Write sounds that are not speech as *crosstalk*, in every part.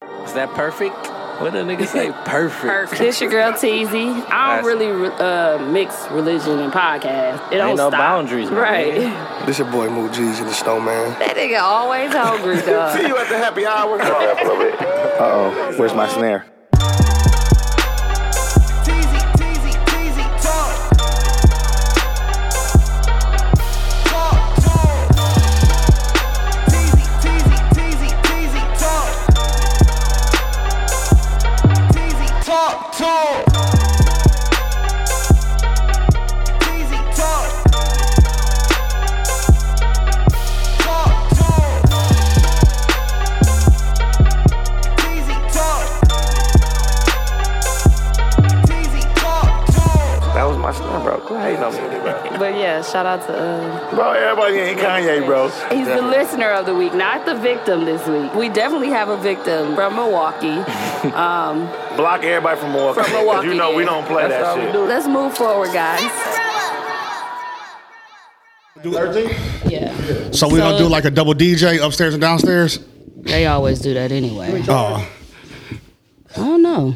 that perfect? What a nigga say? Perfect. Perfect. This your girl Teasy. I That's- don't really uh, mix religion and podcast. It don't Ain't no stop. boundaries, my right? *laughs* nigga. This your boy Moo G's and the Snowman. That nigga always *laughs* hungry, dog. you at the happy hour. Uh-oh, where's my snare? Teasy, teasy, teasy, talk. Talk, talk. Teasy, teasy, teasy, teasy, talk. Teasy, talk, talk. Teasy, talk. Talk, talk. Teasy, talk. Teasy, talk, talk. That was my snare, bro. Go ahead, But yeah, shout out to uh, Bro, everybody ain't Kanye, bro. he's the listener of the week, not the victim this week. We definitely have a victim from Milwaukee. *laughs* Block everybody from Milwaukee. From Milwaukee, you know we yeah. don't play That's all we that shit. do. Let's move forward, guys. Yeah, So we gonna So- do like a double DJ upstairs and downstairs. They always do that anyway. Oh, I don't know.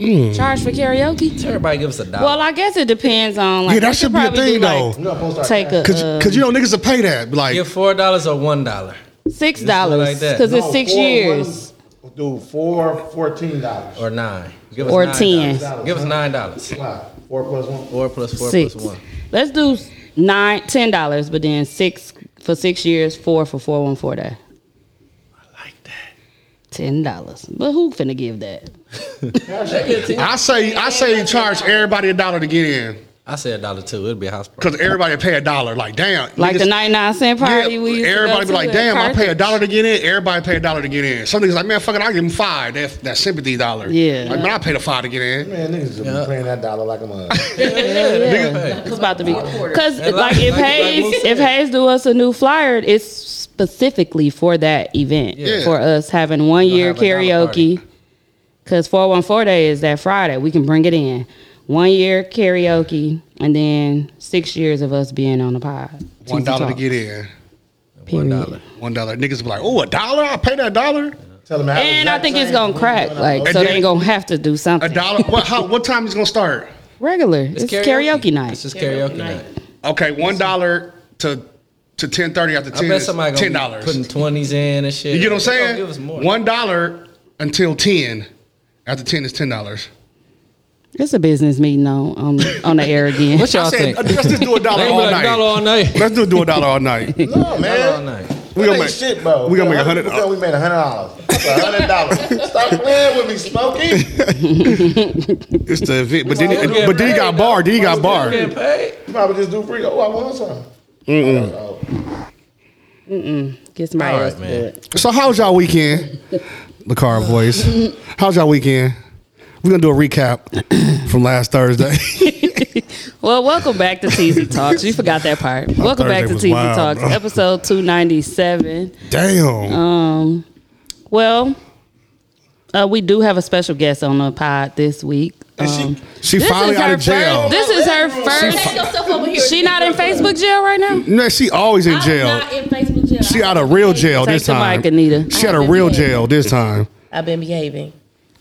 Hmm. Charge for karaoke? Everybody give us a dollar. Well, I guess it depends on like yeah, that we could should be a probably thing do, like, though. Take a Cause, uh, cause you know niggas will pay that. Like, Give four dollars or one dollar. six like dollars that. because it's six years Do four fourteen dollars. or nine. Give us or nine ten. dollars. Give us nine dollars. Four plus one. Four plus four six. plus one. Let's do nine, ten dollars, but then six for six years, four for four one four day. Like that. Ten dollars, but who finna give that? I say, I say, charge everybody a dollar to get in. I say a dollar too. It'd be a house party. Cause everybody pay a dollar. Like, damn. Like the niggas- ninety nine cent party Yeah, we used to go everybody to be like, at damn, I pay a Carthage. dollar to get in. Everybody pay a dollar to get in. Some niggas like, man, fuck it, I give him five. That, that sympathy dollar. Yeah. Like, man, I paid a five to get in. Man, niggas just be playing that dollar like I'm a. It's about to be because And like like- if like- like Hayes Moose if said. Hayes do us a new flyer, it's specifically for that event Yeah. for us having one year have a dollar karaoke. Because four one four day is that Friday, we can bring it in. One year karaoke, and then six years of us being on the pod. *laughs* One Teasy dollar to Talk, get in. period. dollar. One dollar. Niggas be like, oh, a dollar? I pay that dollar? Tell them how And I think it's gonna crack, like And so they then- ain't gonna have to do A something dollar? what, how, what time is it going to start? regular. It's, karaoke. night. It's just karaoke night. Okay, one dollar to to ten thirty after I ten. bet somebody is gonna ten be putting dollars. twenties in and shit. You get what I'm They gonna saying? Give us more. One dollar until ten. After ten is ten dollars. It's a business meeting on on, on the air again. *laughs* What y'all I said, think? let's just do *laughs* a They gonna dollar be all like, dollar night. all night. Let's do do a dollar *laughs* all night. We No, Dollar all man. night. gonna Hey, make shit, bro. We gonna make a hundred. People thought We made a hundred dollars. That's a hundred dollars. Stop playing with me, Smokey. It's the event, but then Well, we but then getting you got bar. Then you got bar. Getting paid. You probably just do free. Oh, I want some. Oh, Get somebody All right, else to do man. it. So how's y'all *laughs* weekend? The car voice. How's y'all weekend? We're gonna do a *clears throat* recap from last Thursday. *laughs* Well, welcome back to TZ Talks. You forgot that part. welcome back Thursday to TZ was wild, Talks, bro. episode 297. Damn. Uh, Um, well, uh, we do have a special guest on the pod this week. Um, she finally out her of jail. First, this is her first. She not in Facebook jail right now? no, she always in jail. in Facebook jail. She out of real jail Take this the time. mic, Anita. She out of real jail this time. I've been behaving.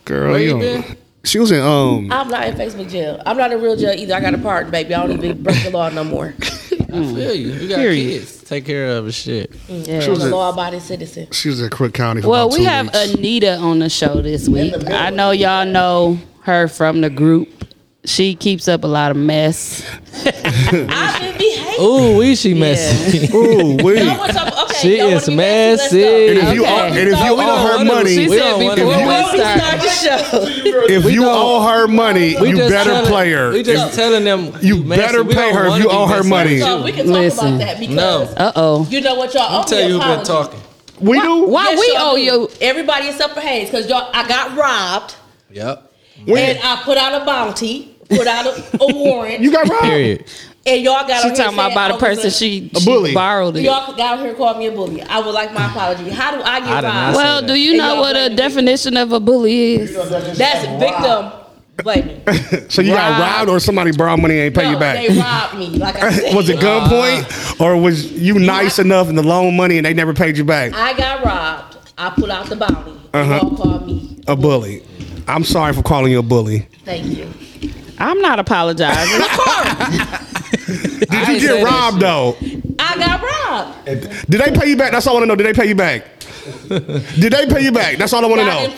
Girl, Where you don't- been? She was in um. I'm not in Facebook jail. I'm not in real jail either. I got a pardon, baby. I don't even break the law no more. I feel you. You got Period. kids. Take care of and shit. I'm a law-abiding citizen. She was in Crook County. For Well, about we two have weeks. Anita on the show this week. I know y'all know her from the group. She keeps up a lot of mess. I've been behaving. Ooh, *laughs* we she messy. Ooh, we. Y'all want some- okay, She y'all wanna is be messy, let's go. messy. And if you Okay. owe, and if you We don't owe her wanna money, lose- She We said don't before wanna we do Before we start, start the show. if you don't- owe her money, We you just better telling- play her. We just If- telling them You messy. better We pay don't her if wanna you be owe her messy. money. So we can talk Listen. about that because No. uh oh. you know what y'all owe I'll tell me you who been apology. talking. Oh, we do. Why Yes, we y'all owe do. you? Everybody except for Hayes because y'all I got robbed Yep. and I put out a bounty, put out a, a warrant, You got robbed. Period. and y'all got She on here talking about saying I a was person she, A she bully. borrowed it. Y'all got here and called me a bully. I would like my apology. How do I I get did not robbed? say Well, that. do you And know y'all what a blaming me. definition of a bully is? oh. That's victim blaming. *laughs* So you got Robbed. robbed, or somebody borrowed money and ain't *laughs* pay No, you back. They robbed me. Like *laughs* I said, was it gunpoint, or was you nice enough and the loan money and they never paid you back? I got robbed. I pull out the bounty. Uh-huh. Y'all call me. A bully. I'm sorry for calling you a bully. Thank you. I'm not apologizing. *laughs* Did you get robbed though? I got robbed. Did they pay you back? That's all I want to know. Did they pay you back? Did they pay you back? That's all I want to Got in know.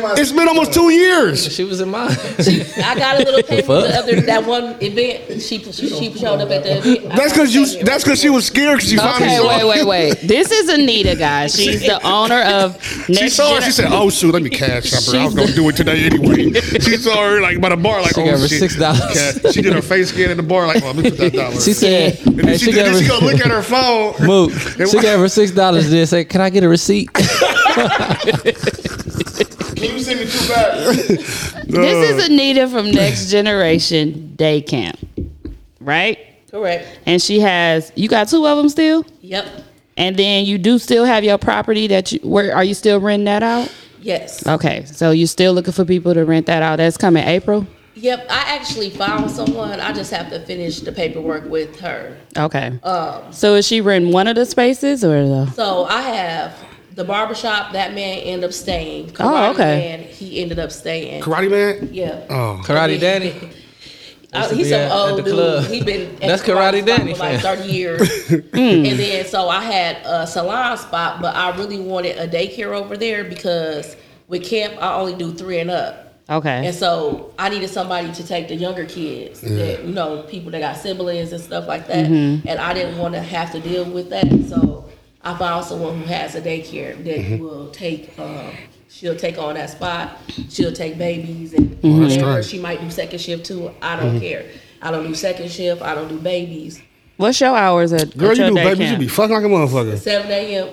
full. It's been almost two years. She was in mine. I got *laughs* a little payment fuck? the other that one event. She she, she showed up at the event. I That's got because you. payment. That's because she was scared because she found Okay, you. wait, wait, wait. *laughs* This is Anita, guys. She's the owner of Next *laughs* She saw her. Gener- She said, "Oh shoot, let me cash up her. I was gonna do it today anyway." *laughs* She saw her like by the bar, like She oh gave her shit. $6. Yeah, She did her face scan at the bar, like oh, let me put *laughs* that dollar. She said, and then hey, she, she did, gave then she her gonna look *laughs* at her phone. Mook. It She wa- gave her six dollars. Then said, "Can I get a receipt?" Can you send me two bags? This is Anita *laughs* from Next Generation Day Camp, right? correct. And she has you got two of them still, Yep. and then you do still have your property that you where are you still renting that out? Yes. Okay, so you still looking for people to rent that out? That's coming April. Yep. I actually found someone. I just have to finish the paperwork with her. Um, Okay. so is she renting one of the spaces or the? So I have the barbershop. That man ended up staying. Karate Oh, okay. Man, he ended up staying. Uh, Karate man. Yeah. Oh, Karate Danny. *laughs* Uh, he's Yeah, some at old the dude. club. He been at That's the Karate spot Danny for like fan. *laughs* thirty years, and then so I had a salon spot, but I really wanted a daycare over there because with camp I only do three and up, Okay. and so I needed somebody to take the younger kids, that, you know, people that got siblings and stuff like that, and I didn't want to have to deal with that, so I found someone who has a daycare that will take. Um, She'll take on that spot. She'll take babies and that's whatever. nice. She might do second shift too. I don't care. I don't do second shift. I don't do babies. What's your hours at? girl, at you your do day baby. You camp? be fucking like a motherfucker. 7 *laughs* a.m.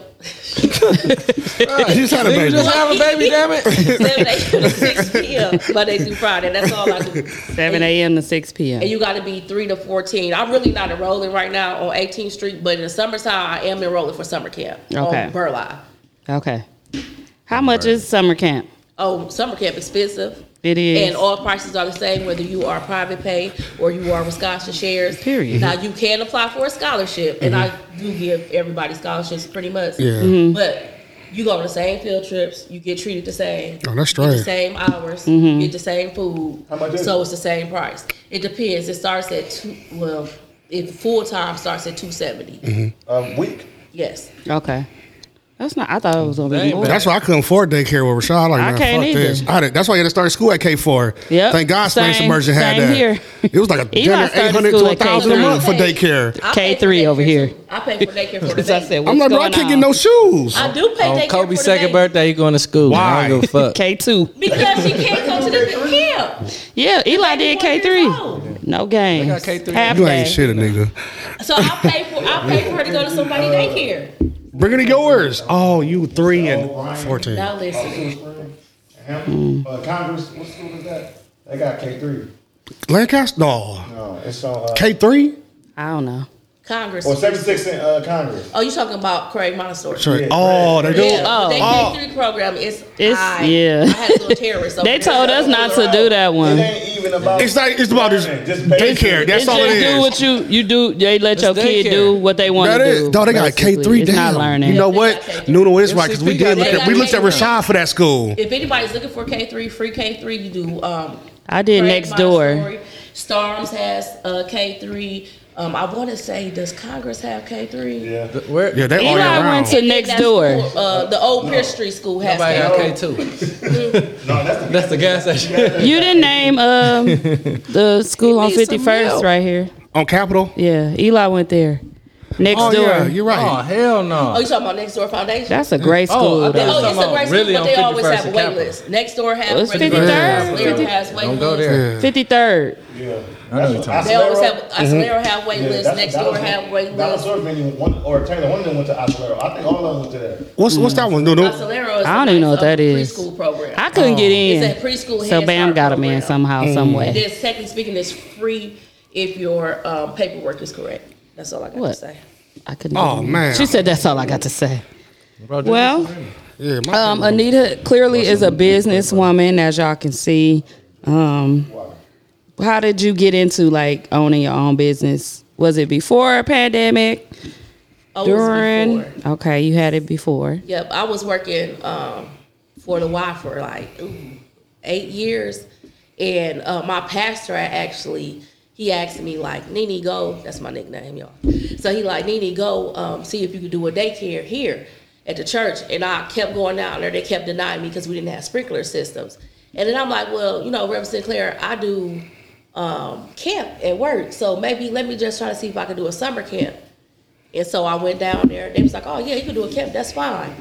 You just had a Did you baby. just have a baby? Damn it! 7 a.m. to 6 p.m. Monday through Friday. That's all I do. Seven a.m. to six p.m. And you got to be 3 to 14. I'm really not enrolling right now on 18th Street, but in the summertime, I am enrolling for summer camp Okay. on Burleigh. Okay. How much is summer camp? Oh, summer camp expensive. It is. And all prices are the same, whether you are private pay or you are Wisconsin shares. Period. Mm-hmm. Now you can apply for a scholarship, and I do give everybody scholarships pretty much. Yeah. But you go on the same field trips, you get treated the same. Oh, that's you get straight. the same hours, Mm-hmm. you get the same food. How much is so it? it's the same price. It depends. It starts at two. Well, if full time starts at two Mm-hmm. A week. Yes. okay. That's not. I thought it was gonna be Dang, more. man. That's why I couldn't afford daycare with Rashad. I'm Like, I man, can't fuck either. this. I had it. That's why you had to start school at K4. Yep. Thank God Same- Spring Submersion had same that. here. It was like *laughs* a Eli dinner, started 800 to school at 1000 a K3. month for daycare. I pay K3 for daycare over here. too. I pay for daycare for *laughs* the As I baby. said, I'm what's like, bro, I going can't on? get no shoes. I do pay On daycare Kobe's for the Oh, second baby. birthday, you going to school. man. I don't give a fuck. K two. Because she can't come to the camp. Yeah, Eli did K Everyone is three. old. No game. got K3. Half You ain't day. shit, a nigga. So I pay for I pay for her to go to somebody daycare. Bring it to yours. Oh, you three and 14. Now listen, Mm. Uh, Congress, what school is that? They got K three. Lancaster? No. No, it's on. Uh, K3? I don't know. Congress. or seventy six in uh, Congress. Oh, you talking about Craig Montessori? Sorry. oh, they do? Yeah, uh, but they Oh. K three program is It's- I, yeah. I had a little terrorist. over They there. told us not to do It that one. ain't even about. It's like, it's about this Just daycare. basic. That's It's all just it do is. what you you do. They let It's your kid daycare. do what they want That to do. is. No, they got K basically. three. It's not Damn. learning. You know They what? got K3. Nuno is right because we MCP did got look at we K3. looked at Rashad for that school. If anybody's looking for K three, free K three, you do. Um, I did Craig next door. Montessori. Storms has uh, K three. Um, I want to say, does Congress have K three? Yeah. The- Where? Yeah, they all year Eli round. went to next door. uh, the old Pierce Street school has Nobody K got three. K two. No, that's *laughs* the, That's the *laughs* gas station. You didn't name um *laughs* the school on needs some fifty first milk. right here. on Capitol. Yeah, Eli went there. Next Oh door. yeah, you're Oh right. hell no. Oh, you talking about Next Door Foundation? That's a great Oh, school. I though. thought- oh, it's a great Really school, but on they always have 51st a and wait Capitol. list. Next Door has It's wait lists. 53rd. Aslero has wait Don't go lists. there. Fifty third. yeah. I know you're talking They always have Aslero? Mm-hmm. Aslero have wait Yeah, lists. that's- Next that Door was- have wait that was lists. sort of menu. One or Taylor, one of them went to Asolero. I think all of them went to there. Oh. What's what's that one? No, no. Aslero is I don't a even know nice, what that uh, is. Preschool program. I couldn't Oh. get in. It's a preschool So Head Bam Start got him in program. somehow, Mm. some And way. then, Um, second speaking, it's free if your um, paperwork is correct. That's all I got to What? say. I couldn't. Oh, get in. man. She said that's all I got to say. about. Bro, Well, Yeah, my um, Anita clearly is a businesswoman, as y'all can see. Um, how did you get into like owning your own business? Was it before a pandemic? Oh, it was during? Okay, you had it before. Yep, I was working um, for the Y for like ooh, eight years, and uh, my pastor I actually he asked me like Nene go that's my nickname y'all. So he like Nene go um, see if you could do a daycare here at the church, and I kept going out there. They kept denying me because we didn't have sprinkler systems, and then I'm like, well, you know, Reverend Sinclair, I do um, camp at work, so maybe let me just try to see if I can do a summer camp. And so I went down there. They was like, "Oh yeah, you can do a camp. That's fine."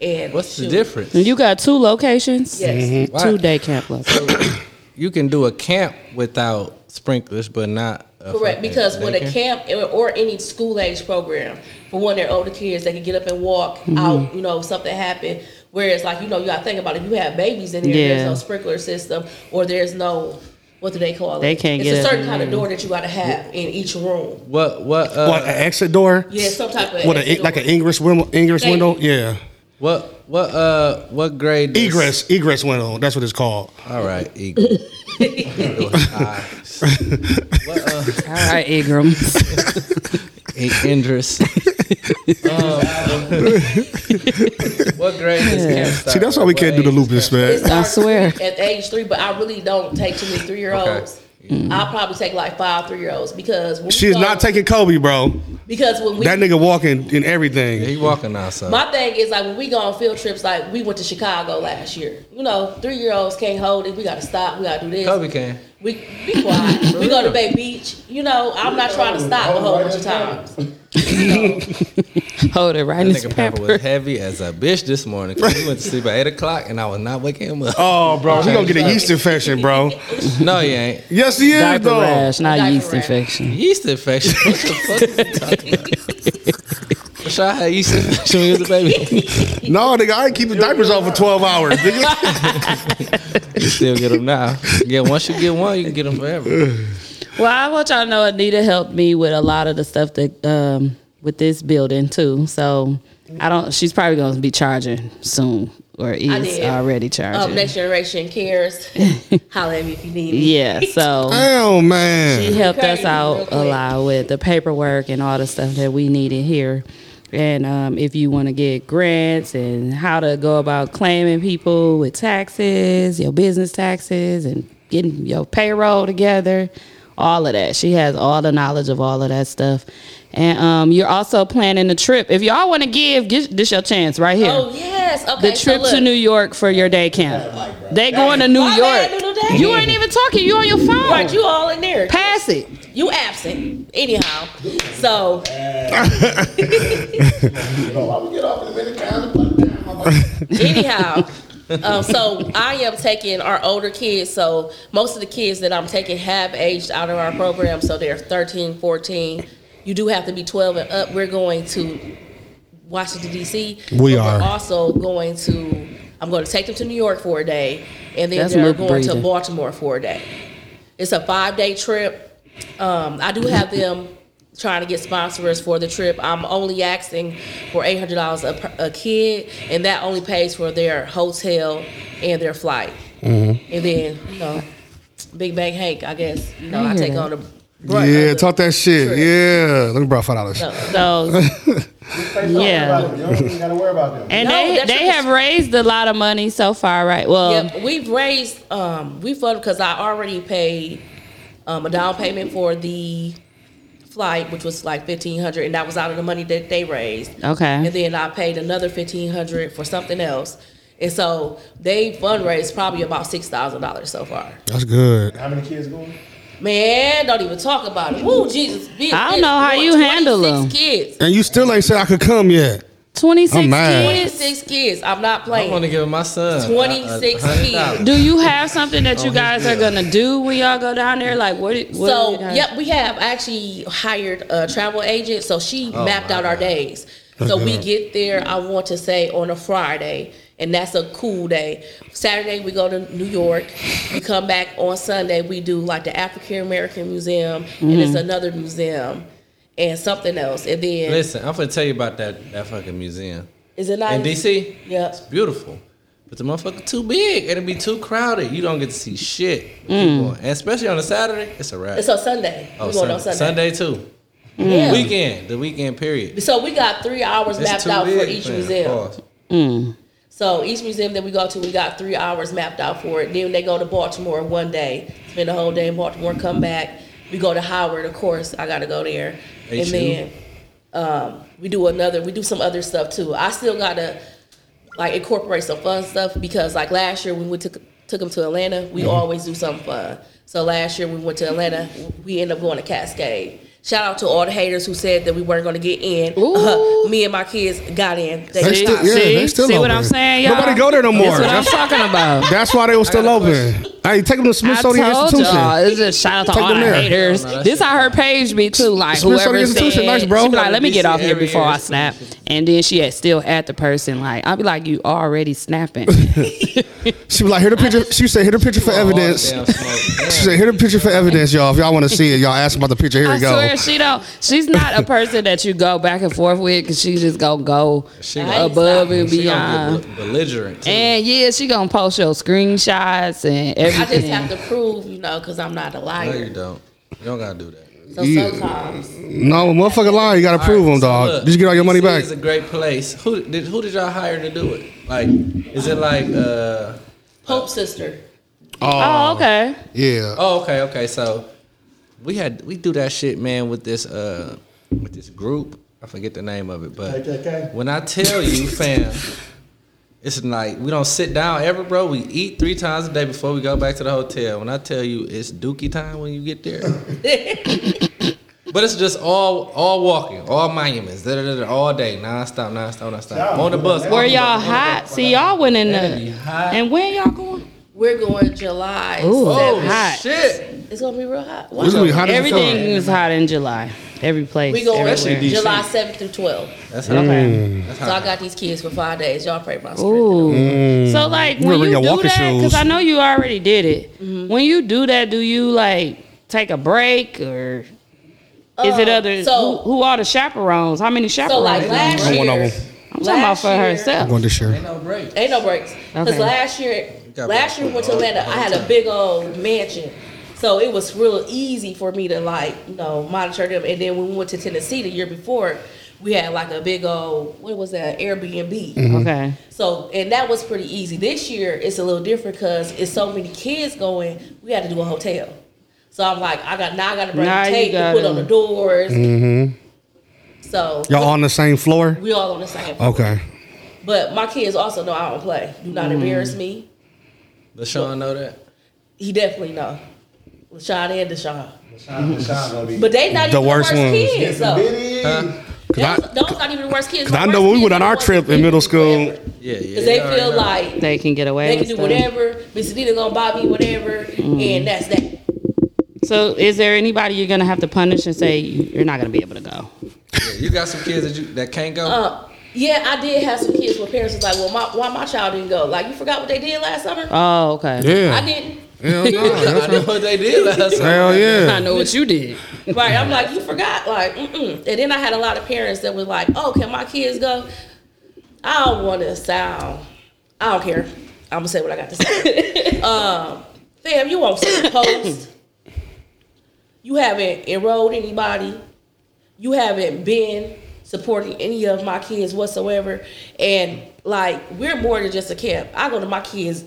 And What's shoot. And you got two locations. Yes. Mhm. Two day camp locations. You can do a camp without sprinklers, but not Mm-hmm. a Correct, fucking because with a daycare. camp or, or any school age program for one of their older kids, they can get up and walk Mm-hmm. Mhm. out. You know, if something happened. Whereas, like you know, you got to think about it. if you have babies in there, Yeah. there's no sprinkler system, or there's no what do they call it? They can't it's get a up certain in kind of Mm-hmm. there. door that you got to have in each room. What what uh, what an exit door? Yeah, some type of What exit a, e, door. like an English window? English Thank window? Yeah. What what uh what grade? Does, Egress egress window. That's what it's called. All *laughs* right, egress. uh, what, uh, All right, Ingram. Indris. um, what grade is camp start? See, that's why we can't do the lupus, man. It's I swear. At age three, but I really don't take too many three year olds. I'll probably take like five three year olds because when we She is go- not taking Kobe, bro. because when we That nigga walking in everything. he walking outside. My thing is like when we go on field trips, like we went to Chicago last year. You know, three year olds can't hold it. We gotta stop. We gotta do this. Kobe can. We be quiet. we go to Bay Beach. You know, I'm not trying to stop a whole bunch of times. *laughs* Hold it right That in his nigga Papa pepper. was heavy as a bitch this morning. 'cause He went to sleep at eight o'clock, and I was not waking him up. Oh, bro, he gonna get a yeast infection, bro. No, you ain't. Yes, he is, Diaper though. rash, not Diaper yeast rash. infection. Yeast infection. What the fuck is he talking about? Rashad had yeast *laughs* infection when he was a baby. No, nigga, I ain't keep the diapers on for twelve hours, nigga. You still get them now. Yeah, once you get one, you can get them forever. Well, I want y'all to know Anita helped me with a lot of the stuff that um, with this building too. So I don't. She's probably going to be charging soon, or is did. already Um, charging. next generation cares. *laughs* Holla at me if you need me. yeah. *laughs* So Damn, she man. helped us Crazy, real out quick. a lot with the paperwork and all the stuff that we needed here. And um, if you want to get grants and how to go about claiming people with taxes, your business taxes, and getting your payroll together, all of that. She has all the knowledge of all of that stuff. And um, you're also planning a trip. If y'all want to give, get, this your chance right here. Oh yes. Okay. The trip to New York for your day camp. They going to New My bad, York. little daddy. You ain't even talking. You on your phone. Right, you all in there. Pass it. You absent. Anyhow. So *laughs* Anyhow, um, so I am taking our older kids. So most of the kids that I'm taking have aged out of our program. So they're 13, 14. You do have to be 12 and up. We're going to Washington, D.C. We but are. We're also going to, I'm going to take them to New York for a day. And then That's they're lip going to breathing. Baltimore for a day. It's a five day trip. Um, I do have them trying to get sponsors for the trip. I'm only asking for eight hundred dollars a per- a kid, and that only pays for their hotel and their flight. Mm-hmm. And then you know, Big Bang Hank, I guess you know I I, hear take that. on the brunt of Yeah, the- talk that shit. Yeah, let me borrow five dollars. So yeah, You gotta worry about them. and No, they that's they what- have raised a lot of money so far, right? Well, Yep, we've raised um we funded because I already paid um a down payment for the flight, which was like fifteen hundred, and that was out of the money that they raised. and okay, then I paid another fifteen hundred for something else. And so they fundraised probably about six thousand dollars so far. *laughs* That's good. How many kids going? Man, don't even talk about it. Woo, Jesus! be- I don't know how Lord, you handle 26 'em. Kids, And you still ain't said I could come yet. twenty six I'm mad. kids. twenty-six kids. I'm not I want playing. to give my son a- a 26 $100. kids. Do you have something that you guys are gonna do when y'all go down there? Like what? what So, you guys- yep, we have actually hired a travel agent. So she mapped Oh my out our God. days. So we get there, I want to say, on a Friday, and that's a cool day. Saturday, we go to New York. We come back on Sunday, we do like the African American Museum, and it's another museum and something else. And then, Listen, I'm gonna tell you about that that fucking museum is it not? in DC. Yeah. It's beautiful, but the motherfucker too big. It'll be too crowded. You don't get to see shit. Keep going. And especially on a Saturday, it's a wrap. Mm. It's on Sunday. oh, we going on Sunday. Sunday. Sunday too. Yeah. Weekend, the weekend period. So we got three hours It's mapped too out for big, each man. museum. Pause. So each museum that we go to, we got three hours mapped out for it. Then they go to Baltimore one day, spend the whole day in Baltimore, come back. We go to Howard, of course. I gotta go there, and HU. then um, we do another. We do some other stuff too. I still gotta like incorporate some fun stuff because like last year when we took took them to Atlanta, we always do something fun. So last year we went to Atlanta, we ended up going to Cascade. Shout out to all the haters who said that we weren't going to get in. Uh-huh. me and my kids got in. They They got still, in. yeah, See? they still See open. what I'm saying, y'all? Nobody go there no That's more. what I'm That's, *laughs* talking about. that's why they were still open. Hey, take I them to told Smithsonian y'all. Institution. It's just shout out Take to all the them there. haters. this how her page be too. Like Smithsonian whoever said, Institution, nice, bro. she be like, let me get off here Area before I snap. And then she had still at the person. Like I'll be like, you already snapping. *laughs* That's She was like, here the picture. She said, here the picture for evidence. Damn She smoke. said, here the picture for evidence, y'all. If y'all want to see it, y'all ask about the picture. Here I we go. swear she don't. She's not a person that you go back and forth with because she just gonna go She gonna- above and She beyond. gonna uh, get bel- belligerent. Too. And yeah, she gonna post your screenshots and I just everything. have to prove, you know, because I'm not no, a you liar. don't. You don't gotta do that. So sometimes No, motherfucker lying. You got to prove them, dog. Did you get all your money back? It's a great place. Who did who did y'all hire to do it? Like, is it like? uh Pope sister. oh, okay. Yeah. Oh, okay, okay. So we had we do that shit, man, with this uh with this group. I forget the name of it, but KKK. when I tell you, fam, it's like we don't sit down ever, bro. We eat three times a day before we go back to the hotel. When I tell you, it's dookie time when you get *laughs* there. But it's just all all walking, all monuments, da, da, da, da, all day, nonstop, nonstop, nonstop. On the bus. Were y'all hot? See, y'all went in That'd be the. hot. And when y'all going? We're going July. Ooh. Oh Hot. shit! It's gonna be real hot. This will be hot as a Everything fuck. is hot in July. Every place. We going everywhere. Mm. DC. July 7th through 12th. That's hot. That's So I hot. got these kids for five days. Y'all pray for my spirit. Ooh. So like Mm. You when you gotta bring your do walking that, shoes. because I know you already did it. Mm-hmm. When you do that, do you like take a break or is it Uh, other? so- who, who are the chaperones? How many chaperones? So like last I'm year, one of them. I'm talking about last for year- I'm herself. going this year. No break. Ain't no breaks. Because Okay. last year, got last year we went to Atlanta. I had a big old mansion. So it was real easy for me to like, you know, monitor them. And then when we went to Tennessee the year before, we had like a big old, what was that, Airbnb. Okay. So, and that was pretty easy. This year, it's a little different because it's so many kids going, we had to do a hotel. So I'm like, I got now I got to bring Now you tape to gotta- put on the doors. Mm-hmm. So Y'all on the same floor? we all on the same. Okay. But my kids also know I don't play. Do Mm. not embarrass me. LaShawn know that. He definitely know. LaShawn and Deshaun. But But they not The even worst the worst ones. kids. So those, I- those not even the worst kids. Cause The I know worst when we kids went on are the our ones trip who in can middle do school. whatever. Yeah, yeah. 'Cause they already feel know. like They can get away they with can do stuff. whatever. Miss Anita gonna buy me whatever, and that's that. So is there anybody you're gonna have to punish and say "You- you're not gonna be able to go? Yeah, you got some kids that you that can't go. Uh, yeah, I did have some kids where parents was like, "Well, my, why my child didn't go? Like, you forgot what they did last summer? Oh, okay. I Yeah. didn't. Hell no. I know Oh. what *laughs* they did *laughs* last time. Hell yeah. know what you did. Right? I'm like, you forgot. Like, mm-mm. and then I had a lot of parents that were like, "Oh, can my kids go? I don't want to sound. I don't care. I'm gonna say what I got to say. um, fam, you won't see the post. You haven't enrolled anybody. You haven't been supporting any of my kids whatsoever. And like, we're more than just a camp. I go to my kids'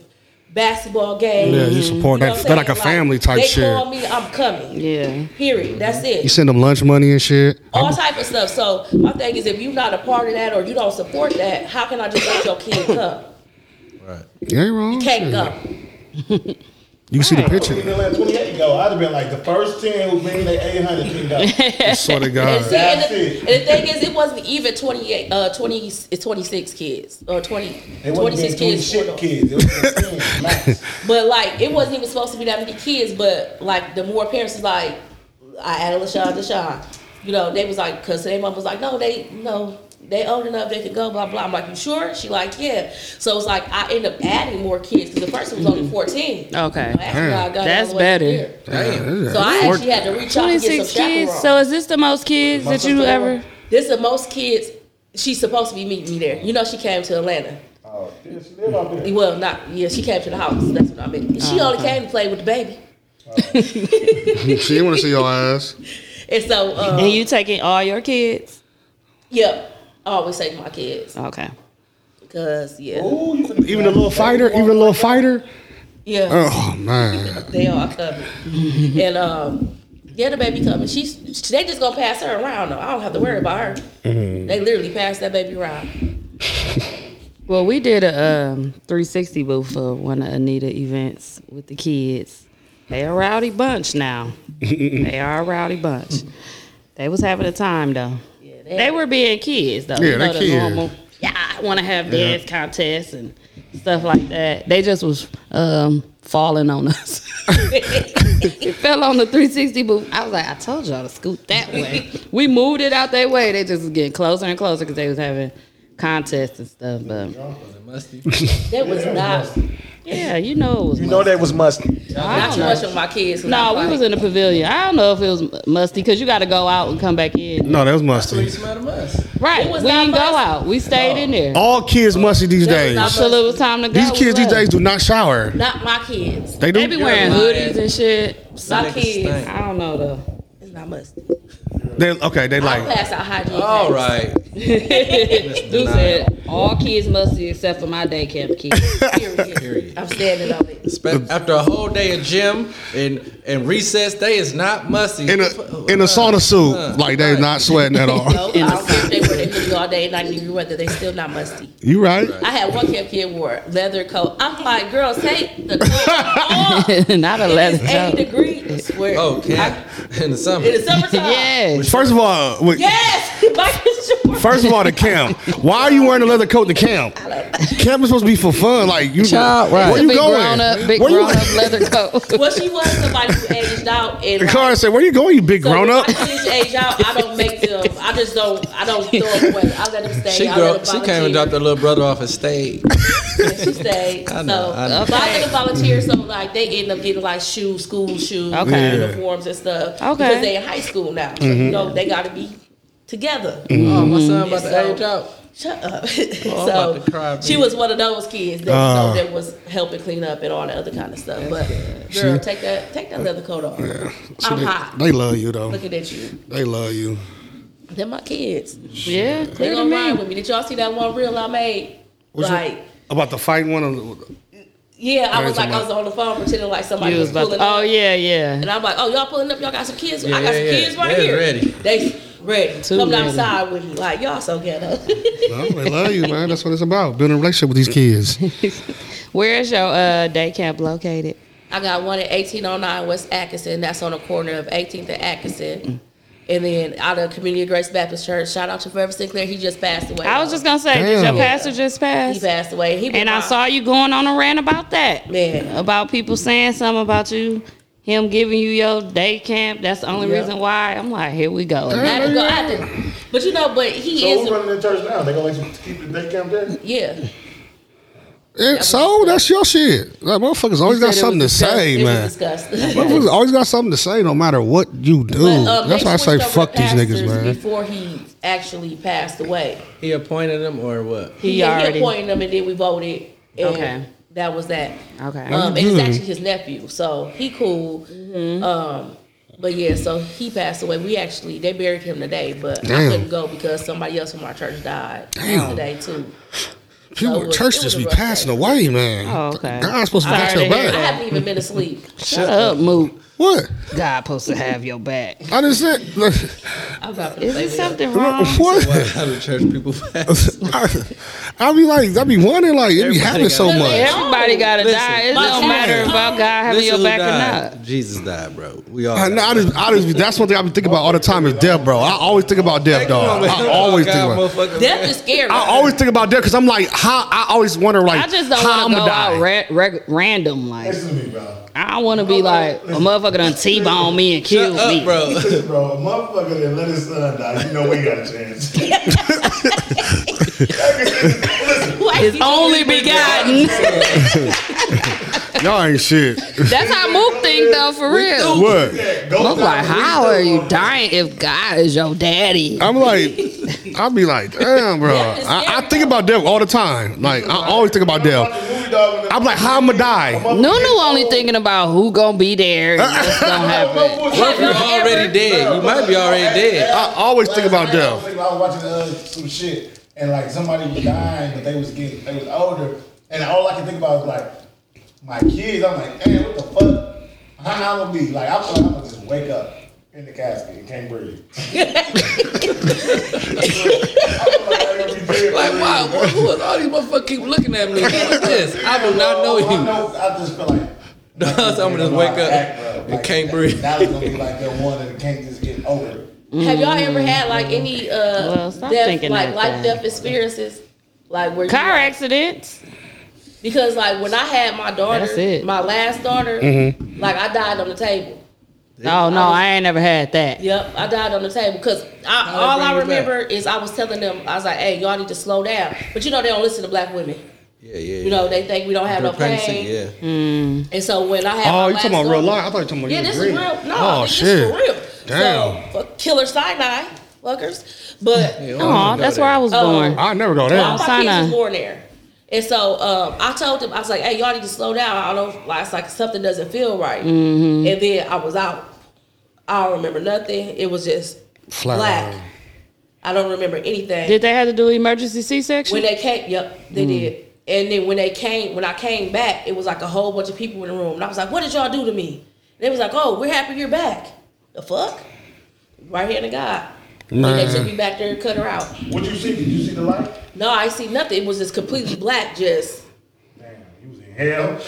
basketball games. Yeah, you support know that. what I'm That like a saying? family type they shit. call me, I'm coming. Yeah. Period. That's it You send them lunch money and shit. all type of stuff. So my thing is, if you're not a part of that or you don't support that, how can I just let your kid come? Right. You ain't wrong. Can't Shit. go. You can see the picture. Even let 28 go, I'd have been like the first 10 who bring their 800 can go. I swear to *laughs* And, see, God. and, That's the, it. and the thing is, it wasn't even 28, uh, 20, it's 26 kids or 20, They wasn't being 26 doing kids. shit kids. It was just 10, relax. But like, it wasn't even supposed to be that many kids. But like, the more parents is like, I added LaShawn, Deshaun. You know, they was like, because their mom was like, no, they, no, they old enough, they could go, blah, blah. I'm like, you sure? She like, yeah. So it's like, I end up adding more kids because the person was only 14. Okay. Actually, I got That's all the way better. here. So I actually had to reach out to get 26 some kids. chaperones. So is this the most kids that you sister ever? this is the most kids. She's supposed to be meeting me there. You know, she came to Atlanta. Oh, yeah, she live out there. Well, not yeah. She came to the house. That's what I Oh, meant. She only came to play with the baby. She didn't want to see your ass. And And so, um, and you taking all your kids? Yep. I always take my kids Okay. because yeah, Even a little fighter, even a little fighter. yeah, Oh man, they all covered. and um, yeah, the baby coming. She's they just gonna pass her around though. I don't have to worry about her. Mm-hmm. They literally pass that baby around. Well, we did a um, 360 booth for one of Anita events with the kids. They a rowdy bunch *laughs* now. they are a rowdy bunch. They was having a time though. they, were being kids though. Yeah, they the kids. normal. Yeah, I want to have dance contests and stuff like that. They just was um, falling on us. *laughs* it fell on the 360 booth. I was like, I told y'all to scoot that way. we moved it out that way. They just was getting closer and closer because they was having contests and stuff. But Musty. That was not yeah, you know it was. You know that was must. I not don't too know. much of my kids. No, we was in the pavilion. I don't know if it was musty because you got to go out and come back in. no, that was musty. Smell the must. Right, was we not didn't go musty. out. We stayed in there All kids musty these days. until it was time to go. These kids we these days left. do not shower. not my kids. They they be do. wearing You're hoodies lying. and shit. So My Niggas kids. stink. I don't know though. It's not must. They okay. They I like pass out hygiene. All tests. right. Duke said all kids musty except for my day camp kids. Period. Period. I'm standing on it. Spe- After a whole day of gym and, and recess, they is not musty. in a in a sauna Uh, suit. Like they not sweating at all. No, I don't care if they were in the hoodie all day, 90 degree weather. They still not musty. You right? I had one camp kid wore a leather coat. I'm like, girls, take the coat *laughs* *laughs* off. Not a leather It's 80 joke. degrees. I swear. Okay. *laughs* in the summer. In the summertime. Yes. First of all, wait, Yes. Michael Jordan. first of all, the camp. Why are you wearing a leather coat to camp? Camp is supposed to be for fun. Like you, Child, right. where Big you going? grown up, big where you- grown *laughs* up leather coat. Well, she was somebody who aged out. And The like, car said, "Where you going? You big so grown when up." My kids age out. I don't make them. I just don't. I don't throw them away. I let them stay. she I grow, let she them came and volunteer. dropped her little brother off and *laughs* stayed. and she stayed. I know, so, I know. but I did volunteer, so like they end up getting like shoes, school shoes, Okay. Yeah. uniforms and stuff. Okay. because they in high school now. So, Mm-hmm. you know they got to be together. Oh, my son about It's to so- age out. Shut up. Oh, *laughs* I'm about to cry, so she baby. was one of those kids that, you Uh. know, that was helping clean up and all that other kind of stuff. But girl, take that take that leather coat off. I'm hot. They love you though. Looking at you. They love you. They're my kids. Yeah, They clear to gonna ride me. with me. Did y'all see that one reel I made? Which one? like. About the fight one. Of, Yeah, I Right, was like, I somebody- was on the phone pretending like somebody You was was, about pulling to, oh up. yeah, yeah. And I'm like, oh, y'all pulling up? Y'all got some kids? Yeah, I got some yeah, yeah. kids right They're here. ready. They ready. Too Come ready. outside with me. Like, y'all so ghetto. *laughs* no, they love you, man. That's what it's about. Building a relationship with these *laughs* kids. Where is your uh, day camp located? I got one at 1809 West Atkinson. That's on the corner of 18th and Mm. Atkinson. And then out of Community of Grace Baptist Church. Shout out to Forever Sinclair. He just passed away. I was just gonna say, did Damn. your pastor just He pass? passed away. He been And I my- saw you going on a rant about that. Man. About people saying something about you, him giving you your day camp. That's the only Yeah. reason why. I'm like, here we go. I had to go. I had to- But you know, but he So is. who's A, running the church now? They gonna let you keep the day camp there? yeah. And so that's your shit. Like motherfuckers always got Said it something to was disgust- say, it man. Was disgusting. Motherfuckers always got something to say, no matter what you do. But, um, that's they why I say switched over to fuck these niggas, pastors man. Before he actually passed away, He appointed him or what? He yeah, already- he appointed him, and then we voted, and Okay. that was that. Okay. Um, and it's good. actually his nephew, so he cool. Mm-hmm. Um, but yeah, so he passed away. We actually they buried him today, but I Damn. couldn't go because somebody else from our church died Damn. today too. People it at was- church it just was be a rough passing day. away, man. Oh, okay. God's supposed to Sorry got to your hear I back. haven't even been asleep. Shut up, Moot. What? God supposed to have your *laughs* back. I just said. Like, I'm not gonna Is there say that. something wrong? what? Why how do church people pass? *laughs* I, I be like, I be wondering, like, it be happening so got- much. Everybody gotta Listen, die. It don't listen. matter about God having Listen your who back died. or not. Jesus died, bro. We all. I, know, I just, I just, that's one thing I've been thinking about all the time is death, bro. I always think about *laughs* death, dog. I always think about. Death is scary. I *laughs* always think about death because I'm like, how? I always wonder, like, I just don't want how I'm to go gonna die. out ra- ra- random. Like, Listen to me, bro. I don't want to be like a motherfucker done t-bone me and kill Up, me. bro. *laughs* Listen, bro, a motherfucker that let his son die, you know we got a chance. It's only begotten. Y'all *laughs* ain't shit. *laughs* That's how Mook think though, for real. what? I'm like, how are you dying if God is your daddy? I'm like, I'll be like, damn, bro. Death is I, I scary, think about death all the time. Like, I always think about death. I'm like, how am I die? Nunu only thinking about who gonna be there. and what's *laughs* gonna happen. What if you already dead? You might be already dead. I always think about death. I was watching uh, some shit, and like somebody was dying, but they was getting, they was older, and all I could think about was like my kids. I'm like, hey, what the fuck? How am I gonna be? Like, I feel like I'm gonna just wake up in the casket and can't breathe. *laughs* Like, wow, Oh, who are all these motherfuckers keep looking at me? What is this? I do not know I, you. know, I just feel *laughs* like So I'm gonna just wake up and can't breathe. That was gonna be like the one that can't just get over. it. Have y'all ever had like any uh Well, stop death, thinking like like life that. death experiences? Like where you- Car accidents. because like when I had my daughter, That's it. Mm-hmm. my last daughter, like I died on the table. Oh no, I ain't never had that. Yep, I died on the table because I, they all I bring you back? remember is I was telling them I was like, "Hey, y'all need to slow down." But you know they don't listen to black women. Yeah, yeah. You know they think we don't have no During pregnancy, pain. yeah. And so when I had my Oh, you last talking about real daughter- life? I thought you talking about Yeah, you this was is real. No, Oh, this shit. is for real. Damn. So, fuck killer Sinai, fuckers. *laughs* But Yeah, Oh, don't that's go where I there. was Oh. born. I never go Well, there. my kids Sinai. was born there. And so um, I told them, I was like, hey, y'all need to slow down. I don't know, like, it's like something doesn't feel right. And then I was out. I don't remember nothing. It was just Flat. black. I don't remember anything. Did they have to do emergency C-section? when they came, yep, they did. And then when they came, when I came back, it was like a whole bunch of people in the room. And I was like, what did y'all do to me? They was like, oh, we're happy you're back. The fuck? Right hand of God. And they took Man. me back there and cut her out. What you see? Did you see the light? No, I see nothing. It was just completely black, just. Damn, he was in hell.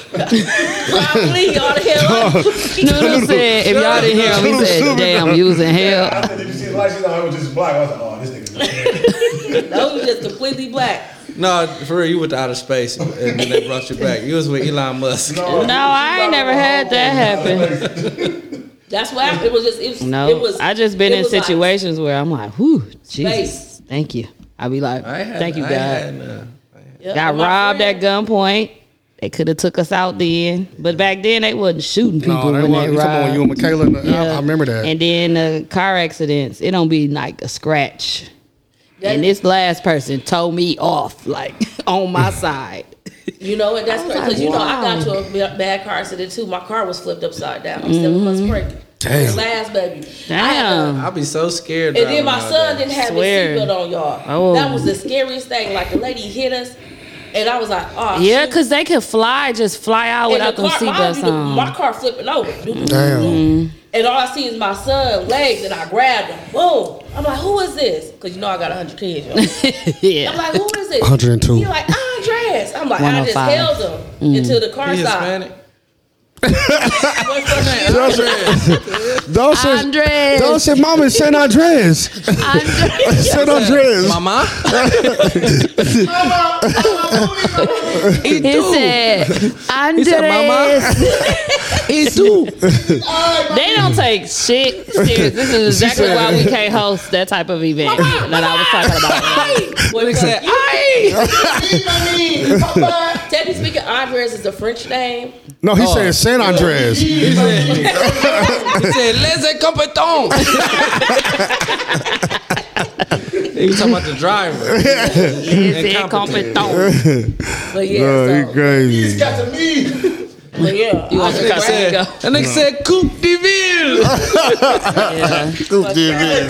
Probably all the hell. Nunu said, if y'all didn't hear him, he said, damn, you was in *laughs* hell. I said, did you see the light? She's like, it was just black. I was like, oh, this nigga's in hell. *laughs* No, you just completely black. No, for real, you went to outer space and then they brought you back. You was with Elon Musk. No, *laughs* I ain't never had that happen. That's what happened. It was just it was. it No, was, I just been it in was like- situations where I'm like, whew, Jesus, Space. thank you. I be like, I ain't had, thank you, I God. ain't had none. Yeah, Got and my robbed at friend- gunpoint. They could have took us out then, but back then they wasn't shooting people No, they when want they you talking about robbed. you and Michaela. and- I- I Yeah. remember that. And then uh, car accidents, it don't be like a scratch. That- and this last person told me off, like *laughs* on *laughs* my side. You know what? That's I was because you know I like, got to a ba- bad car accident too. My car was flipped upside down. I'm seven months pregnant. Damn. Last baby. I had a- Mm-hmm. Damn. I'd be so scared. and then driving my all son day. didn't have Swear. his seatbelt on, y'all. Oh. That was the scariest thing. Like the lady hit us, and I was like, oh Yeah, shoot. because they can fly, just fly out And the without them car- mind seatbelts you, the- My on. car flipping over. Damn. Mhm. And all I see is my son legs, and I grabbed him. Boom! I'm like, who is this? Because you know I got hundred kids. Y'all. I'm *laughs* yeah. like, who *laughs* is it? 102. You're like Andres. I'm like, I just 105. held him Mm. until the car He stopped. *laughs* Hispanic. Don't say, Andres. don't say, mom is San *laughs* Andres. *laughs* San Andres. Mama, He said, Andres. said, *laughs* "Mama." he too. They don't take *laughs* shit serious. This is She exactly said- why we can't host that type of event that I was talking *laughs* about. What he said? Aye. *laughs* Technically speaking, Andres is a French name. No, he said San *laughs* Andres. He said, he said, les incompetents. *laughs* he was talking about the driver. It's Incompetent. incompetent. But yeah, No, so, he crazy. but yeah, *laughs* I want just to cut grabbed- Said, and Mm. they said, Coupe de *laughs* Ville. Scoop did it.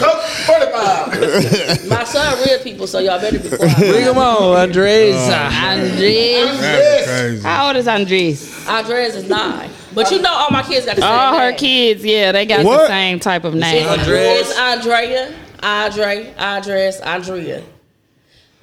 *laughs* my son real people, so y'all better be quiet. Bring him on, Andres. Andres. That's crazy. How old is Andres? Andres is nine, but you know all my kids got the same All her name. kids, yeah, they got the What? same type of It's, name. Andres. it's Andrea, Andre, Andres, Andrea.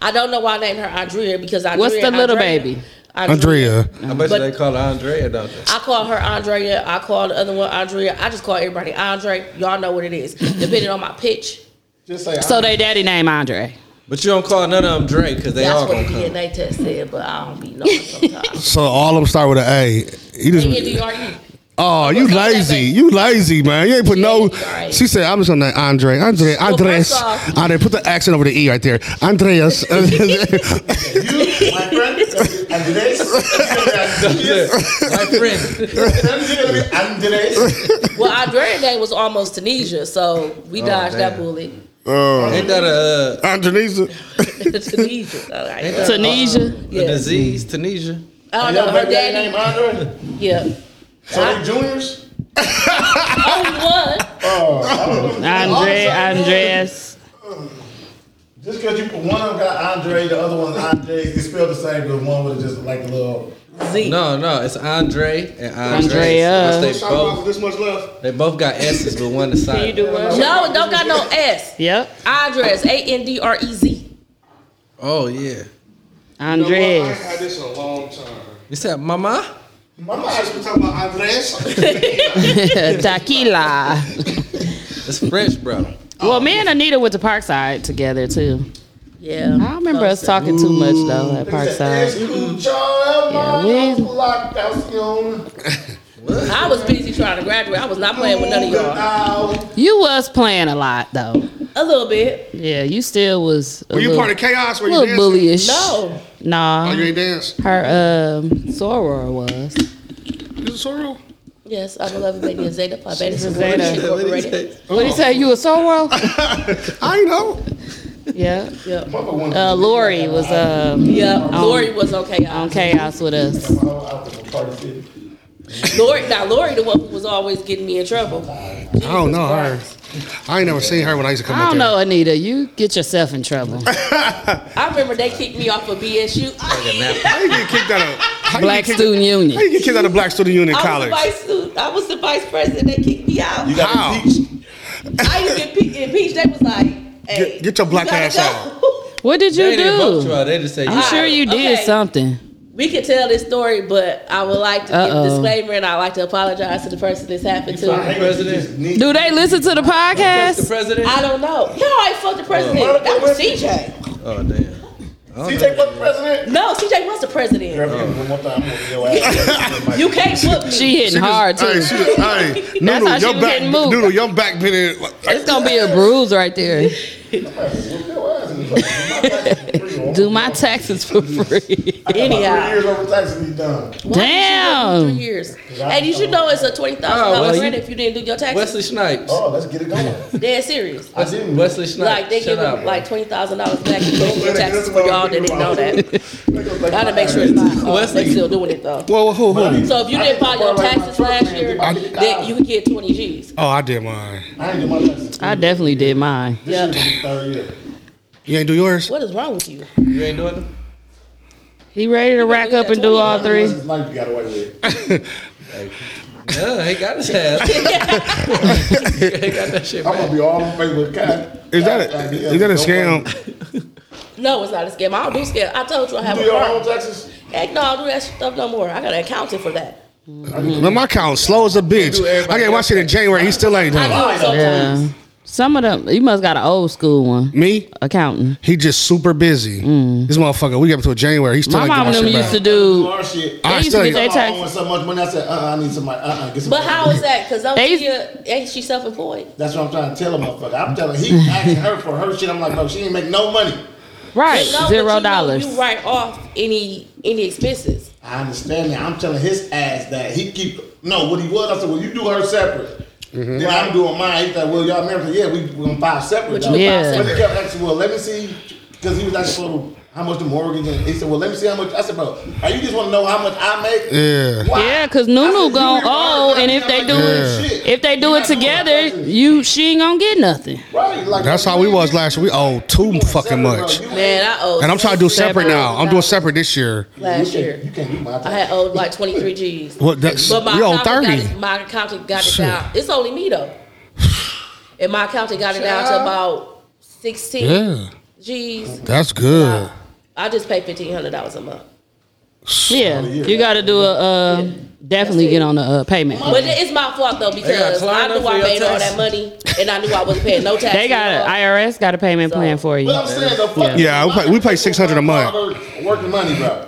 I don't know why I named her Andrea because Andrea. What's the little Andrea- baby? Andrea. Andrea. I bet you they call her Andrea, don't they? I call her Andrea. I call the other one Andrea. I just call everybody Andre. Y'all know what it is, depending on my pitch. Just say, So they daddy name Andre. But you don't call none of them Dre because they all That's what gonna the come. DNA test said, but I don't be knowing *laughs* sometimes. So all of them start with an A. You just, A-N-D-R-E. oh, you lazy. You lazy, man. You ain't put no. Right. She said, I'm just gonna name Andre. Andre. Well, Andres. first off- Andre, put the accent over the E right there. Andreas. *laughs* Uh, my friend, *laughs* *laughs* Andres. *laughs* My friend, Andres. Well, Andrea name was almost Tunisia, so we Oh, dodged that bullet. ain't *laughs* that a, uh, Andrenisa. Tunisia. All right. Tunisia. a disease? Tunisia. I And don't know. your Her baby daddy named daddy. Andre? Yeah. So they juniors? Oh, Only one. *laughs* Andre, Andreas. Just because you one of them got Andre, the other one's Andre, it's spelled the same, but one would have just like a little. Z. No, no, it's Andre and Andres. Andrea. They both, this much left. they both got S's, but one decided. do what? No, it don't got no S. Yep. Andres, A N D R E Z. Oh yeah. Andreas. this in a long time. You said mama? My mom's been talking about *laughs* Andres. *laughs* Tequila. It's French, bro. Well, me and Anita went to Parkside together too. Yeah. I don't remember us talking too much though at Parkside. Yeah, we- I was busy trying to graduate. I was not playing with none of y'all. You was playing a lot though. A little bit. Yeah, you still was. A Were you little, part of chaos? Were you little dancing? bullyish. No. Oh, you Nah. ain't dance. Her um soror was. You a sorrow? Yes, I'm a loving baby of Zeta Pi Beta Sorority Zeta. Incorporated. What do Oh. you say? You a *laughs* soror? I ain't know. yeah. Yep. Uh, Lori was um, Yeah. Lori was okay. on chaos with us. Lori, now Lori, the one who was always getting me in trouble. I I don't know her. I ain't never seen her when I used to come I up don't there. know, Anita. You get yourself in trouble. *laughs* I remember they kicked me off of BSU. How you get kicked out of how you Black get kicked- student How union. you get kicked out of Black Student Union *laughs* I was, the College? vice, stu- I was the vice president. They kicked me out. You got How? impeached. I used to get pe- impeached. They was like, hey, Get- get your black you gotta ass go. What did They you didn't vote you do? out. They just said you I'm sure you did Okay. something. *laughs* We could tell this story, but I would like to give Uh-oh. a disclaimer and I'd like to apologize to the person this happened to. president. Do they listen to the The podcast? president. I don't know. No, I ain't fucked the president. Uh, that was CJ. Oh damn. CJ was president. No, CJ was the president. You can't book me. She hitting hard too. Hey, *laughs* she was, hey, Noodle, how she your was back, getting moved. Noodle, your back been in. It's gonna be a bruise right there. Do my taxes *laughs* for free. Anyhow. Years over taxes be done. Why did you work Damn. Three years. And you should know it's a $20,000 Oh, Wesley- credit if you didn't do your taxes. Wesley Snipes. Oh, let's get it going. Dead serious. I didn't. Wesley Snipes. Like they Shut give up. them like twenty thousand dollars back in your taxes for y'all that didn't know that. Gotta make sure it's not. Uh, Wesley. they still doing it though. Well, who, who? So if you didn't file your taxes last year, then you could get twenty G's. Oh, I did mine. I ain't do my taxes. I definitely did mine. Yeah. Third year. You ain't do yours? What is wrong with you? *laughs* You ain't doing them? He ready to rack up and do all three. His life you got away with. No, he got his ass. *laughs* he got that shit. I'm gonna be all on Facebook. God, Is that a, is that a scam? No, it's not a scam. I don't do scam. I told you I have Do a your own car. taxes. Heck no, I don't do that stuff no more. I got an accountant for that. Mm-hmm. Man, my account slow as a bitch. I gave my shit in January. He still ain't I done. do it sometimes. Yeah. Some of them, you must got an old school one. it. Me? Accounting. He just super busy. This motherfucker. We got up to January. He still Mm. My ain't mom get and my them used shit back. to do. Our shit. I They used still to get their I owe her taxes. so much money. I said, uh, uh I need somebody. Uh, uh get some. But how is that? Because don't They- she, uh, ain't she self-employed? That's what I'm trying to tell a motherfucker. I'm telling he asking her for her shit. I'm like, no, she ain't make no money. Right. No, but you know Zero dollars. You write off any any expenses. I understand that. I'm telling his ass that he keep no. What he was, I said, well, you do her separate. Mm-hmm. Then I'm doing mine. He said, well, y'all married? I said, Yeah, we we gonna file separate. But you Yeah. But he kept asking, well, let me see, because he was asking for how much the mortgage. And he said, well, let me see how much. I said, bro, are you just want to know how much I make? Yeah. Why? Yeah, 'cause I Nunu said, you gon' ain't gonna owe, earn and nothing if they like do that it- shit. If they do You're it not doing together, nothing. you she ain't gonna get nothing. right? Like That's how we was last year. We owed too fucking Bro, much. you- Man, I owe. And I'm trying to do separate $6,000 now. I'm doing separate this year. Last you can't- year, you can't do my I had taxes. owed like 23 G's. What? That's But my we owe accountant got thirty. it, my accountant got it Shit. down. It's only *sighs* me though, and my accountant got it down to about 16 Yeah, G's. that's good. I just pay fifteen hundred dollars a month, Yeah, Oh, you got to do a uh, definitely get on the uh, payment. but it's my fault though because I climbed up knew for I your made all taxes. that money and I knew I wasn't paying no taxes. They got a, IRS got a payment plan for you. But I'm saying though, fuck you. Yeah, we pay, we pay six hundred a month. Working money, bro.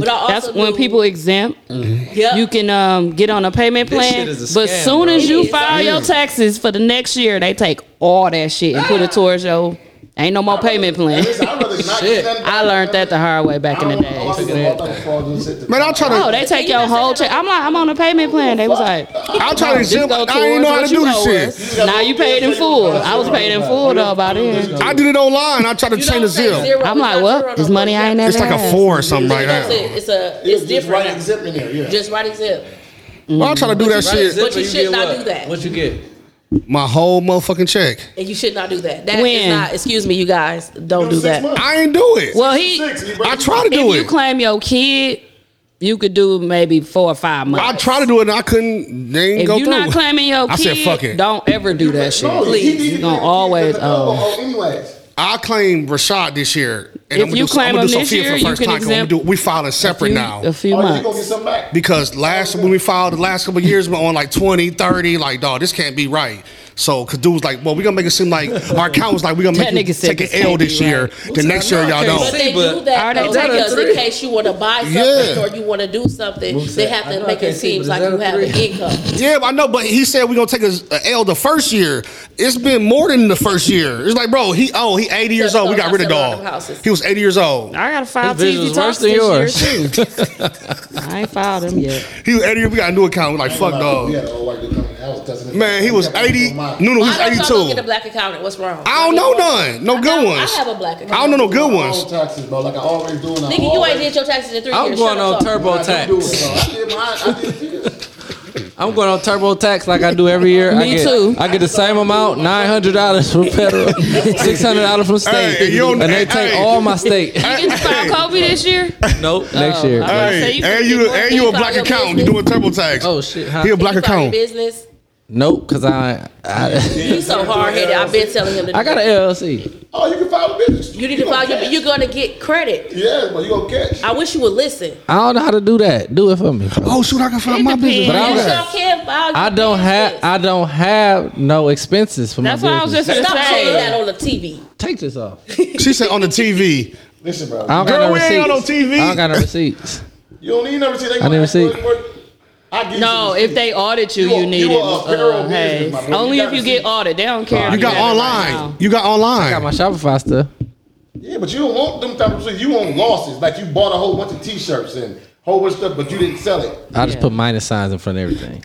But I also That's when knew- people exempt. Yep. You can um, get on a payment This plan, shit is a but scam, soon bro. as It you is. file your taxes for the next year, they take all that shit and put it towards your Ain't no more payment plan. *laughs* I learned that the hard way back in the day. Man, I'll try to. Oh, they take your whole check. I'm like, I'm on a payment plan. They was like, I'll try to just zip- go I ain't know how towards to what do you this owe us. Nah, you paid in full. I was paid in full though by then. I did it online. I tried to change the zip. I'm like, what? This money I ain't never. It's like a had. four or something right That's now. it. It's a. It's different. now. Just right example. Well, I try to do Right, that shit. zip, But you should get not what? do that. What you get? My whole motherfucking check. And you should not do that. That is When? not. Excuse me, you guys. Don't do that. I ain't do it. Well, he I try to do if you it. claim your kid, you could do maybe four or five months. I tried to do it and I couldn't. They didn't If go you're through. not claiming your kid, I said, fuck it. don't ever do that shit. No, he Please, needed you're gonna to- always. he needed uh, to uh, owe. know, anyways. I claim Rashad this year. If And I'm gonna you do, I'm claim gonna him do this Sophia year, for you the first can time. 'cause I'm gonna exempt- do, we filing separate few- now. a few Oh, you gonna get months. something back? Because last when we filed the last couple of years, we were on like 20, 30, like dog, this can't be right. So, cause dude was like, well, we gonna make it seem like our account was like, we gonna That make you nigga said take an this L can't be this year. The next year y'all But don't. they but- do that Are they though, taking because three? in case you want to buy something Yeah. or you want to do something, Who they said- have I know to I make it can't see, seem but like is you that have a an three? *laughs* income. Yeah, I know, but he said we gonna take a, a L the first year. It's been more than the first year. It's like, bro, he oh he eighty years So, old. We so got rid of I sell a lot of dog. houses. He was eighty years old. I gotta file His TV business talks worse this than *laughs* year too. I ain't filed them yet. He was eighty. We got a new account. We're like, fuck dog. We had an old white dude come in the house. doesn't it? Man, he was kept eighty. on my- No, no, he was Why don't y'all go get a eighty-two. black accountant? What's wrong? I don't know none. No I good have- ones. I have a black account. I don't know no my good own ones. taxes, bro. Like I always do. And I Nigga, you always ain't did your taxes in three I'm years. going Shut on up. turbo I do it, tax. bro. I did mine. I did his. I'm going on TurboTax like I do every year. I Me get, too. I get the same amount, nine hundred dollars from *laughs* federal, six hundred dollars from state, Hey, you don't- and they take *laughs* hey. all my state. You just filed Kobe this year? *laughs* nope, *laughs* next year. I- Hey, So Hey, you can and you get more and you a things out black of your account. You doing TurboTax. oh shit! Huh? he a black You found your account. business. Nope, cause I, I You so hard headed. I've been telling him to. I got an LLC. Oh, you can file a business. You need to file your. You're gonna get credit. Yeah, but you gonna catch. I wish you would listen. I don't know how to do that. Do it for me. Oh shoot, I can find my business. But I You don't sure have- can file. Your I don't have business. I don't have no expenses for That's my what business. I was just gonna Stop saying say. that on the TV. Take this off. She said on the TV. Listen, bro. I don't Girl, got no we ain't on no receipts. TV. I don't got no receipts. you don't need never see. They I never see. I get No, you if they audit you, You a- you need you it. a apparel Uh, hey, business, my brother. only You if you gotta get see. audited. They don't care. if You got have it right now. online. You got Got my online. Shopify stuff. Yeah, but you don't want them type of shit. You want losses. Like you bought a whole bunch of T-shirts and whole bunch of stuff, but you didn't sell it. I just Yeah. put minus signs in front of *laughs* everything.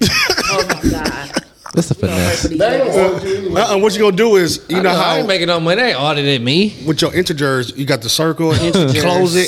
Oh my god. That's a finesse. But he- They don't want you anyway. Uh, what you gonna do is you know I how ain't making no money. They ain't auditing me. with your integers you got the circle, close it,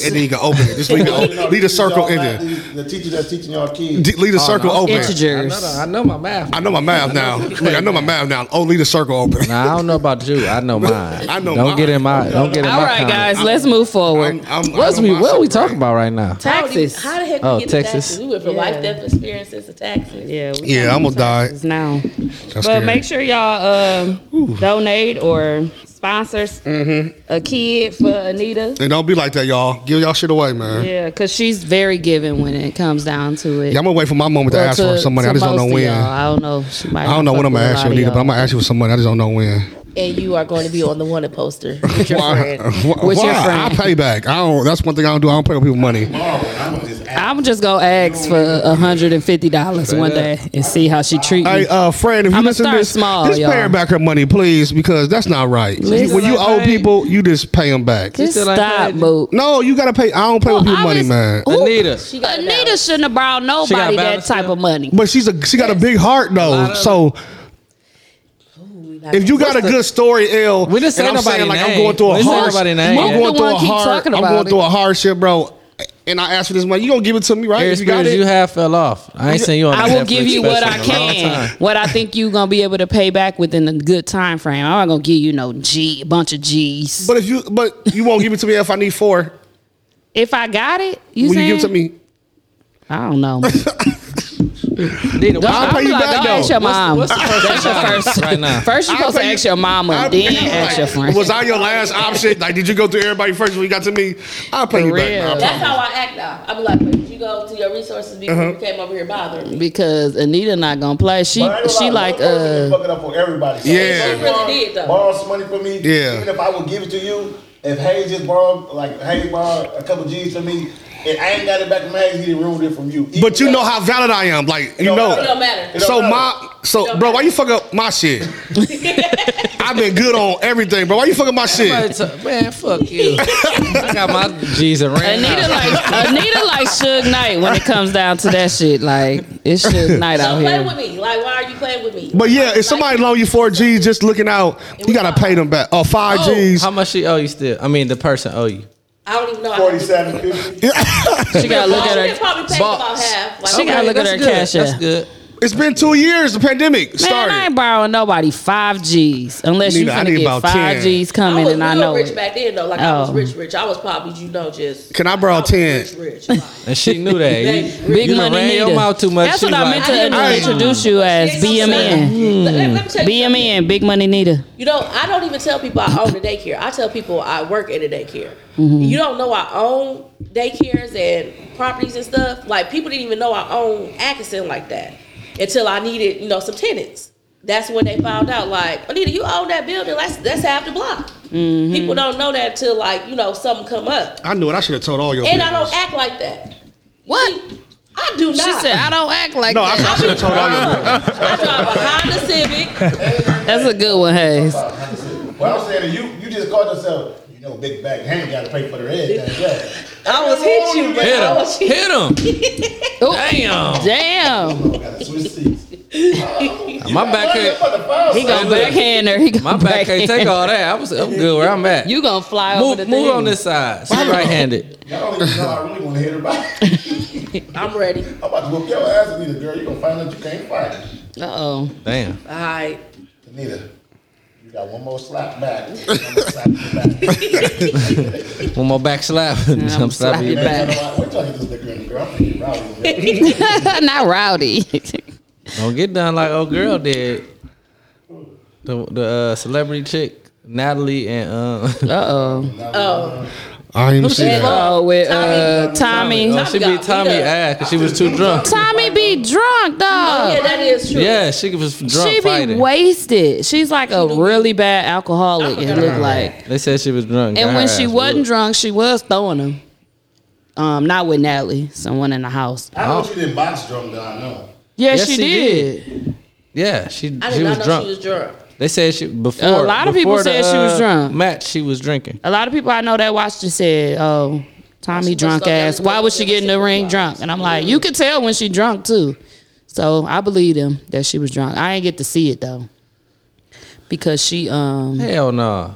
and then you can open it. Just leave, *laughs* You the, know, leave the teachers circle y'all in math, there. The teacher that's teaching y'all kids. D- Leave the circle no. open. I know, Integers. the- I know my math. I know my math now. Look, I know my math now. Oh, leave the circle open. Nah, I don't know about you. I know mine. *laughs* I know Don't mine. get in my. Don't get in All my. right, comment. guys, let's move forward. *laughs* I'm- I'm- I What's know we? my What are we circle. talking about right now? Taxes. How the heck Oh, we get to Texas. taxes? We went from Yeah. life death experiences to taxes. Yeah, we Yeah, I almost died. taxes now. That's But scary. make sure y'all um, donate or sponsor s- Mm-hmm. a kid for Anita. And don't be like that, y'all. Give y'all shit away, man. Yeah, because she's very giving when it comes down to it. Yeah, I'm gonna wait for my moment to Well, ask for to- some money. to I just don't most know of when. y'all. I don't know. She might I don't know when I'm gonna ask you, nigga, but I'm gonna ask you for some money. I just don't know when. And you are going to be on the wanted poster. With your Why? *laughs* friend. why- With your why? friend. I pay back. I don't. That's one thing I don't do. I don't pay people money. I'm gonna just ask. I'm just gonna ask for hundred and fifty dollars one day and see how she treat me. Hey, uh, Fran, if you I'ma listen to start this, small, just pay y'all. her back her money, please, because that's not right. Listen. when you Like, owe hey. people, you just pay them back. Just still ain't stop, paid. boo. No, you gotta pay. I don't pay with people money, Honest- man. Who- Anita. She got a Anita balance. shouldn't have brought nobody that balance type now? of money. But she's a she got a big heart though. So if you got a good story, L, We didn't say and I'm nobody saying, like I'm name. going through We a didn't say hardship. nobody I'm name. You going the through a one keep hard. I'm talking going about through it. a hardship, bro. And I asked for this money. You gonna give it to me, right? Air If you got Spears, it. you have fell off. I ain't seen you on. I that will Netflix give you what I special in a long can, time. what I think you gonna be able to pay back within a good time frame. I'm not gonna give you no G, a bunch of G's. but if you but you won't give it to me if I need four. if I got it, you Will saying? you give it to me? I don't know. *laughs* Anita, what's, I'll pay you like, back go ask your though. mom. what's the first that's your *laughs* first right now? First, you I'll supposed to pay ask you- your mama, I'll pay then you ask back. your friend. Was I your last option? Like, did you go through everybody first when you got to me? I'll pay For you real. back. man. That's how I act now. I be like, "Wait, did you go to your resources before you came over here bothering me? because Anita not gonna play. She But I ain't gonna she lie, like one person can uh fuck it up for everybody. So Yeah. if She someone really did, though. Borrow some money from me. Yeah. Even if I would give it to you, if Hayes just borrowed like Hayes borrowed a couple G's from me, And I ain't got it back in my head, he done ruined it from you. But you know how valid I am. Like you don't know. matter. It don't matter. It don't So matter. my so bro, why you fuck up my shit? I've been good on everything, bro. Why you fuck up my shit? man, fuck *laughs* you. I got my G's and ran Anita *laughs* out. like Anita like Suge Knight when it comes down to that shit. Like it's Suge Knight out Don't play here. with me. Like, why are you playing with me? But yeah, if somebody loan you four G's just looking out, you gotta pay them back. Oh, five G's. How much she owe you still? I mean, the person owe you. I don't even know. Forty-seven fifty. She gotta look She at done her. probably paid about half. Like, She gotta look at her That's good. cash That's app. good. It's been two years. The pandemic Man, started. I ain't borrowing nobody five G's unless you Nigga, I finna need get about five 10. G's I coming, was and I real know rich it. back then though. Like I was Oh. rich, rich. I was probably, you know, just Can I borrow was 10? Rich, rich. Like, And she *laughs* knew that. You- Big you done money ran Nita. your mouth too much. That's She what I like, meant I didn't to know. introduce you as Ain't no BMN. shame. Let, let me tell you something. BMN, Big Money Nita. You know, I don't even tell people I own a daycare. I tell people I work at a daycare. Mm-hmm. You don't know I own daycares and properties and stuff. Like people didn't even know I own Atkinson like that until I needed, you know, some tenants. That's when they found out, like, Anita, you own that building. That's that's half the block. Mm-hmm. People don't know that till like, you know, something come up. I knew it. I should have told all your. And I don't business. act like that. What? I do not. She said, "I don't act like No, I, that." I should have told all your. business. I drive a Honda Civic. That's a good one, Hayes. Well, I'm saying to you, you just called yourself, you know, big back hand got to pay for the red thing. Yeah. *laughs* I was hit you, but I "Oh, was hit. *laughs* Hit him. Damn. Damn, Got to switch seats. My back can't, he gonna Look. backhand her. He gonna *laughs* my back can't take all that. I was, I'm good where I'm at. You gonna fly over the move, thing. move on this side. She right handed. Y'all don't even know I really want to hit her *laughs* back. I'm ready. I'm about to whoop your ass, Anita, girl. You're going to find out you can't fight. Uh oh. Damn. All right. Anita, you got one more slap *laughs* back. I'm going to slap you *laughs* back. One more back slap. *laughs* I'm I'm slapping you slapping Man, back. back. you know what? Wait till I get this liquor in the girl. I'm thinking rowdy. *laughs* *laughs* Not rowdy. *laughs* Don't get done like old girl did. The the uh, celebrity chick Natalie and uh, Uh oh. I didn't even see that. Oh, with uh, oh, Tommy. she beat Tommy ass because she was too drunk. Tommy be drunk, Oh, Yeah, dog. that is true. Yeah, she was drunk She be fighting. wasted. She's like a really bad alcoholic. It looked like. they said she was drunk. got And her when she ass wasn't whooped. drunk, she was throwing them. Um, not with Natalie, someone in the house. I know you didn't box drum, though. I know. Yeah, Yes, she, she did. yeah, she I did she not was know drunk. she was drunk. They said she before. A lot of people before the, said she was uh, drunk. Match, she was drinking. A lot of people I know that watched it said, "Oh, Tommy must drunk stop ass. everything Why would she and get in the sit ring down." drunk?" And I'm like, you could tell when she drunk too. So I believe them that she was drunk. I ain't get to see it though, because she um Hell no.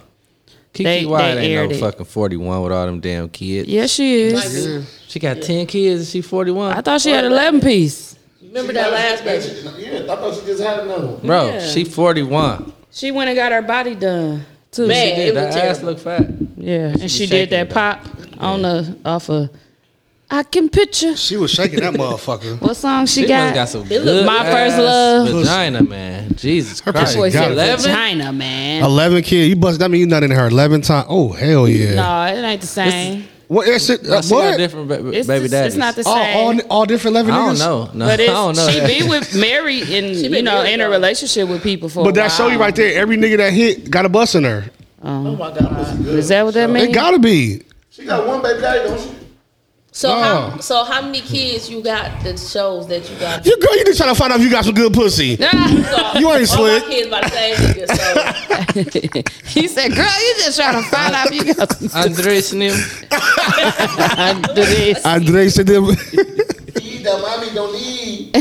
Kiki They- White they ain't aired no it. fucking forty one with all them damn kids. yeah she is. She got ten kids and she forty I one. thought she had eleven piece. Remember that last baby? Yeah, I thought you just had another one. Bro, Yeah. she forty one. She went and got her body done too. Man, She it did. was That ass terrible. look fat. Yeah, and she shaking did that it. pop on the off of I can picture She was shaking that motherfucker. what song she, She got. must got some look- good My First ass Love. vagina, man. Jesus Her Christ. pussy Boy got said it. China man. *laughs* Eleven kid. You bust. That mean you not in her eleven times. Oh hell yeah. No, it ain't the same. What is it? I Uh, see her what? different ba- It's, baby it's, daddies. it's not the all, same. all, all different eleven I don't niggas? know. No, *laughs* but I it's, don't know. she that. be with married *laughs* and She been you know married, in a though. relationship with people for. a But that show you while. right there. Every nigga that hit got a bus in her. Oh my god. Is that what that It means? *laughs* gotta be. She got one baby daddy, don't she? So how Oh. so how many kids you got that shows that you got? You girl, you just trying to find out if you got some good pussy. So, You ain't All my slick. kids about the same nigga, so he said, "Girl, you just trying to find out if you *laughs* got some Andres Nim. under this." *laughs* Andre said them. *laughs* Eat that mommy don't eat.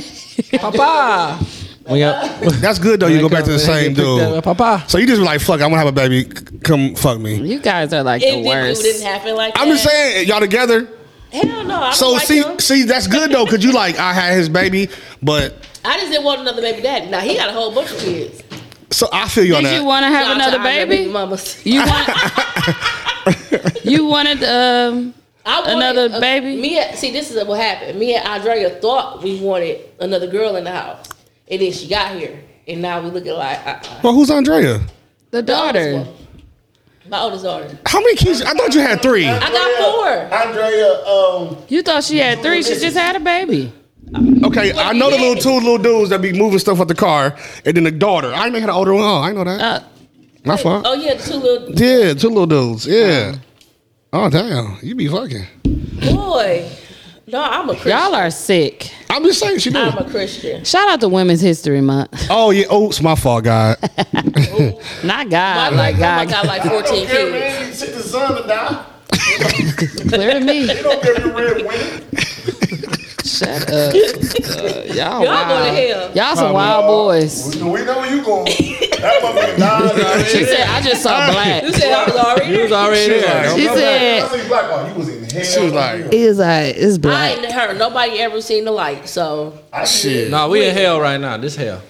Papa. When y'all- That's good though. You go back to the same dude. Papa. So you just be like, fuck, I'm gonna have a baby. C- Come fuck me. You guys are like it the didn't, it worst. didn't happen like I'm that. just saying, y'all together. Hell no. I don't So like see, him. see, that's good though, cause you like, I had his baby, but I just didn't want another baby daddy. Now he got a whole bunch of kids. so I feel you on Did you that. want to have Shout out to another our baby baby? mamas. You want? *laughs* you wanted um. *laughs* I wanted Another baby? Me, and- see, this is what happened. Me and Andrea thought we wanted another girl in the house, and then she got here, and now we looking like uh-uh. Well, who's Andrea? The daughter. my oldest daughter. How many kids? I thought you had three. I got four. Andrea, um, You thought she had three. She just had a baby. Okay, I know the little two little dudes that be moving stuff with the car, and then the daughter. I ain't had an older one. I know that. Uh, My fault. Oh yeah, the two little. Yeah, two little dudes. Yeah. Oh damn, you be fucking. Boy, no, I'm a Christian. Y'all are sick. I'm just saying she I'm a Christian. Shout out to Women's History *laughs* Month. Oh yeah. Oh, it's my fault, *laughs* God. Not God, My- like God. my- my God, like 14 Get kids. ready to sit the sun to die. Clear to me. You don't care if you're red winning. Shut up. Uh, y'all Y'all going to wild. hell. Y'all some wild boys. We *laughs* know- we know where you going. That motherfucker died *laughs* already. She said, I just saw black. You said I was already You was already there. She I said, said, black oh, you was in hell. She was like- it is uh, like, it's I black. ain't heard nobody ever seen the light, so I "Ah, Shit. No, we in hell right now. This *laughs* hell.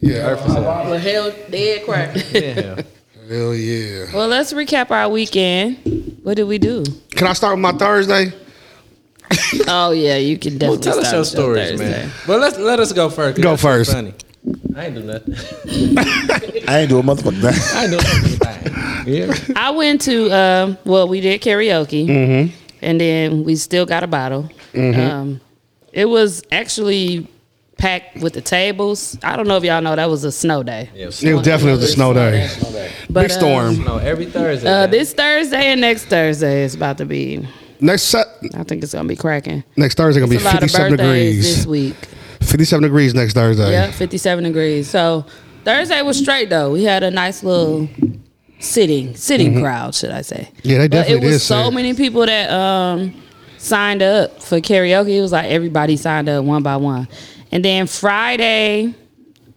Yeah. well hell dead crack. We in hell. Hell yeah. Well, let's recap our weekend. What did we do? Can I start with my Thursday? Oh, yeah, you can Well, definitely tell us start your with stories, Thursday. man. But let's let us go first. 'cause Go that's so first. Funny. I ain't do *laughs* nothing. I ain't do a motherfucking thing. *laughs* I ain't do nothing. Yeah. I went to um, well, we did karaoke, and then we still got a bottle. Um, it was actually packed with the tables. I don't know if y'all know that was a snow day, *laughs* It was definitely was a snow day. um, but Big uh, storm. No, every Thursday. Uh, *laughs* man. this Thursday and next Thursday is about to be. Next Sat- I think it's gonna be cracking. next Thursday gonna be It's a lot of 57 birthdays this degrees. week. 57 degrees next Thursday. Yeah, fifty-seven degrees. So Thursday was straight though. We had a nice little sitting sitting crowd, should I say? Yeah, they But definitely it was did so sit. many people that um, signed up for karaoke. It was like everybody signed up one by one. And then Friday,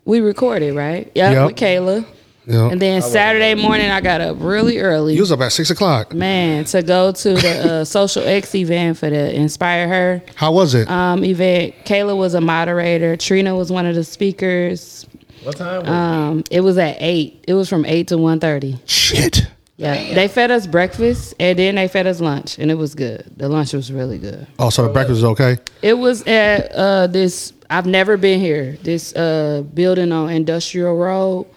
we recorded, right? Yeah, Yep. with Kayla. Yeah. And then Saturday morning, I got up really early, you was up at six o'clock. man, to go to the *laughs* uh, Social X event for the Inspire Her How was it? um, event. Kayla was a moderator. Trina was one of the speakers. what time? Was Um, it was at eight. It was from eight to one thirty. Shit. Yeah, they fed us breakfast and then they fed us lunch, and it was good. The lunch was really good. Oh, so breakfast was okay. It was at uh, this. I've never been here. This uh, building on Industrial Road.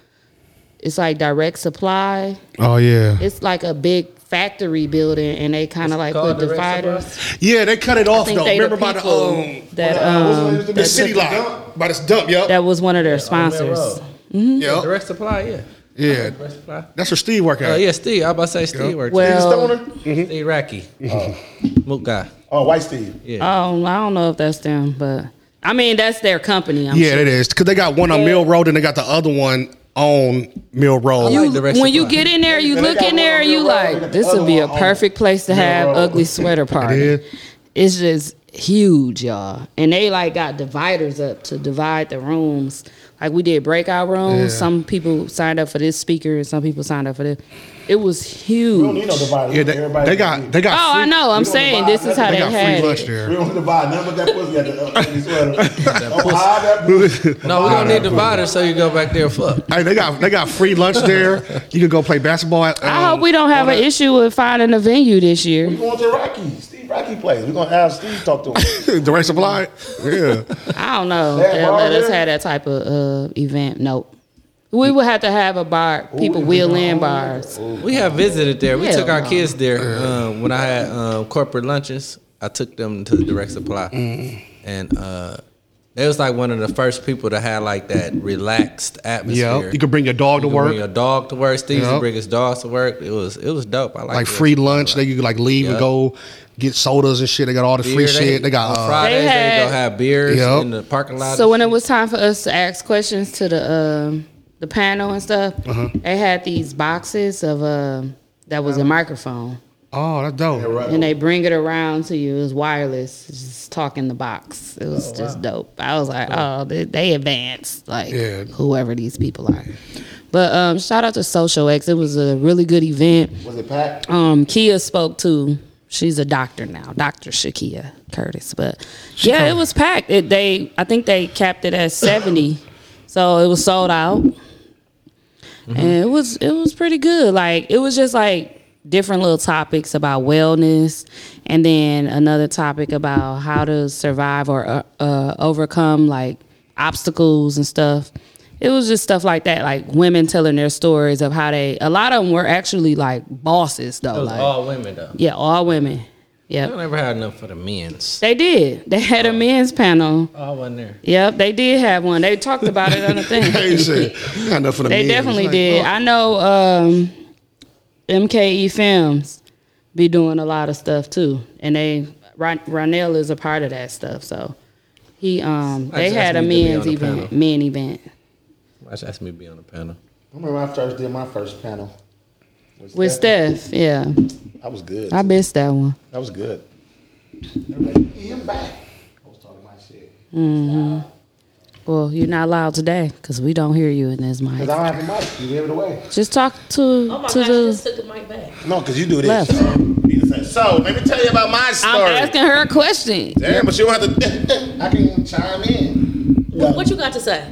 It's like direct supply. Oh yeah. It's like a big factory building, and they kind of like put called direct dividers. yeah, they cut it off think though. they the Remember by the people um that what's the name um of the the that city took the lot by this dump. Yep. that was one of their on Mill sponsors. Road. Yep. Direct supply, yeah. Yeah. Direct supply. That's where Steve work Oh at. yeah, Steve. I about to say Steve works. Well, Well, Steve *laughs* Racky. Mook guy. Oh, White Steve. oh, I don't know if that's them, but I mean that's their company. I'm Yeah, sure. it is. Cause they got one on Mill Road and they got the other one on Mill Road. You- like direct when you supply. get in there, you And they look got one in there, on you Mill Road and like the this other would be one a on perfect place to have Road. ugly sweater is. party. It's just huge, y'all, and they like got dividers up to divide the rooms. Like we did breakout rooms. Yeah. Some people signed up for this speaker, and some people signed up for this. It was We don't need huge. no dividers. yeah, they, Everybody they can got eat. they Oh, got free, I know. I'm we don't saying divide this is how nothing. they they got free had lunch it. We there. don't divide none but that pussy at *laughs* the uh, ugly sweater. Don't hide that pussy. No, we don't need dividers, so you go back there. and Fuck. *laughs* Hey, they got they got free lunch *laughs* there. You can go play basketball. At, I um, hope we don't have an issue with finding a venue this year. We going to Rocky. Steve Rocky plays. We're gonna have Steve talk *laughs* to him. direct supply. Yeah, I don't know. That if They'll bar let us there? have that type of uh, event. Nope. We would have to have a bar. People wheel in bars. We have visited there. We Hell took our no. kids there um, when I had um, corporate luncheons. I took them to Direct Supply, Mm-hmm. and uh, they was like one of the first people to have like that relaxed atmosphere. yeah. You can bring your dog to You could work. bring your dog to work. Steve used Yep. to bring his dogs to work. It was it was dope. I like it. free lunch. They you can like leave and Yeah. go get sodas and shit. They got all the free Beer. shit. They got on uh, Fridays. They, They go had- have beers Yep. in the parking lot. So when it was time for us to ask questions to the um, the panel and stuff, they had these boxes of um that was a microphone, oh, that's dope. and they bring it around to you. It was wireless, It's just talk in the box. It was just dope. I was like, oh, they, they advanced, like Yeah. whoever these people are. But um, shout out to Social X. It was a really good event. Was it Pat? um, Kia spoke to. She's a doctor now, Doctor Shakia Curtis. But yeah, it was packed. It, they, I think they capped it at seventy, so it was sold out, and it was it was pretty good. Like it was just like different little topics about wellness, and then another topic about how to survive or uh, uh, overcome like obstacles and stuff. It was just stuff like that, like women telling their stories of how they. A lot of them were actually like bosses, though. it was like, all women though. yeah, all women. I Yep. never had enough for the men's. They did. They had a men's panel. I wasn't there. Yep, they did have one. They talked about it on the thing. Hey, *laughs* shit. Got enough for the They men. definitely did. oh. It's like, I know um, E MKE Films be doing a lot of stuff too, and they Ron- Ronell is a part of that stuff. So he um I they just had a asked me to men's be on the panel. event, men event Why should ask me to be on the panel? I remember I first did my first panel. with Steph. Yeah, That was good. I missed that one. That was good. I'm back. I was talking my shit. hmm Well, you're not allowed today because we don't hear you in this mic. Because I don't have a mic. You gave it away. Just talk to Oh my to gosh, you just the. took the mic back. No, because you do this. Left. You say, So, let me tell you about my story. I'm asking her a question. Damn, but you don't have to. *laughs* I can chime in. What, what you got to say?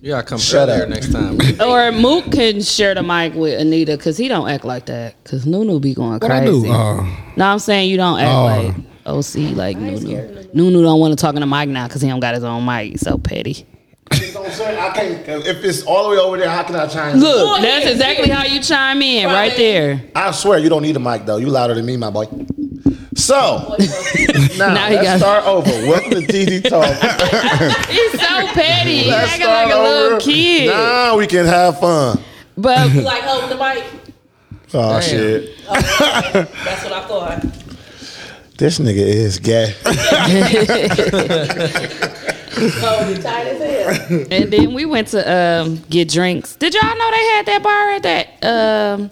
You gotta come Shut earlier up. next *laughs* time. Or Mook can share the mic with Anita because he don't act like that. Because Nunu be going What I crazy. do? Uh, no, I'm saying you don't act Oh. like OC like Nunu. Nunu don't want to talk in the mic now because he don't got his own mic. He's so petty. You know what I'm saying? I can't. 'cause If it's all the way over there, how can I chime in? Look, that's exactly how you chime in right there. I swear you don't need a mic though. You louder than me, my boy. *laughs* So now, Now he let's got- start over. Welcome *laughs* to TD Talk. He's so petty. He's Let's acting like a little kid. Now we can have fun. But You like holding the mic? Oh Damn. shit. That's what I thought. This nigga *laughs* is gay. Oh, you tight as hell. and then we went to um, get drinks. Did y'all know they had that bar at that um,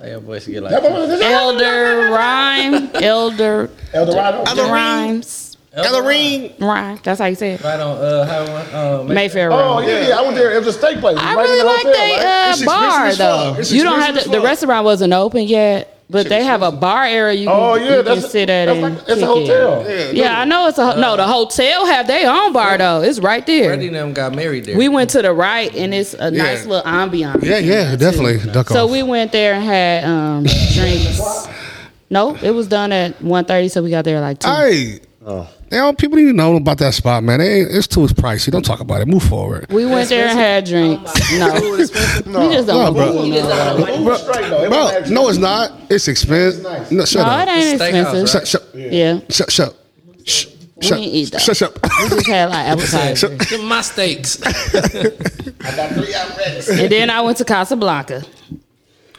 Hey, your voice get like Elder Rhyme? Elder Eldorado. Elder Rhymes. Elder Ring. Rhyme. That's how you say it. right on uh, how, uh Mayfair Oh Road. yeah, yeah, I went there. It was a steak place. I really like that that uh, bar though. You don't have to, the restaurant wasn't open yet, but they have a bar area you can, Oh, yeah, you can that's- sit at that's and like- it's a kick it. hotel. Yeah, I know it's a ho- Uh, no. The hotel have their own bar though. It's right Freddie there. and them got married there. We went to the right and it's a Yeah. nice little ambiance. yeah, yeah, definitely. Duck So off. we went there and had um, *laughs* drinks. No, it was done at 1.30, so we got there Mm. like two. hey, Oh. you know, people need to know about that spot, man. They ain't, it's too pricey. Don't talk about it. Move forward. We went there and had drinks. Oh no, we *laughs* just No, don't. bro. No, It was straight though. It Bro, wasn't no, it's not. It's expensive. nice. No, it shut up. ain't expensive. Steakhouse, right? Shut, shut, Yeah, shut, shut, shut, shut, didn't eat that. shut, shut. we just had like appetizers. Give me *laughs* my steaks. actually- I got three outlets. and then I went to Casablanca, *laughs*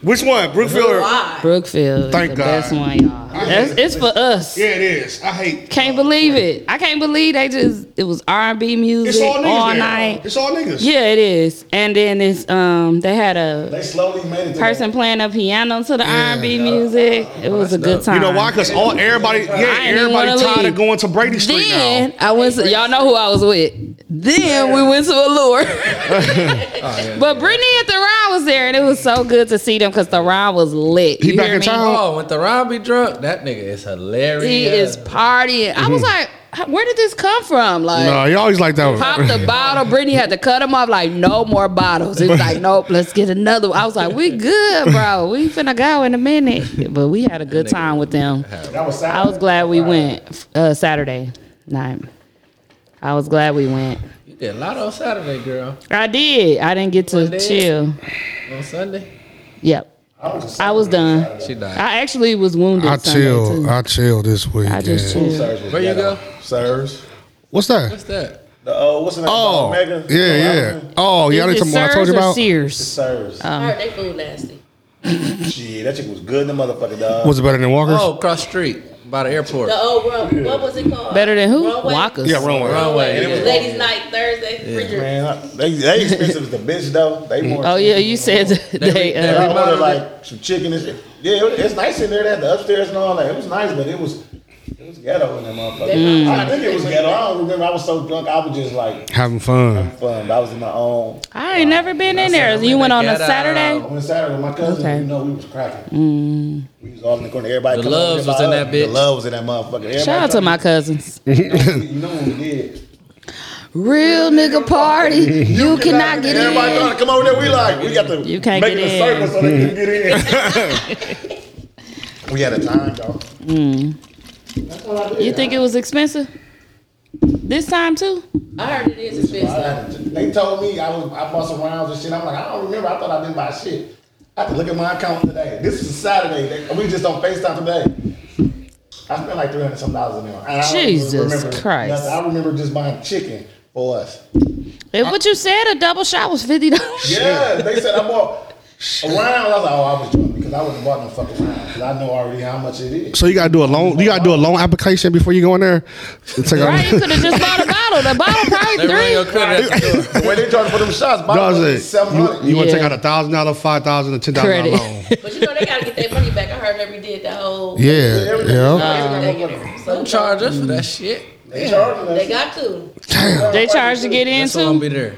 Which one, *laughs* Brookfield? Or- Why? Brookfield. Thank the Thank God. best one, y'all. That's, it's for us. it is. I hate. Can't believe it. I can't believe they just it was R and B music all, there. night. It's all niggas. Yeah, it is. And then it's um they had a They slowly made it. to person playing a piano to the R&B music. It was a good time. You know why? Because all everybody, yeah, I ain't everybody wanna tired leave. of going to Brady Street Then I now. went. To, y'all know who I was with. Then we went to Allure. *laughs* Oh, but Brittany and Theron was there, and it was so good to see them because Theron was lit. He You back hear in me? town? oh, when the Ron be drunk, that nigga is hilarious. He is partying. I was like, "H- where did this come from? Like. No, you always like that. Pop *laughs* one. the bottle. Brittany had to cut him off. Like no more bottles. It's *laughs* like nope. Let's get another. one. I was like, we good, bro. We finna go in a minute. But we had a good time with them. That was I was glad we went uh, Saturday night. I was glad we went. You did a lot on Saturday, girl. I did. I didn't get to Monday? chill. On Sunday, Yep. *laughs* I was done. she died. I actually was wounded. I Sunday, chill. too. I chill this week. I just yeah. chilled. Where you go? Sirs. What's that? What's that? The, uh, what's the name? Oh, Omega? yeah, yeah. Oh, yeah. I Is didn't it tell- I Sears told you or about. Sears? Sirs. I Um, heard they food nasty. Shit, that chick was good in the motherfucker, dog. Was it better than Walker's? Oh, cross street by the airport. The old run. What was it called? Better than who? Runway? Walkers. Yeah, runway. Runway. It was Ladies' night Thursday. Bridger. Man, I- they, they expensive as the bitch, though. They more. Oh yeah, you said *laughs* that They- they. they- And Uh, I ordered like some chicken. And shit. Yeah, it- it's nice in there. That the upstairs and all that. It was nice, but it was it was ghetto in that motherfucker. Mm. I think it was ghetto. I don't remember. I was so drunk. I was just like Having fun. having fun. I was in my own. I ain't never been in said there. I'm You in went the on a ghetto. I Saturday. went Saturday with my cousin. Okay. Mm. You know, we was cracking. We was all in the corner. Everybody. The come over loves here was by in us. that The bitch. love was in that motherfucker. Everybody Shout out to trying my cousins. You know what we did. Real nigga party. *laughs* You cannot get Everybody in. trying to come over there. We like we got to You can't make get it a in. circle so they can *laughs* get in. we had a time though. Mm. You think it was expensive? This time too? I heard it is expensive. They told me I was I bought some rounds and shit. I'm like, I don't remember. I thought I didn't buy shit. I have to look at my account today. This is Saturday. They- We just on Facetime today. I spent like three hundred some dollars in there. And I don't even Jesus remember Christ. nothing. I remember just buying chicken for us. If what *laughs* you said, a double shot was fifty dollars. Yeah, they said I bought a round. I was like, oh, I was drunk because Because I wouldn't bought no fucking round. Because I know already how much it is. So you gotta do a loan. You gotta do a loan application before you go in there. and take out- Right, you could have just bought a bottle. The bottle probably uh, three. the way they charge for them shots, Does bottle it? is seven hundred. You, you want to Yeah. take out a thousand dollar, five thousand, and ten thousand dollar Credit. loan? But you know they gotta get their money back. I heard every did that *laughs* whole Yeah, yeah. So Don't charge us for that shit. They charge us. they got to. They charged to get in That's what I'm be too. there.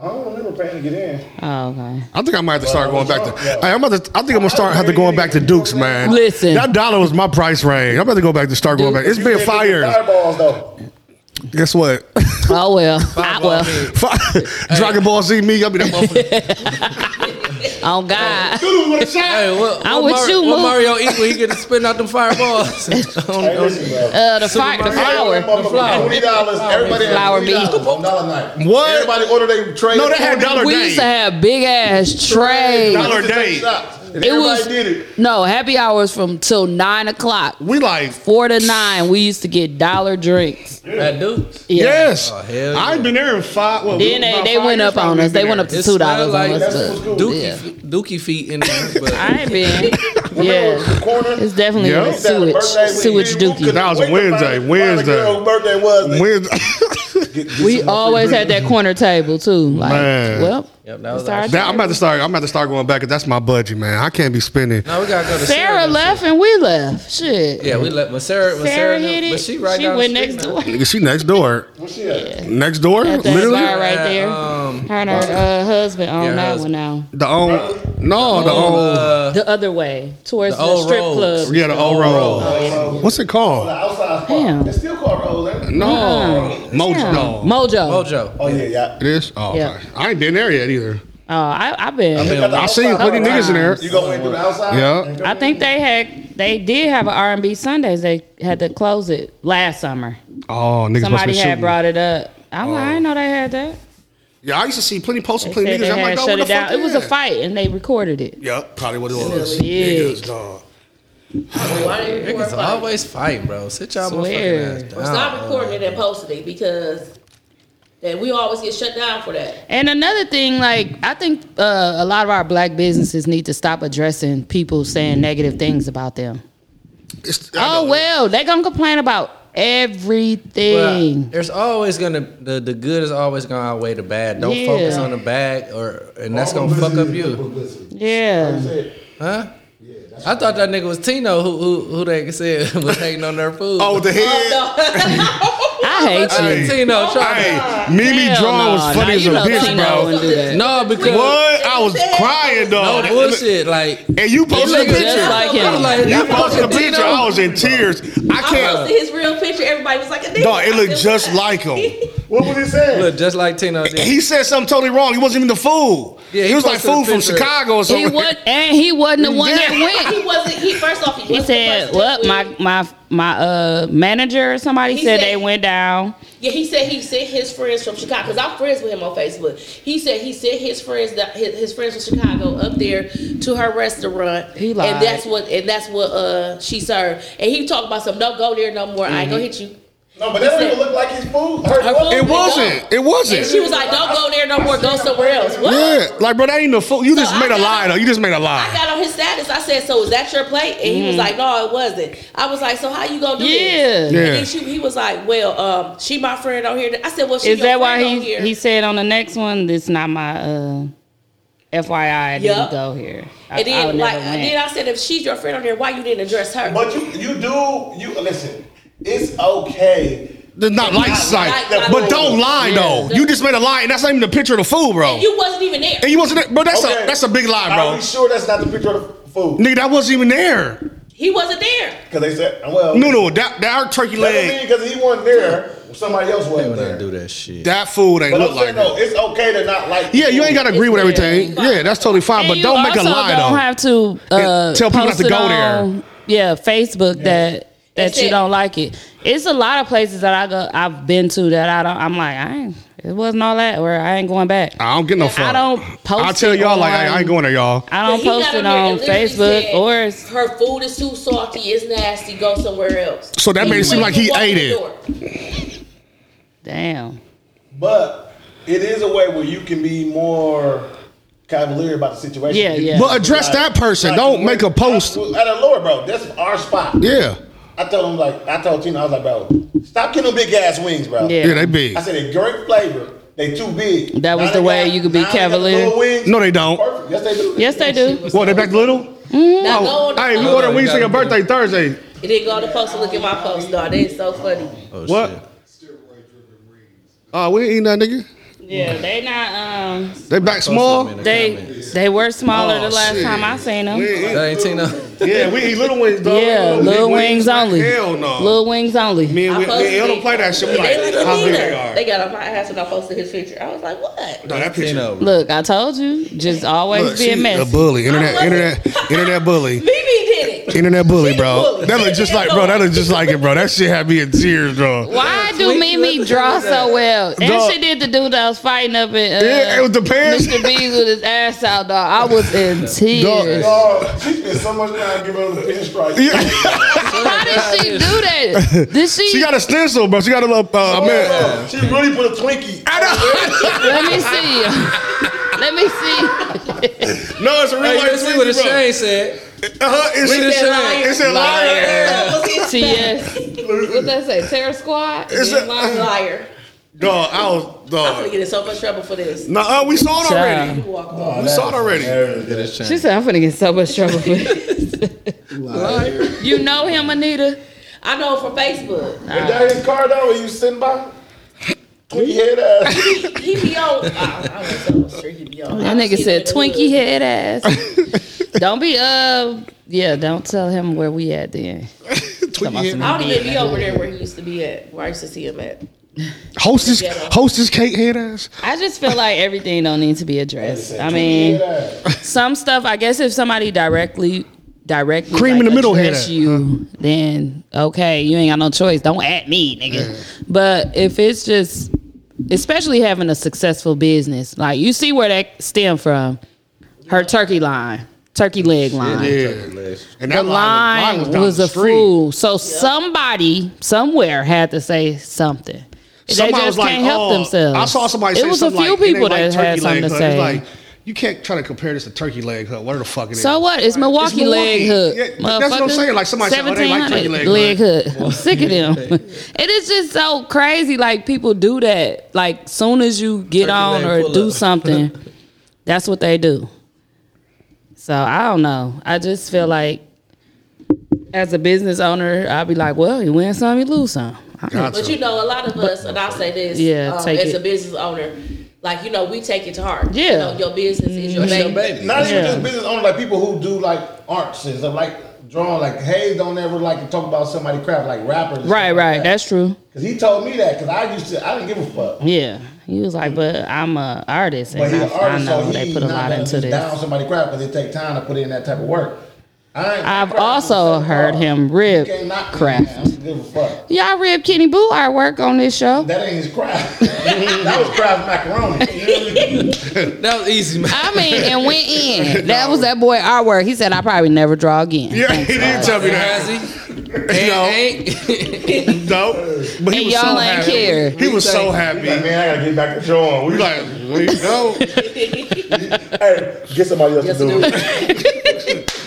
I don't remember paying to get in. Oh, okay. I think I might have to start going back to. Hey, I'm about to. I think I'm gonna start have to going back to Duke's, man. Listen. that dollar was my price range. I'm about to go back to start going back. It's been They five get years. Fireballs though. Guess what? *laughs* Oh well. I, well, Five, Dragon Ball Z me. I'll be *laughs* that motherfucker. oh God. Hey, *laughs* what, I'm what with Mario, you, what Mo. Mario eat when he get to spin out *laughs* them fireballs? On- Hey, on- listen, bro. Uh, the fire, the flower. Motherfucker, Twenty dollars. Everybody had Flower twenty dollars on dollar night. What? Everybody order their tray. No, of they had $20 dollar We used to day. have big ass trays. Dollar to take day. shots. And It everybody was did it. no happy hours from till nine o'clock. We like Four to nine, we used to get dollar drinks. That dude. yes. Oh, hell yeah. I've been there in five. Well, Then about they, they five went years up on probably us. They been went there. up to It's two dollars like- on us. that's but- Dookie, yeah. Dookie feet in there, *laughs* but I ain't been. yeah, Corner. it's definitely Yeah. a That sewage sewage dookie. That was a Wednesday, Wednesday. Girl's birthday was. They *laughs* When- *laughs* We always had that corner table too. Like, Man. well, Yep, that was it's our our- that, I'm about to start. I'm about to start going back. 'cause That's my budget, man. I can't be spending. no, we gotta go to Sarah. Sarah left and we left. Shit. Yeah, we let but Sarah. But Sarah Sarah, hit it. but she right down the went street next now. door. Nigga, she next door. Next door, At that literally. bar right At, there. um, Her and her uh, husband own Yeah, that husband. one now. The old, no, the old, Uh, The other way towards The the, old strip road. club. yeah, the old Oh, road. What's it called? outside Damn. spot. It's still called Rose. ain't it? No, Uh-uh. Mojo. Mojo. No. Mojo. Mojo. Oh yeah, yeah. It is. Oh, Yeah. okay. I ain't been there yet either. Oh, I, I've been. I I, mean, Got the I seen outside plenty spot. niggas in there. You go in through the outside. Yeah. and go- think they had they did have an R and B Sundays. They had to close it last summer. Oh, niggas must be Somebody had shooting. brought it up. I'm like, I didn't know they had that. yeah, I used to see plenty posts They of plenty said they niggas. I'm like, had dog, shut what the it down. fuck? It was a that? fight, and they recorded it. Yep, probably what it was. Yeah. Niggas, dog. Why they record Niggas fighting? always fighting, bro. Sit y'all Swear. motherfucking ass down. Stop recording it and posting it because that we always get shut down for that. And another thing, like I think uh, a lot of our black businesses need to stop addressing people saying negative things about them. It's- I Oh know. well, they gonna complain about everything. But there's always gonna the, the good is always gonna outweigh the bad. Don't Yeah. focus on the bad, or and that's gonna fuck up you, yeah, huh? I thought that nigga was Tino who who, who they said *laughs* was hating on their food. Oh, with the head. *laughs* I hate you. Hey, Tino, try Hey, Mimi Hell Draw nah. was funny Nah, as a you know bitch, Tino bro. wouldn't do that. No, because What? I was crying, no dog. bullshit. Like And you posted a nigga just picture. like I was him. like, You that posted a fucking picture. Tino. I was in tears. I I can't. posted his real picture. Everybody was like, a nigga. No, it I looked said, just "What?" like *laughs* him. What was he saying? Look, just like Tino did. Oh. He said something totally wrong. He wasn't even the fool. Yeah, he, he was like posted a fool from picture. Chicago or something. He was, and he wasn't the one that went. He wasn't. He first off, he, He wasn't said, the "What person my that went. my my uh manager or somebody He said, said- they went down." Yeah, he said he sent his friends from Chicago because I'm friends with him on Facebook. He said he sent his friends that his, his friends from Chicago up there to her restaurant. He lied. and that's what and that's what uh she served. And he talked about some don't go there no more. I ain't Mm-hmm. gonna hit you. No, but that didn't look like his food. Her Her food. food It was wasn't. gone. It wasn't. And she was like, don't go there no more. Go somewhere else. What? yeah, like bro, that ain't the fool. You just No, I made a got- lie though. You just made a I lie. got on his status. I said, "So is that your plate?" And he was like, "No, it wasn't." I was like, "So how you gonna do Mm-hmm. Yeah. this?" Yeah. And then she, he was like, "Well, um, she my friend on here." I said, "Well, she Is your that why friend on he here." he said on the next one? This not my uh FYI. I Yup. didn't go here. I, and then I would like, never and went. then I said, "If she's your friend on there, why you didn't address her?" But you, you do, you listen. It's okay. There's not like sight, like the but fool. don't lie though. You just made a lie, and that's not even the picture of the fool, bro. you wasn't even there. And you wasn't, there. bro. That's Okay. a that's a big lie, Are bro. we sure that's not the picture of the food? Nigga, that wasn't even there. He wasn't there. Because they said, uh, well, No, no, that that our turkey leg, because he wasn't there. Somebody else wasn't When I there. do that shit. that fool ain't But I'm look saying like no, that. it's okay to not like. Yeah, you ain't gotta agree with It's everything. weird. Yeah, that's totally fine, And Ah, but you don't make a also lie don't though. have to uh, tell people not post to it go on, Yeah, Facebook that that That's you it. don't like it. It's a lot of places that I go. I've been to that I don't. I'm like, I ain't. It wasn't all that, or I ain't going back. I don't get no fuck. I don't post. I'll tell it y'all like I, on- I ain't going there, y'all. I don't But he got post it there and on literally Facebook said, or it's- her food is too salty. It's nasty. Go somewhere else. So that And made it seem like went to he walk in ate the it. door. damn. But it is a way where you can be more cavalier about the situation. Yeah, yeah. But address that person. Don't make a post. I, at a lower, bro. That's our spot. Yeah. I told him like I told Tina, I was like, bro, stop getting them big ass wings, bro. Yeah. Yeah, they big. I said they great flavor. They too big. That was Now the they way got- you could be now they got the cavalier. little wings. No, they don't. Perfect. Yes, they do. Yes, they do. What, they back to little? Now go Oh, on the hey, we post. ordered wings for your birthday Thursday. It didn't go on the post to look at my post, dog. That is so funny. Oh, what? Oh, we ain't eating that, nigga. Yeah, they not. Um, They back small. they they were smaller Oh, the last time I seen them. That ain't seen no. Yeah, we eat little wings, dog. Yeah, little Big wings only. Hell no. Little wings only. Me and we, posted me and Elle it. don't play that shit. We They like, didn't like how it big either. they are. They got on my ass when I posted his picture. I was like, what? No, that picture. Look, I told you, just always Look, be a she mess. a bully, internet, I love internet, internet bully, BB did it. internet bully, She bro. bully. That look just like, bro. That look just like it, bro. That shit had me in tears, bro. Why do Mimi draw so well? Dog. And she did the dude that was fighting up in uh, Yeah, it was the pants. Mr. B's with his ass out, dog. I was in tears. Oh, she spent so much time giving them the pinstripe. How did she do that? Did she? She got a stencil, bro. She got a little. Uh, man. *laughs* She really put a Twinkie. Let me see. Let me see. No, it's a real Hey, life let's see what Twinkie, bro. Shane said. Uh-huh, it's, Read the it's, Shane. it's a liar. *laughs* That was *laughs* his TS. What uh, that say? Terror Squad. It's Then a- liar. liar. Dog, I was I'm gonna dog. get in so much trouble for this. Nah, uh, we saw it already. Child. You walk Oh, off. that saw it was already. hilarious. She said, "I'm finna get so much trouble for this." you know him, Anita. I know from Facebook. Ah. Is that his car though? Are you sitting by? Twinkie head ass. He be on. I, I was so sure he be on. That I nigga see said, him in the "Twinkie hood. head ass." *laughs* don't be uh, yeah. Don't tell him where we at then. I don't even be over there where he used to be at. Where I used to see him at. Hostess, hostess cake head ass. I just feel like everything don't need to be addressed. I mean, some stuff. I guess if somebody directly directly Cream in like, the middle head address at. you, then okay, you ain't got no choice. Don't at me, nigga. But if it's just, especially having a successful business, like you see where that stem from, her turkey line, turkey leg line. And The line, down was, the a street. fool. So somebody somewhere had to say something. Somebody they just was like, can't help "Oh," themselves. I saw somebody It say was something a few like, "It ain't people like that had turkey leg something to hut." It's say. Like, you can't try to compare this to turkey leg hook. Where the fuck it is? so what? It's Milwaukee, leg hook. Yeah, that's what I'm motherfucker. saying. Like, somebody said, "Oh, they like turkey 1700 leg leg hook. I'm sick of them. it is just so crazy. Like people do that. Like soon as you get Turkey on leg or pull do up. something, that's what they do. So I don't know. I just feel like as a business owner, I'd be like, well, you win some, you lose some. I don't- But you know, a lot of us, and I'll say this, Yeah, um, take as it. a business owner, like you know, we take it to heart. Yeah. you know, your business is your baby. Not even Yeah. just business owners, like people who do like arts and stuff, like drawing. Like Hayes don't ever like to talk about somebody crap, like rappers. and Right, stuff like right. that. That's true. Cause he told me that. Cause I used to, I didn't give a fuck. Yeah. He was like, but I'm a artist and But he's I, an artist, I know so they he's put a not lot gonna into just this. Down somebody crap because it take time to put in that type of work. I ain't- I've crap is also a heard crap. him rib You can't knock me, craft. man. I don't give a fuck. Y'all rib Kenny Boo artwork on this show. That ain't his craft. *laughs* that was craft macaroni. You know what I mean? That was *laughs* easy, man. I mean, and went *laughs* in. That was that boy artwork. He said, I probably never draw again. Yeah, he *laughs* didn't tell me that. Has he? Ain't, *laughs* ain't. No, but he And was y'all so ain't happy. care. He was so happy. Like, man, I gotta get back to drawing. We We like, like, we go. hey, get somebody else to do it.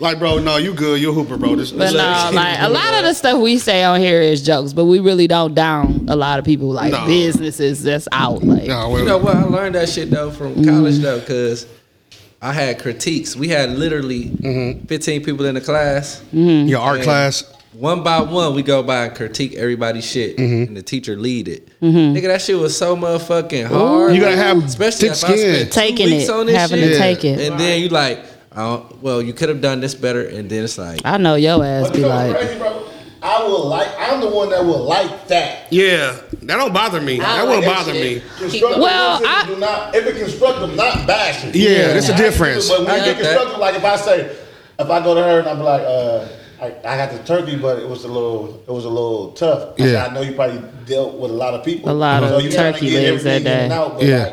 Like, bro, no, you good. You a hooper, bro. This, But this- no, like a lot of the stuff we say on here is jokes, but we really don't down a lot of people like No. businesses that's out. Like Nah, You well, know what? I learned that shit though from Mm-hmm. college though, cause I had critiques. We had literally Mm-hmm. 15 people in the class. your art class. One by one, we go by and critique everybody's shit, Mm-hmm. and the teacher lead it. Nigga, that shit was so motherfucking hard. You gotta have especially thick if I skin. spent two Taking weeks it, on this having shit, to take it. and then you like, oh, well, you could have done this better, and then it's like, I know your ass But be you know what's like, crazy, bro? I will like. I'm the one that will like that. Yeah, that don't bother me. That won't bother me. Constructive Well, criticism I- do not, if it constructive, not bashing. Yeah, there's a I agree, difference. But when I you get get that. constructive, like if I say, if I go to her and I'm like, uh, I, I got the turkey, but it was a little, it was a little tough. I, said, Yeah. I know you probably dealt with a lot of people. A lot of you trying to turkey get legs that everything in day. and Out, but Yeah. like,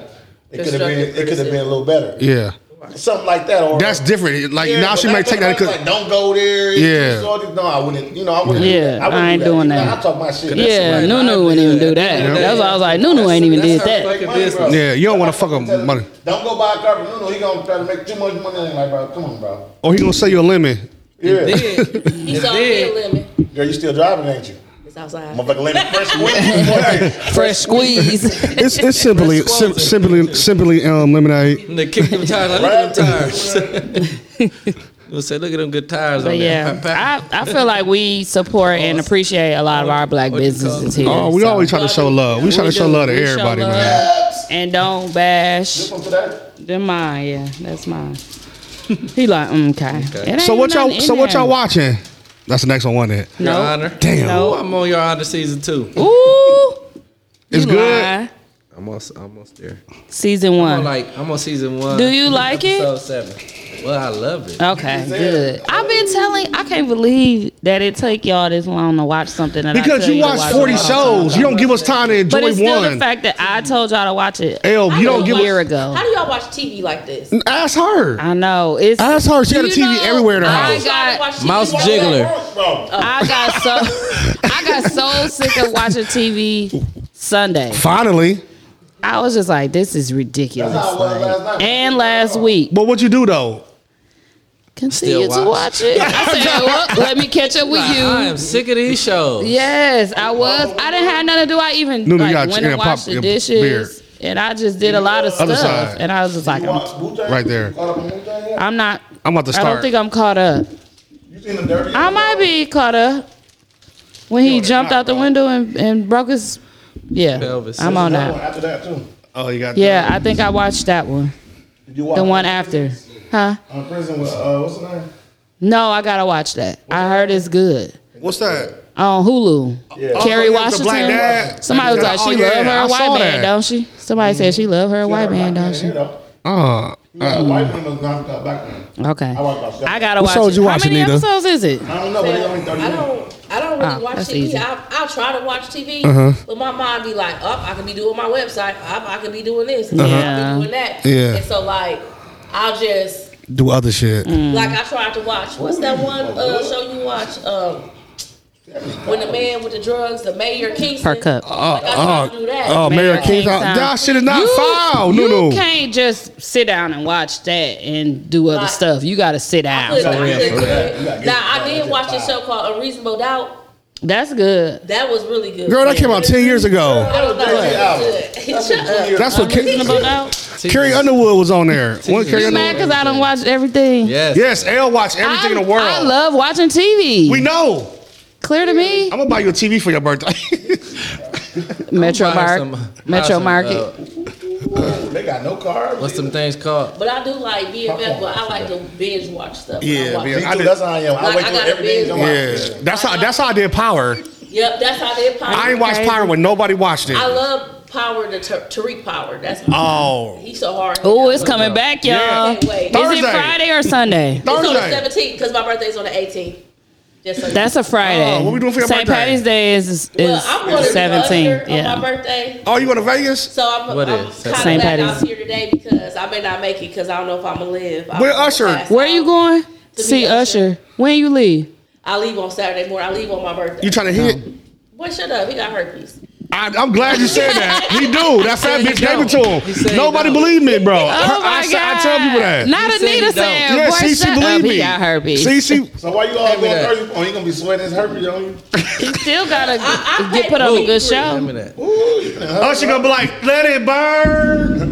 it could have been, it could have been a little better. Yeah. Something like that, or That's different. Like, now but she might that's take that different. because- Like, don't go there. It's Yeah. too salty. No, I wouldn't. You know, I wouldn't. do Yeah, that. I, wouldn't ain't do doing that. You know, that. I talk my shit. Yeah, Nunu wouldn't even do that. Yeah. That's why I was like, Nunu ain't even did that. Yeah, you don't want to fuck up money. Don't go buy a car from Nuno. He gonna try to make too much money. I'm Like, bro, come on, bro. Or Oh, he gonna sell you a lemon. Yeah. He sold me a lemon. Girl, you still driving, ain't you? It's outside. Motherfucker, lemon *laughs* fresh wind. Fresh squeeze. *laughs* It's it's simply sim- simply simply um lemonade. And they kick them tires. Like, look at them tires. *laughs* We'll say, look at them good tires But on there. yeah, I, I feel like we support and appreciate a lot of our black businesses here. Oh, we so. always try to show love. We try to show love to We show everybody, love man. And don't bash *laughs* Come today. them mine. Yeah, that's mine. *laughs* he like, mm, okay. It ain't So what y'all nothing so in what y'all there. watching? That's the next one, wasn't it? Your Nope. Honor. Damn. Ooh, I'm on Your Honor season two. Ooh, you It's good. lie. I'm almost, almost there. Season I'm on, one. like, I'm on season one. Do you like it? Uh, Episode seven. Well, I love it. Okay, good. I've been telling. I can't believe that it take y'all this long to watch something that I Because tell you to watch 40 all the time. shows. You don't give us time to But enjoy it's still the one. fact that I told y'all to watch it. L, you don't a give year us. ago. How do y'all watch TV like this? Ask her. I know. It's Ask her. She got a You TV know, everywhere in her I house. got- Mouse Jiggler. I got so *laughs* I got so sick of watching TV Sunday. Finally. I was just like, this is ridiculous. That's how it was Like, last night. Uh, and last week, But what you do though? continue Still to watch watch. it. I said, look, *laughs* let me catch up with Like, I you. am sick of these shows. Yes, I was. I didn't have nothing to do. I even No, no, like, you gotta went check and it out, washed pop the your dishes, and I just did a lot of Other stuff. side. And I was just like, I'm, Right there. I'm not. I'm about to I start. don't think I'm caught up. You seen the dirty? I might be caught up when he jumped out the window and, and broke his. Yeah, Pelvis. I'm on That one that. after that too. oh, you got. Yeah, I think I watched that one. Did you watch The one after, huh? On prison with uh, what's the name? No, I gotta watch that. I heard it's good What's that? on Hulu. Carrie Oh, yeah, with the Washington. black dad. Somebody was like, Oh, she yeah, love her I a saw white man, that. don't she? Somebody said she love her a white man, don't she? Uh, Uh-uh. Uh, white women was not a black man. Okay, I watched that. I gotta What watch shows it. you How watching, many Nita? episodes is it? I don't know, but it only thirty. I don't. I don't really Ah, watch that's TV. easy. I, I'll try to watch TV, Uh-huh. but my mind be like, "Up, I could be doing my website. Up, I could be doing this. Up, I Yeah. could be doing that." Yeah. And so, like, I'll just do other shit. Mm. like I tried to watch. What's that one uh, show you watch? Um, when the man with the drugs, the mayor Kingston. Per cup. Like, I tried to do that. Oh, Uh, Mayor Mayor King, Kingstown. that shit is not foul. you No, no. can't just sit down and watch that and do other Like- stuff. You gotta sit I could, down. I could do You gotta it. get Now it. I did watch a show called Unreasonable Doubt. That's good. That was really good. Girl, that came out ten years ago. I was like, That's a *laughs* Shut up. two-year- That's what Carrie, Reasonable doubt. Carrie Underwood was on there. One Carrie You mad Underwood. because I don't watch everything? Yes. Yes, L watched everything I, in the world. I love watching TV. we know. Clear to me. I'm gonna buy you a TV for *laughs* your birthday. Metro Buy Mark, some- buy Metro some, Market. uh, They got no cars. what's them things called? But I do like BFF, but I like to binge watch stuff. Yeah, I watch. BFF. Me too, that's how I am. I Like, wait I till gotta everything's be- on my yeah, that's how that's how I did Power. Yep, that's how they power. I ain't watched Power when nobody watched it. I love Power, the Tur- Tariq Power. That's Oh, he's so hard. Oh, it's coming back, y'all. Yeah. Wait. Is Thursday. it Friday or Sunday? It's on the Thursday. seventeenth because my birthday's on the eighteenth. Just so you That's a Friday. Oh, what we doing for your St. birthday? Patty's Day is is know. well, I'm the going to seventeenth. seventeenth. Yeah. on my birthday. Oh, you going to Vegas? So I'm, What I'm is? kind of St. glad Patty's. I'm here today because I may not make it because I don't know if I'm gonna live. I'm Where Usher? gonna pass Where you out. going? be See Usher. Usher. When you leave? I leave on Saturday morning. I leave on my birthday. You trying to hit? Boy, shut up. He got herpes. I, I'm glad you *laughs* said that. He do. That fat said he bitch gave it to don't. him. He said he Nobody don't. believe me, bro. Oh Her- my I, God! say- I tell people that. Not He said Anita he don't. said, yeah, "Boy, she, she shut up. Oh, believe He me. got herpes. *laughs* See, she. So why you all me going that. thirty? Oh, you gonna be sweating his herpes on you? He still gotta I- I get put on a paid good for it. Tell me show. that. Usher gonna be like, let it burn.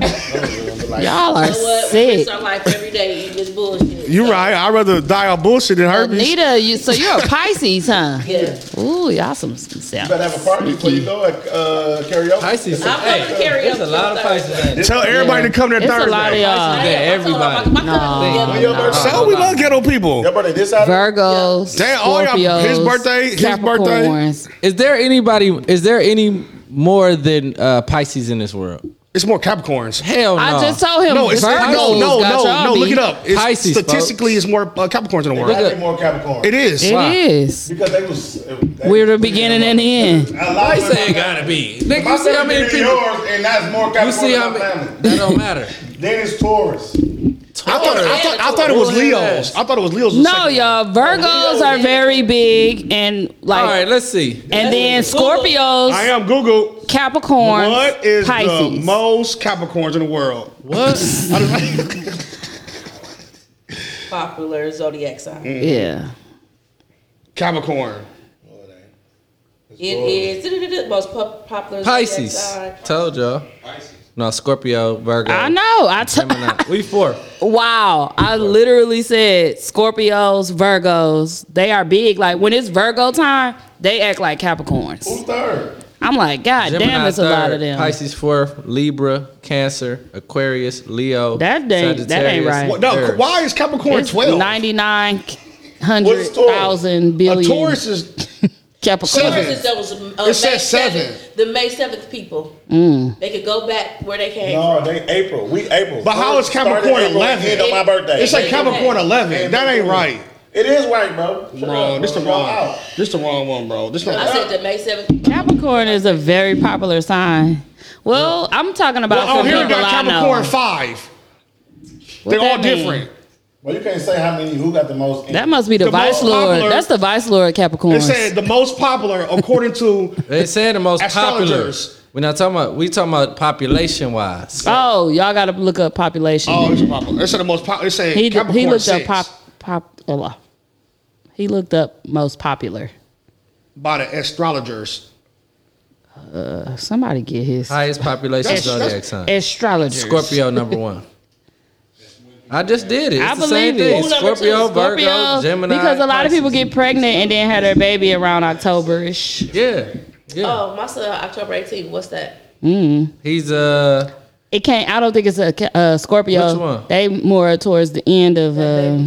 Y'all are You know what? sick. It's our life every day. It's bullshit. You right. I'd rather die of bullshit than herpes. Anita, you so you're a Pisces, huh? Yeah. Ooh, y'all some some You better have *laughs* a party before you go at uh, karaoke. Pisces. I'm Hey, gonna carry there's a up lot till of Pisces. ain't there? Tell everybody to come there It's a lot of Thursday. I y'all. am. I told her, my- everybody. my cousin together. When your no. birthday? So we love ghetto people. Your birthday this Saturday? Virgos, Damn, all y'all- Scorpios, his birthday, his birthday. Capricorns. Is there anybody? Is there any more than uh, Pisces in this world? It's more Capricorns. Hell no. I just told him. No, it's not. No, Virgos no, got no, y'all no. Look beat. it up. It's, Pisces, statistically, it's more uh, Capricorns in the Look world. up. Be more Capricorn. It is. It Why? is. because they was uh, they, We're the beginning and the end. A lot I of say it women- gotta be. Nigga, My you see how many family people? Yours, and that's more Capricorn You see how than my many? family. That don't matter. Then it's Taurus. I thought, I thought, I thought it was Leo's. I thought it was Leo's. was No, second. y'all. Virgos are very big and like. All right, let's see. And then Scorpios. I am Google. Capricorn. What is Pisces? the most Capricorns in the world? What? Popular zodiac sign. Mm, Yeah. Capricorn. It is the most pop- popular zodiac Pisces. sign. Told y'all. No, Scorpio, Virgo. I know. I t- Gemini. we four. *laughs* wow. I literally said Scorpios, Virgos. They are big. Like when it's Virgo time, they act like Capricorns. Who's third? I'm like, God Gemini damn, it's a third, lot of them. Pisces fourth, Libra, Cancer, Aquarius, Leo. That ain't- that ain't Sagittarius, right. What- No, Aries. why is Capricorn It's twelve? 99 What hundred is Taurus? thousand billion. A Taurus is Capricorn. This is those, uh, It says seventh- The May seventh people. Mm. They could go back where they came. No, they April. We April. But how is Started Capricorn April and 11? End on my birthday. It's like Capricorn 11. That ain't right. It is right, bro. Shut Bro, up, this the bro. Y'all wrong. out. This the wrong one, bro. This from. I not. said the May seventh. Capricorn is a very popular sign. Well, I'm talking about Well, oh, some here people we got I know. Capricorn five. What They all that mean? different. Well, you can't say how many who got the most. That must be the, The most vice lord. popular- That's the vice lord Capricorn. They said the most popular according to They said the most popular. Astrologers. We're not talking about. We talking about population wise. Oh, y'all got to look up population. *laughs* Oh, it's popular. They said the most popular. They said he Capricorn he looked six. up pop pop. oh, uh, He looked up most popular. by the astrologers. Uh, somebody get his Highest population That's- zodiac that's- sign. astrologers. Scorpio number one. I just did it. It's I the same believe thing. it. Scorpio, Virgo, Gemini. Because a lot of people get pregnant and then have their baby around Octoberish. Yeah. Yeah. Oh, my son, October eighteenth. What's that? Mm. He's uh It can't. I don't think it's a ca- uh, Scorpio. Which one? They more towards the end of. Uh, No, they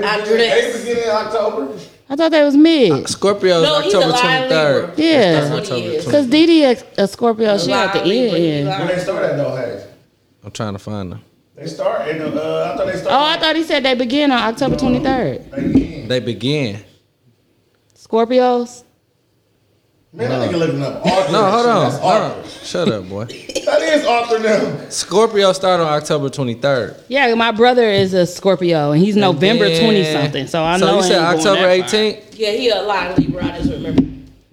begin, they begin in October. I thought that was mid. Scorpio No, he's October a lion twenty third. Yeah, because Dee a, a Scorpio. She at the end. When they start at though, hey, I'm trying to find them. they start in the. Uh, I thought they Oh, start. I thought he said they begin on October 23rd. They begin. Scorpios. Man, that nigga looking up Arthur. No, hold on. That's Hold Arthur. on. Shut up, boy. That is Arthur now. Scorpio start on October twenty third. Yeah, my brother is a Scorpio and he's November 20 something. So I know. you said October eighteenth. Yeah, he a lying Libra. I just remember.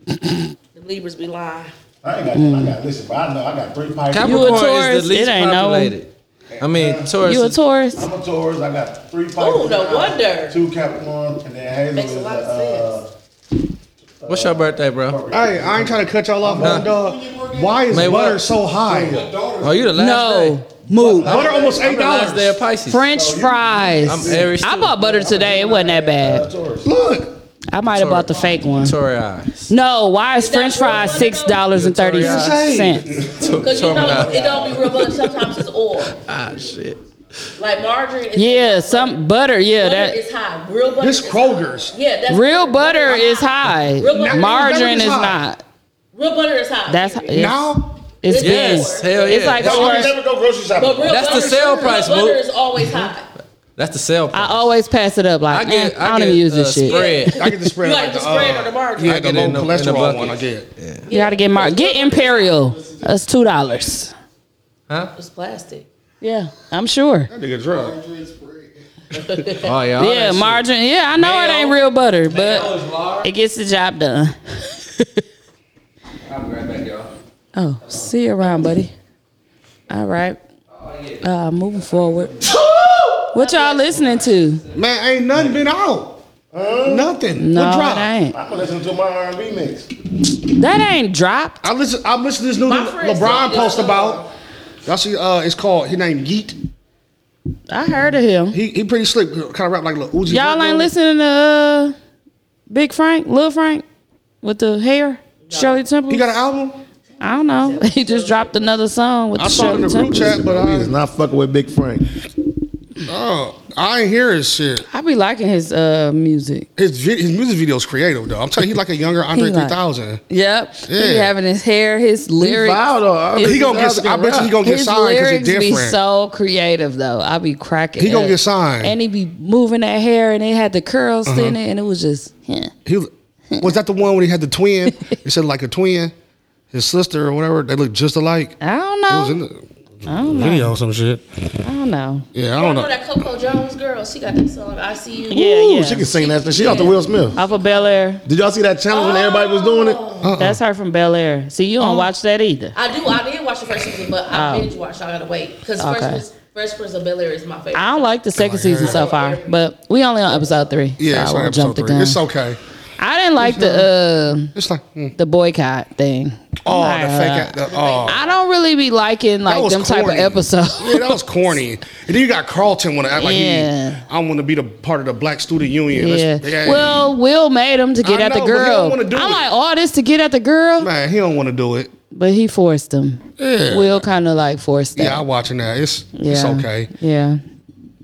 the Libras be lying. I ain't got. I got. Listen, bro. I know. I got three Pisces. Capricorn is Taurus, the it least ain't no- populated. I mean, Taurus. You a Taurus? I'm a Taurus. I got three Pisces. no wonder. Two Capricorn, and then Hazel Makes a is lot of uh, What's your birthday, bro? Hey, I ain't trying to cut y'all off, Nah. but dog. Why is May what? butter so high? Oh, you the last No. day. Move. Butter almost I'm eight the last dollars. day of Pisces. French fries. I'm Aries I too. bought butter today. It wasn't that bad. Look, I might have bought the fake one. Tory eyes. No, why is French fries $6.30? Uh, Because you know Taurus. it don't be real butter. Sometimes it's oil. Ah, shit. Like margarine. Is Yeah, some butter. Yeah, butter that is high. Real butter. this is Kroger's. high. Yeah, that's real butter is high. Real butter- Margarine is Real butter is high. not. Real butter is high. That's period. it's- Now, It's been. Yes, hell It's yeah. like That's why you orange. never go grocery shopping. But real That's the butter- sale real price, Butter Mook. is always high. That's the sale I price. always pass it up. Like, I eh, I, get. I, don't get, even use uh, this shit. *laughs* Spread. I get the spread. You like the spread or the margarine. Yeah, I get the it low in the- in the cholesterol bucket. one. I get. You gotta get mar- get Imperial. That's two dollars. Huh? It's plastic. Yeah, I'm sure. That nigga drunk. Oh yeah. all yeah, that shit. margarine. Yeah, I know it ain't real butter, but it gets the job done. Oh, see you around, buddy. All right. Uh, moving forward. What y'all listening to? *laughs* Man, ain't nothing been out. Nothing. No, what it drop? ain't. I'm gonna listen to my R&B mix. That ain't dropped. I listen. I listen to this new My thing friend LeBron said- post about. Y'all see? Uh, it's called. His name Yeet. I heard of him. He he pretty slick. Kind of rap like Lil Uzi. Y'all Vert, ain't though. listening to uh, Big Frank, Lil Frank, with the hair, Shirley Temple. He got an album. I don't *laughs* know. He just dropped another song with I the saw it in Shirley the group Temple. chat, but He I, is not fucking with Big Frank. oh, I ain't hear his shit. I be liking his uh music. His vid- his music video is creative though. I'm telling you, he like *laughs* a younger Andre like- 3000. Yep. He Yeah. having his hair, his lyrics. He gonna get. I bet you he gonna get his signed because it's lyrics be different. so creative though. I be cracking. He gonna up. get signed. Uh-huh. And he be moving that hair, and it had the curls in it, and it was just. huh. he was- was that the one when he had the twin. *laughs* he said like a twin, his sister or whatever. They look just alike. I don't It was know. in the, I don't know. video or some shit. I don't know. Yeah, I don't know. that Coco Jones girl. She got that song. I see you. Yeah, yeah. She can sing that. She off the Will Smith. Off of Bel Air. Did y'all see that challenge when everybody was doing it? Uh-uh. That's her from Bel Air. See, you don't watch that either. I do. I did watch the first season, but I Oh. binge watched. I gotta wait because Okay. First, First Prince of Bel Air is my favorite. I don't like the second season so far, but we only on episode three. Yeah, so it's I like won't episode jump the three. gun. It's okay. I didn't like the uh, it's like mm. the boycott thing. Oh, Like, the uh, fake. The, oh. I don't really be liking like them type of episodes. *laughs* Yeah, that was *laughs* corny. And then you got Carlton want to act like Yeah. he, I want to be the part of the Black Student Union. Yeah. Let's- yeah. Well, Will made him to get I at the know, but he don't girl. I'm wanna do it. like, all this to get at the girl, man, he don't want to do it. but he forced him. Yeah. Will kind of like forced that. Yeah, I'm watching that. It's it's Yeah. okay. Yeah.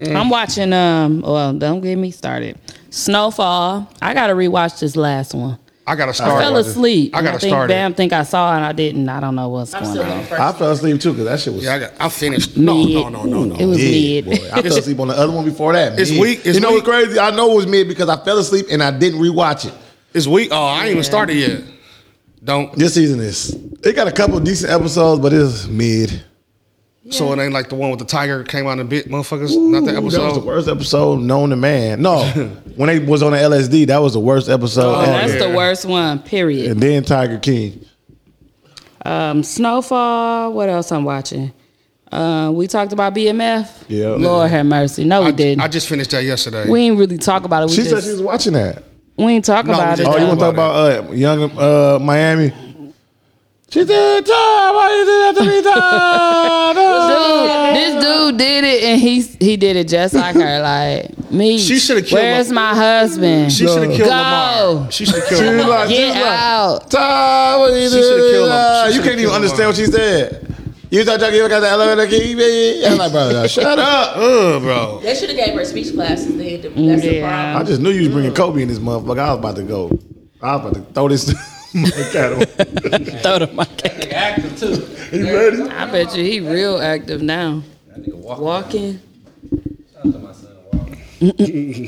Mm. I'm watching um well, don't get me started. Snowfall. I gotta rewatch this last one. I gotta I start fell watching. asleep. I gotta think start it. Bam think I saw it and I didn't. I don't know what's going on. I fell asleep too because that shit was. Yeah, I, got, I finished. No, no, no, no, no. It was Yeah, mid. boy. I fell asleep on the other one before that. It's mid. weak- it's you know weak. what's crazy? I know it was mid because I fell asleep and I didn't rewatch it. It's weak. Oh, I ain't even started yet. Don't. This season is. It got a couple of decent episodes, but it's mid. So it ain't like the one with the tiger came out and bit motherfuckers. Not that Ooh, That was the episode. worst episode known to man. No, when they was on the LSD, that was the worst episode. Oh, ever. that's the worst one, period. And then Tiger King. Um Snowfall, what else I'm watching? Uh, we talked about BMF. Yeah. Lord have mercy. No, we didn't. I just finished that yesterday. we ain't really talk about it. We she said just she was watching that. we ain't talk No, we about it. just Oh, you though. want to talk about uh, young uh, Miami? She said, "Time, I did that to me, time, time." dude, this dude did it, and he he did it just like her. Like me, She shoulda killed Where's Lam- my husband? She shoulda Go. killed Lamar. She shoulda killed She was Lamar. like, she Get was like, out. "Time, I did She shoulda that, killed him. time." She You shoulda can't even killed understand what she said. You thought y'all got the elevator key, baby? I'm like, bro, shut up, Ugh, bro. They should have gave her speech classes. They had to, that's the Yeah. I problem. just knew you was bringing Kobe in this motherfucker. I was about to go. I was about to throw this. *laughs* mic at him. *laughs* Throw the mic. That nigga active too. you ready? I bet you he real active now. That nigga walking. Walking. Shout out to my son, walking.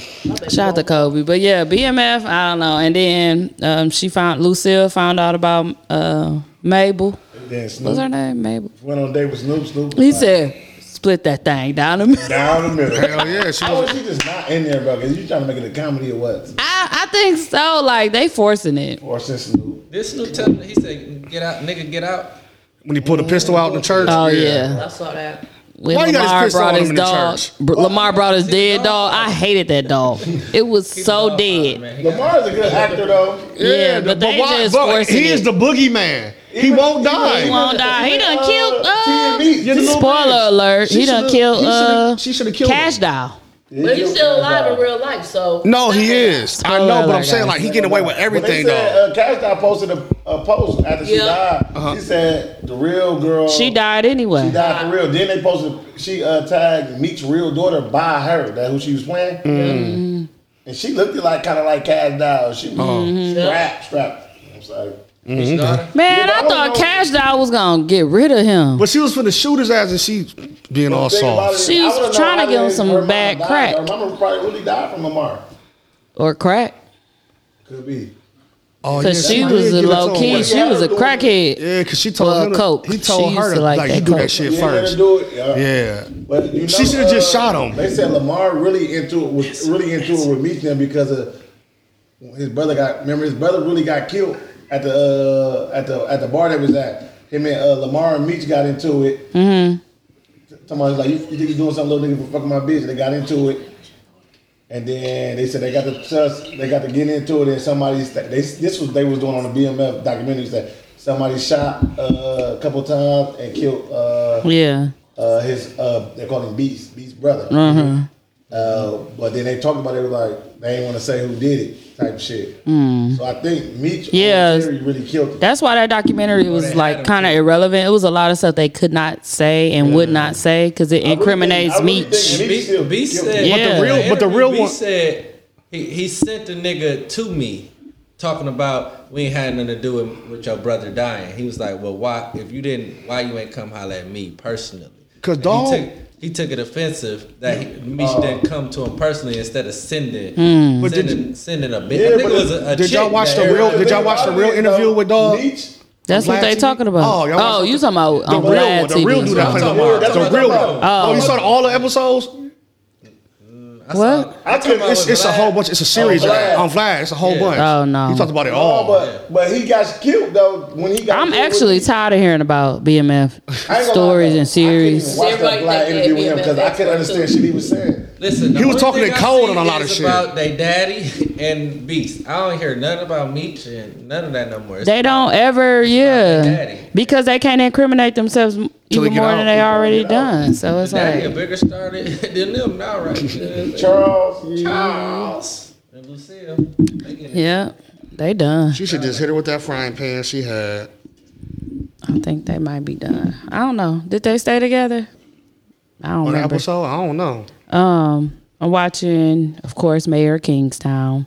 Shout out to Kobe, but yeah, BMF. I don't know. And then um, she found Lucille found out about uh, Mabel. Then What's her Snoop name? Mabel. went on a date with Snoop. Snoop He was like, said, "Split that thing down the middle." *laughs* down the middle. Hell yeah. She How was, was she just not in there, bro? Is you trying to make it a comedy or what? I, I think so. Like they forcing it. Or since Snoop. This new telling he said, "Get out, nigga, get out." when he put a pistol out in the church. Oh yeah. I saw that. When Why you got his Lamar pistol brought on his him in the dog, church? br- Lamar brought his dead dog. I hated that dog. It was so dead. Man, he got- Lamar's a good actor though. Yeah, but they just forcing he it. is the boogeyman. He won't die. He won't die. He done Uh, killed. Uh, TNB, get a little spoiler bit. alert. She he done shoulda- killed. he shoulda- uh, she shoulda killed Cash him. Doll. But he's still alive in real life, so uh, No, he is. I know, but I'm saying like he getting away with But they everything said though. Uh-huh. uh, Cash Dow posted a, a post after she Yeah. died. She said the real girl. She died anyway. She died for real. Then they posted she uh, tagged Meek's real daughter by her. That who she was playing. Mm. And she looked it like kind of like Cash Dow. She was Oh. strapped, strapped. I'm sorry. his daughter. Man, Yeah, I but I thought don't know- Cash Doll was gonna get rid of him. But she was finna shoot his ass and she being all Think about it, soft. She I was would've trying to known give him how some her mama bad died. crack. Her mama probably really died from Lamar. Or crack. Could be. Oh, Cause yeah, she did was a give it to low him. key. She was a crackhead. Yeah, cause she Well, told him. to- Coke. He She told used her to to, like like, that you do Coke. that shit You ain't first. gonna do it. Yeah. Yeah. But you know, She shoulda just uh, shot him. They said Lamar really into it was really into it with Meek them because of his brother got. Remember, his brother really got killed at the uh, at the at the bar that was at. Him and uh, Lamar and Meek got into it. Mm-hmm. Somebody's like, you, you think you're doing something, little nigga, for fucking my bitch? They got into it. And then they said they got to trust, they got to get into it, and somebody st- they this was they was doing on the BMF documentary that somebody shot uh, a couple times and killed uh, Yeah. uh, his uh, they call him Beast, Beast brother. Mm-hmm. Uh, but then they talked about it, they were like they ain't want to say who did it type shit. So I think Meech on Mm. Yeah. Terry really killed him. That's why that documentary Oh, was like kind of irrelevant. It was a lot of stuff they could not say and would not say because it incriminates I really Meech. think Meech B, still B guilty. said, Yeah. But the real- but the real B one- said he, he sent the nigga to me, talking about we ain't had nothing to do with, with your brother dying. He was like, well, why if you didn't, why you ain't come holler at me personally? 'Cause And dog- Uh, he took, he took it offensive that he, Meech didn't come to him personally instead of sending But did sending, sending a bitch. Yeah, I think it but was a, a Did y'all chick watch that the real? everybody- Did y'all watch the real interview with Dog? Meech That's what they Black TV? talking about. Oh, y'all watch Oh, you talking about the on real Vlad one, the TV. real dude that Oh. played the word. That's the real one. Oh, you saw the- all the episodes? What? I could. It's, it's a whole bunch. It's a series Vlad. on Vlad. It's a whole Yeah. bunch. Oh, no. He talked about it Oh, all. but but he got killed though when he got. I'm killed with- actually tired of hearing about BMF stories and series. Watch that black interview with him because I couldn't understand shit he was saying. Listen, the He was only talking thing I in code see on a lot of is shit. About they daddy *laughs* and Beast. I don't hear nothing about Meech and none of that no more. It's They don't ever, daddy. yeah, because they can't incriminate themselves they even get more out, than they they gonna already get out. done. So it's daddy a like, bigger star than *laughs* than them now, *laughs* right? Charles, Charles, and Lucille. They get it. yeah, they done. She should just hit her with that frying pan she had. I think they might be done. I don't know. Did they stay together? I don't On the remember. episode, I don't know. Um, I'm watching, of course, Mayor of Kingstown.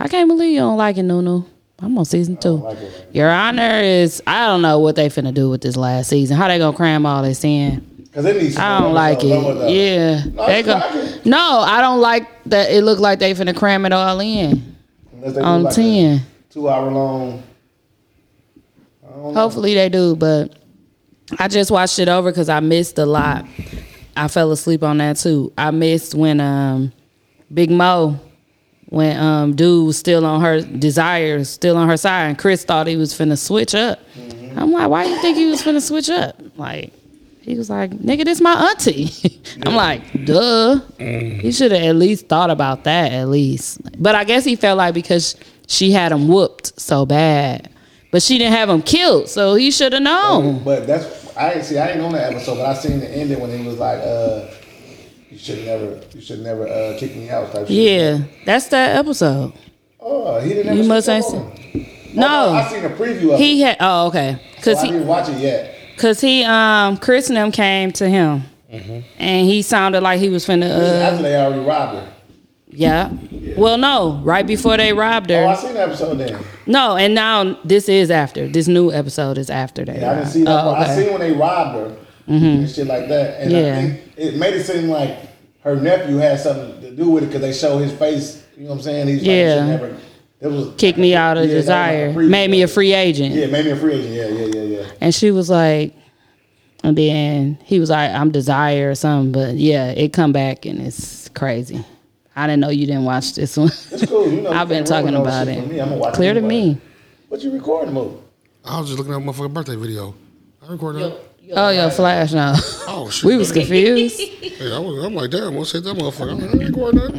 I can't believe you don't like it, Nunu. I'm on season two. Your Honor is I don't know what they finna do with this last season. How they gonna cram all this in? Cause it needs. I don't like it. Yeah, they go. No, I don't like that. It looked like they finna cram it all in Unless they do on like a ten. Two hour long. I don't know. Hopefully they do, but I just watched it over because I missed a lot. I fell asleep on that too. I missed when um Big Mo when um dude was still on her desire, was still on her side, and Chris thought he was finna switch up. I'm like, why you think he was finna switch up? Like he was like, nigga, this my auntie. *laughs* I'm like, duh. He should have at least thought about that, at least. But I guess he felt like because she had him whooped so bad. But she didn't have him killed, so he should have known. But that's I ain't see. I ain't on that episode, but I seen the ending when he was like, uh, "You should never, you should never uh, kick me out." Type shit. Yeah, that's that episode. Oh, he didn't. You ever must see ain't that seen- one. No, Oh, I seen a preview of he it. had. Oh, okay. Cause so I he, didn't watch it yet. cause he, um, Chris and them came to him, Mm-hmm. and he sounded like he was finna. This is Uh, after they already robbed her. yeah. Well, no, right before they robbed her. Oh, I seen the episode then. No, and now this is after. This new episode is after that. Yeah, I didn't see Oh, that. one. I seen when they robbed her Mhm. and shit like that. And Yeah. I think it made it seem like her nephew had something to do with it because they show his face. You know what I'm saying? He's Yeah. like, she never. It was Kick me out of Yeah, that was like a desire. free- Made me a free agent. yeah, made me a free agent. Yeah, yeah, yeah, yeah. And she was like, and then he was like, I'm desire or something. But yeah, it come back and it's crazy. I didn't know you didn't watch this one. It's cool. You *laughs* know, I've been you can't ruin talking no about shit for me. it. I'ma watch Clear to anybody. me. What you recording, Mo? I was just looking at my motherfucking birthday video. I recorded that. Oh, yo, Flash now. Oh *laughs* shit! We was *coughs* confused. Yeah, I was, I'm like, damn, what's hit that motherfucker? I'm like, I ain't recording that.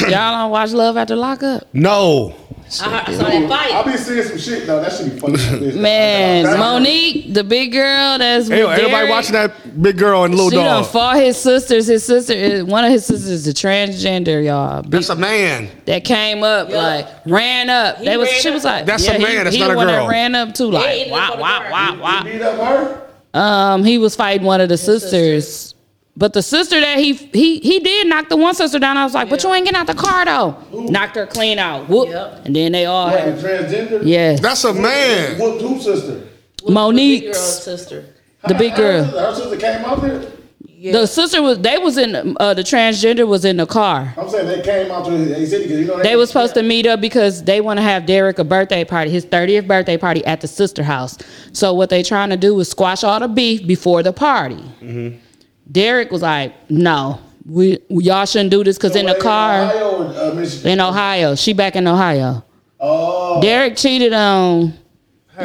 Y'all don't watch Love After Lockup? No. I saw that fight. I be seeing some shit though. That should be *laughs* funny. Man, Monique, the big girl that's with Hey, everybody Derek, watching that big girl and little she done dog. fought his sisters. His sister is one of his sisters is a transgender, y'all. Be- That's a man. that came up, like ran up. they was ran she was like, That's a yeah, he- man, that's he not the a one that girl. ran up to like, wow, wow, wow, wow. beat up her. Um, he was fighting one of the sisters. But the sister that he he he did knock the one sister down. I was like, but you ain't getting out the car though. Knocked her clean out. Whoop. And then they all What, had a transgender. Yes. That's a man. Whooped who sister? Monique, sister. the big girl. Her sister came out there. The sister was they was in uh, the transgender was in the car. I'm saying they came out to his city because you know They was supposed to meet up because they want to have Derek a birthday party, his 30th birthday party at the sister house. So what they trying to do is squash all the beef before the party. Mm-hmm. Derek was like, "No, we y'all shouldn't do this because in the car." uh, in Ohio. She back in Ohio. Oh. Derek cheated on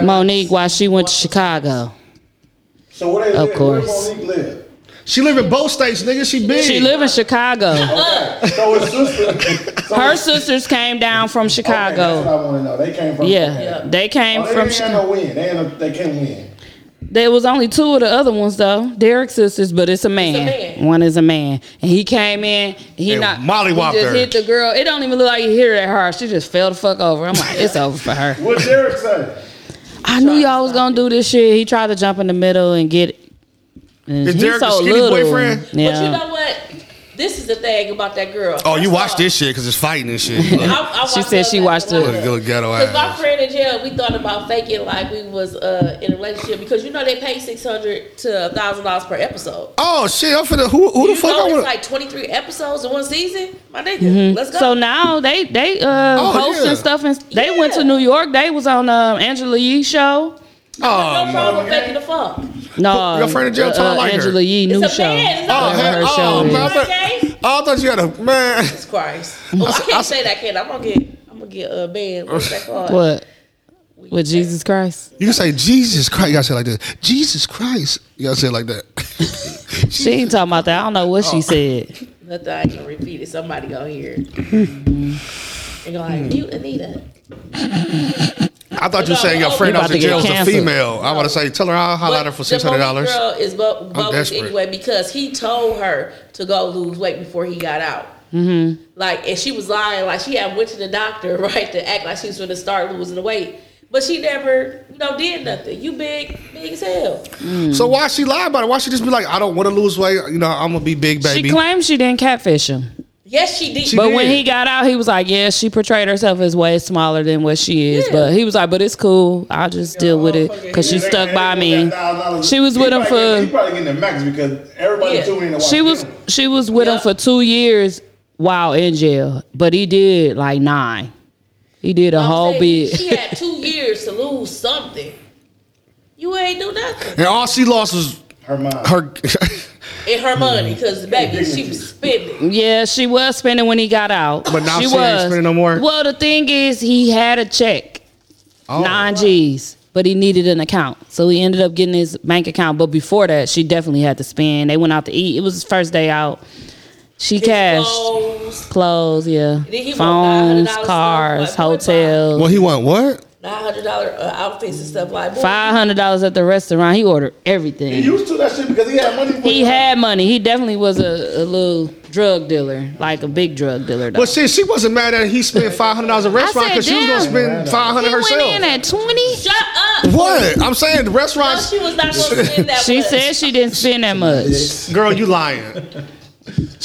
Monique while she went to Chicago. So where they Of live? course. Where Monique live? She live in both states, nigga. She big. She live in Chicago. Okay. So his sister. So Her sisters came down from Okay, that's what *laughs* Chicago. I want to know. They came from. Yeah, Chicago. they came Oh, they from ain't got no Chicago. win. They ain't no, they can't win. There was only two of the other ones though, Derek's sisters, but it's a man. man. One is a man, and he came in. He And not mollywopped he just her. hit the girl. It don't even look like he hit her that hard. She just fell the fuck over. I'm like, it's over for her. What Derek say? *laughs* I knew y'all was gonna do this shit. He tried to jump in the middle and get. And Is he's Derek the skinny boyfriend? Yeah. But you know what? This is the thing about that girl. Oh, you First watch off, this shit because it's fighting and shit. I- I she watched said that she back watched when I Look was- at little ghetto Cause my ass. friend in jail, we thought about faking like we was uh, in a relationship because you know they pay six hundred to thousand dollars per episode. Oh shit! I'm finna. Who, who the you fuck know I it's want? like twenty three episodes in one season, my nigga. Mhm. Let's go. So now they they uh, Oh, host yeah. and stuff, and they went to New York. They was on um, Angela Yee show. Oh, no problem faking the funk. No, Your friend in jail, uh, tell her I like her. Angela Yee new It's a show. man, it's Oh, not Whatever hell- her oh, show is. man, I thought, oh, I thought you had a man. Jesus Christ. Oh, I can't say that, can I? I'm gonna get, I'm gonna get a uh, banned. *laughs* What's that called? What? With Jesus Christ, You can say Jesus Christ. You gotta say it like this. Jesus Christ. You gotta say it like that. *laughs* she ain't talking about that. I don't know what she said. Nothing. I ain't gonna repeat it. Somebody gonna hear it. Mm-hmm. They gonna like you, Anita. I thought you were saying your friend You out about the to get jail is a canceled. female. I want to say, tell her I'll holler at her But for the six hundred dollars. Bogus girl is bo- bogus desperate. anyway because he told her to go lose weight before he got out. Mm-hmm. Like, and she was lying. Like, she had went to the doctor, *laughs* right, to act like she was going to start losing the weight. But she never, you know, did nothing. You big, big as hell. So why she lie about it? Why she just be like, I don't want to lose weight. You know, I'm gonna be big, She baby. claims she didn't catfish him. Yes, she did. She but did. when he got out, he was like, "Yeah, she portrayed herself as way smaller than what she is." But he was like, "But it's cool. I'll just deal with it because she stuck by me." She was with him He for probably getting the max because everybody Yeah. tuning in to watch she was him. she was with him for two years while in jail, but he did like nine. He did a I'm whole saying, bit. She had *laughs* two years to lose something. You ain't do nothing. And all she lost was her mom. her. *laughs* And her money, Mm-hmm. because baby, she was spending. Yeah, she was spending when he got out. But now she, she ain't spending no more? Well, the thing is, he had a check, Oh. nine G's, but he needed an account, so he ended up getting his bank account. But before that, she definitely had to spend. They went out to eat. It was his first day out. She His cashed clothes, clothes, yeah, Then he bought phones, $900 cars, stuff, like, Well, hotels, he want what? nine hundred dollar uh, outfits and stuff like that. five hundred dollars at the restaurant. He ordered He everything. used to that shit because he had money. For He had money. He definitely was a, a little drug dealer, like a big drug dealer. Though. Well, shit, she wasn't mad that he spent five hundred dollars at a restaurant said, because she was gonna damn. spend five he hundred went in herself. at twenty. Shut up. What? I'm saying the Uh-uh, No, restaurants. she was not going to spend that. She much. said she didn't spend that much. Girl, you lying.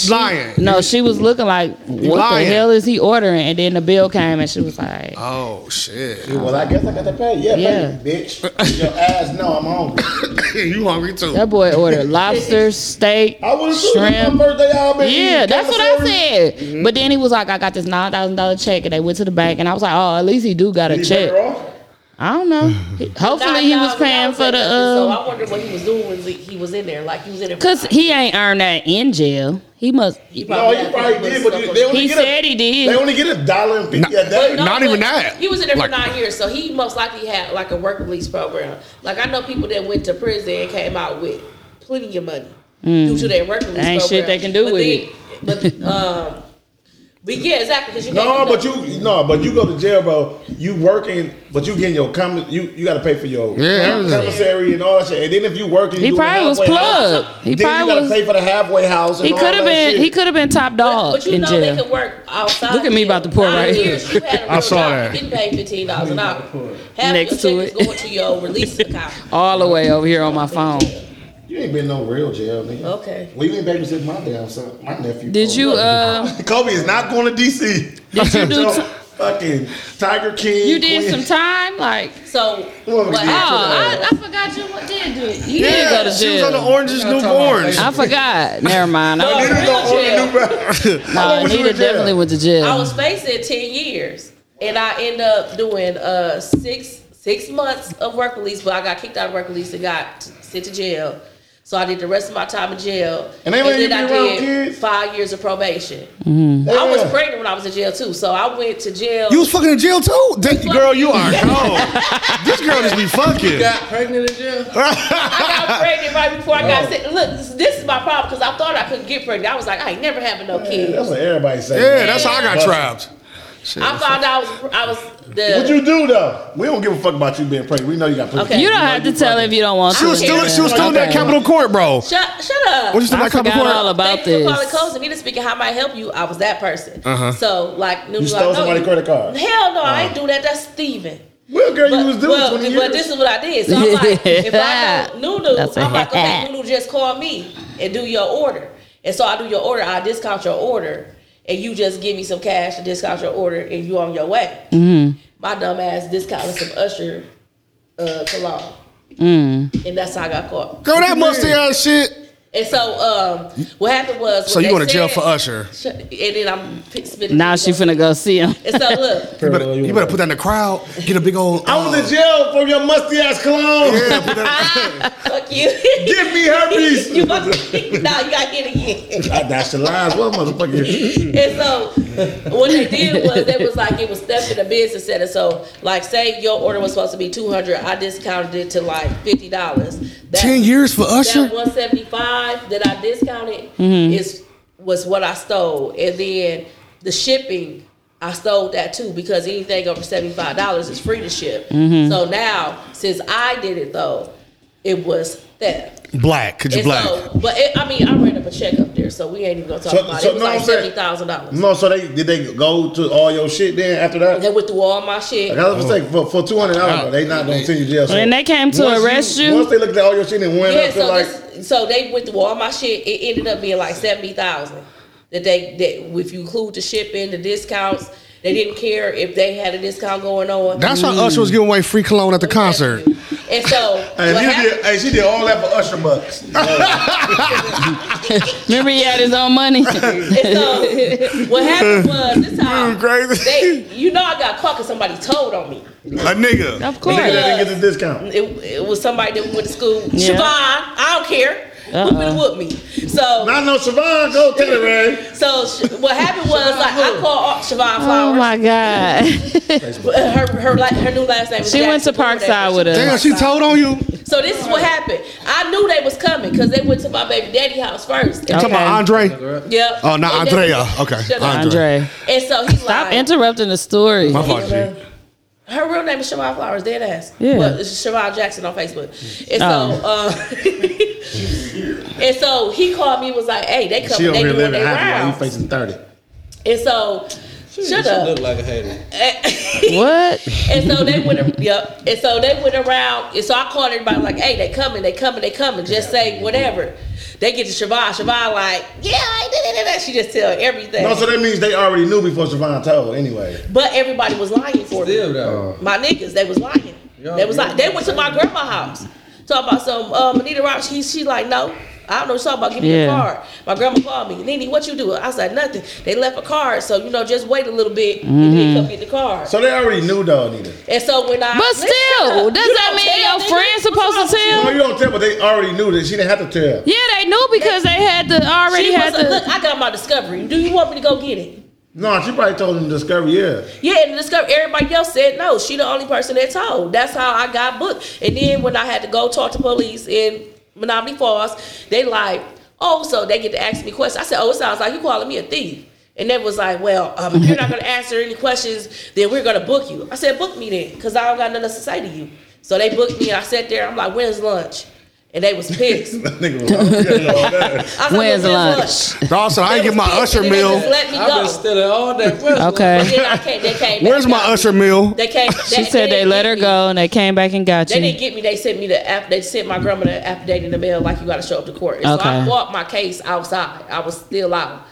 lying. No, she was looking like, what lying. the hell is he ordering? And then the bill came, and she was like, Oh shit. *laughs* Well, I guess I got to pay. Yeah, Yeah. pay me, bitch. Your ass know I'm hungry. *coughs* you hungry too? that boy ordered lobster, steak, I would have my shrimp. birthday. I'll be Yeah, eating that's what I cauliflower. said. Mm-hmm. But then he was like, I got this nine thousand dollar check, and they went to the bank, and I was like, oh, at least he do got a He better check. off. I *laughs* don't know. He- Hopefully, he was $9,000 paying for the. So Uh, I wonder what he was doing when he was in there. Like he was in there. Cause he ain't earned that in jail. He must. No, he probably did, but they only He get a- said he They did. only get a dollar and fifty a day. Not even that. He was in there Like- for nine years, so he most likely had like a work release program. Like I know people that went to prison and came out with plenty of money due to their work release Mm. Ain't program. shit they can do but with then, it. But um, but yeah, exactly. Because you No, can't do but you no, but you go to jail, bro. You working, but you getting your com- you you got to pay for your Yeah, that was- commissary and all that shit. And then if you working, He you doing probably was halfway house, plugged. He then you probably gotta was. pay for the halfway house. And He all could have that been. Shit. He could have been top dog But you Oh, in know jail. they can work outside. Look at me jail. about to pour Nine right here. years, *laughs* you had a I real saw job, that. Getting paid fifteen dollars an hour. Half Next your to check is it. going to your *laughs* release account. all the way over here on my phone. You ain't been no real jail, nigga. Okay. Well, you ain't babysitting my damn son, my nephew. Oh, Did you uh *laughs* Kobe is not going to DC. did you *laughs* do So, t- fucking Tiger King? you did some Queen- time like So Woman what did. oh happened? I, I forgot you what did do it. You Yeah, did go to she was on the jail. Orange is New Orange. I forgot. Never mind. *laughs* I No, was- real jail. no, Anita definitely went to I jail. was facing ten years, and I end up doing uh six six months of work release, but I got kicked out of work release and got sent to jail. So I did the rest of my time in jail, And they let you be around kids? five years of probation. Mm-hmm. Yeah. I was pregnant when I was in jail too, so I went to jail. You was fucking in jail too? That- girl, you *laughs* are cold. this girl just be fucking. Pregnant in jail? I *laughs* got pregnant right before I Oh. got sent. Look, this- this is my problem because I thought I couldn't get pregnant. I was like, I ain't never having no Yeah, kids. That's what everybody say. Yeah, that's how I got trapped. I found out I was, I was the. What you do though? We don't give a fuck about you being pregnant. We know you got pregnant. Okay. You don't have to tell if you don't want She to. was still, she was still in that Okay. Capitol Court, bro. Shut, shut up. What you still I that Capitol forgot all Court? about Thank you for calling this. Coles. Anita speaking. How might I help you? I was that person. Uh-huh. So like, new You stole somebody's credit card. Oh. Hell no, I ain't do that. That's Steven. Well, girl, you But, was doing well, 20 years. but this is what I did. So I'm like, if I *laughs* know Nunu, That's a I'm like, okay, hat. Nunu, just call me and do your order. And so I do your order. I discount your order, and you just give me some cash to discount your order, and you on your way. Mm-hmm. My dumb ass discounted some Usher Mm. uh, cologne, and that's how I got caught. Girl, that musty ass shit. And so um, what happened was. So when you they going to jail said- for Usher. Shut- And then I'm p- spitting. Now she finna go see him. And so look, *laughs* You better, you better put that in the crowd. Get a big old. uh, I was in jail from your musty ass cologne. *laughs* fuck you. Give *laughs* me herpes. you fucking. *laughs* Nah, you got hit again. That's the lines. What motherfucker? And so what they did was they was like it was stuff in the business center. So like say your order was supposed to be two hundred, I discounted it to like fifty dollars. Ten years for Usher? That one seventy five that I discounted Mhm. is was what I stole. And then the shipping I stole that too because anything over seventy five dollars is free to ship. Mhm. So now since I did it though, it was theft. Black. Could you And black? So, but it, I mean, I ran up a check up there, so we ain't even gonna talk So- about so it. It was no, like I'm saying- seventy thousand dollars. No, so they did they go to all your shit then after that? They went through all my shit. Like I was gonna say for, for two hundred dollars, they not gonna send you to jail. When they came to once arrest you- once they looked at all your shit and went yeah, up to so like this, so they went through all my shit. It ended up being like seventy thousand. That they that if you include the shipping, the discounts, they didn't care if they had a discount going on. That's how Usher was giving away free cologne at the concert. And so Hey, what she happened? did, hey, she did all that for Usher *laughs* bucks. *laughs* Remember he had his own *laughs* money. So what *laughs* happened was this time crazy. they you know I got caught because somebody told on me. A nigga. Of course. A nigga that didn't get the discount. It, it was somebody that we went to school. Yeah. Siobhan, I don't care. Uh-huh. Whoop Uh-uh. and whoop me. So I know Siobhan. Go tell it, Ray. So sh- what happened was like I called Siobhan Flowers. oh my god. her her la- her new last name. Was *laughs* She went to Jackson, Parkside with us. whatever. Damn, she told on you. So this is what happened. I knew they was coming because they went to my baby daddy house first. Oh. You talking about Andre? Yep. Oh, not And then- Andrea. Okay. Shut up. Andre. And so he's Stop like, interrupting the story. My fault, G. her real name is Siobhan Flowers, dead ass. Yeah. But it's Siobhan Jackson on Facebook. And Oh. so, uh, *laughs* and so he called me, was like, hey, they She coming, over they here doing living their happy while rounds. you facing thirty. And so, shut she up. look like a hater. *laughs* what? And so they went. ar- Yep. And so they went around. And so I called everybody like, "Hey, they coming. They coming. They coming. Just say whatever." They get to Siobhan. Siobhan like, "Yeah, I did it." and that." She just tell everything. No, so that means they already knew before Siobhan told anyway. but everybody was lying for me. My niggas, they was lying. they was like, they went to my grandma house. Talking about some um, Anita Roberts. She she like, no. I don't know what you're talking about. Give me Yeah. your card. My grandma called me. Nene, what you do? I said nothing. They left a card, so you know, just wait a little bit and then Mhm. come get the card. So they already knew though, Nita. And so when I But Listen still, up. does You that don't mean tell, your nigga. friend's supposed to No, tell? you don't tell, but they already knew that she didn't have to tell. Yeah, they knew because they had to already She had must to. have- Look, I got my discovery. Do you want me to go get it? No, she probably told him Discovery. Yeah, Yeah, and the discovery. Everybody else said no. She the only person that told. That's how I got booked. And then when I had to go talk to police in Menominee Falls, they like, oh, so they get to ask me questions. I said, oh, it sounds like you calling me a thief. And they was like, well, um, if you're not gonna answer any questions, then we're gonna book you. I said, book me then, cause I don't got nothing else to say to you. So they booked me. I sat there. I'm like, when's lunch? And they was *laughs* pissed. I said, When's "Well, lunch?" Also, I ain't get my Usher And they meal. just let me I've go. been stealing all that. Where's *laughs* Okay. And then I came, they came back Where's and my got me. Usher meal? They came. They, She said they didn't let get her me. go and they came back and got They didn't you. get me. They sent me the. app- They sent my grandma the affidavit in the mail like you got to show up to court. And So I Okay. fought my case outside. I was still out,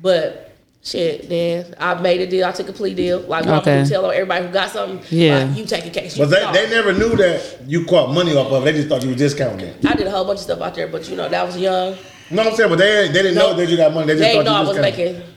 but shit. Then I made a deal. I took a plea deal. Like what I'm Okay. gonna tell everybody who got something. Yeah. like, you take a case. You but they, talk. they never knew that you caught money off of. it. They just thought you were discounting. it. I did a whole bunch of stuff out there, but you know that was young. You know what I'm saying? But they they didn't know that you got money. They They just ain't know I thought you was discounted. it. making.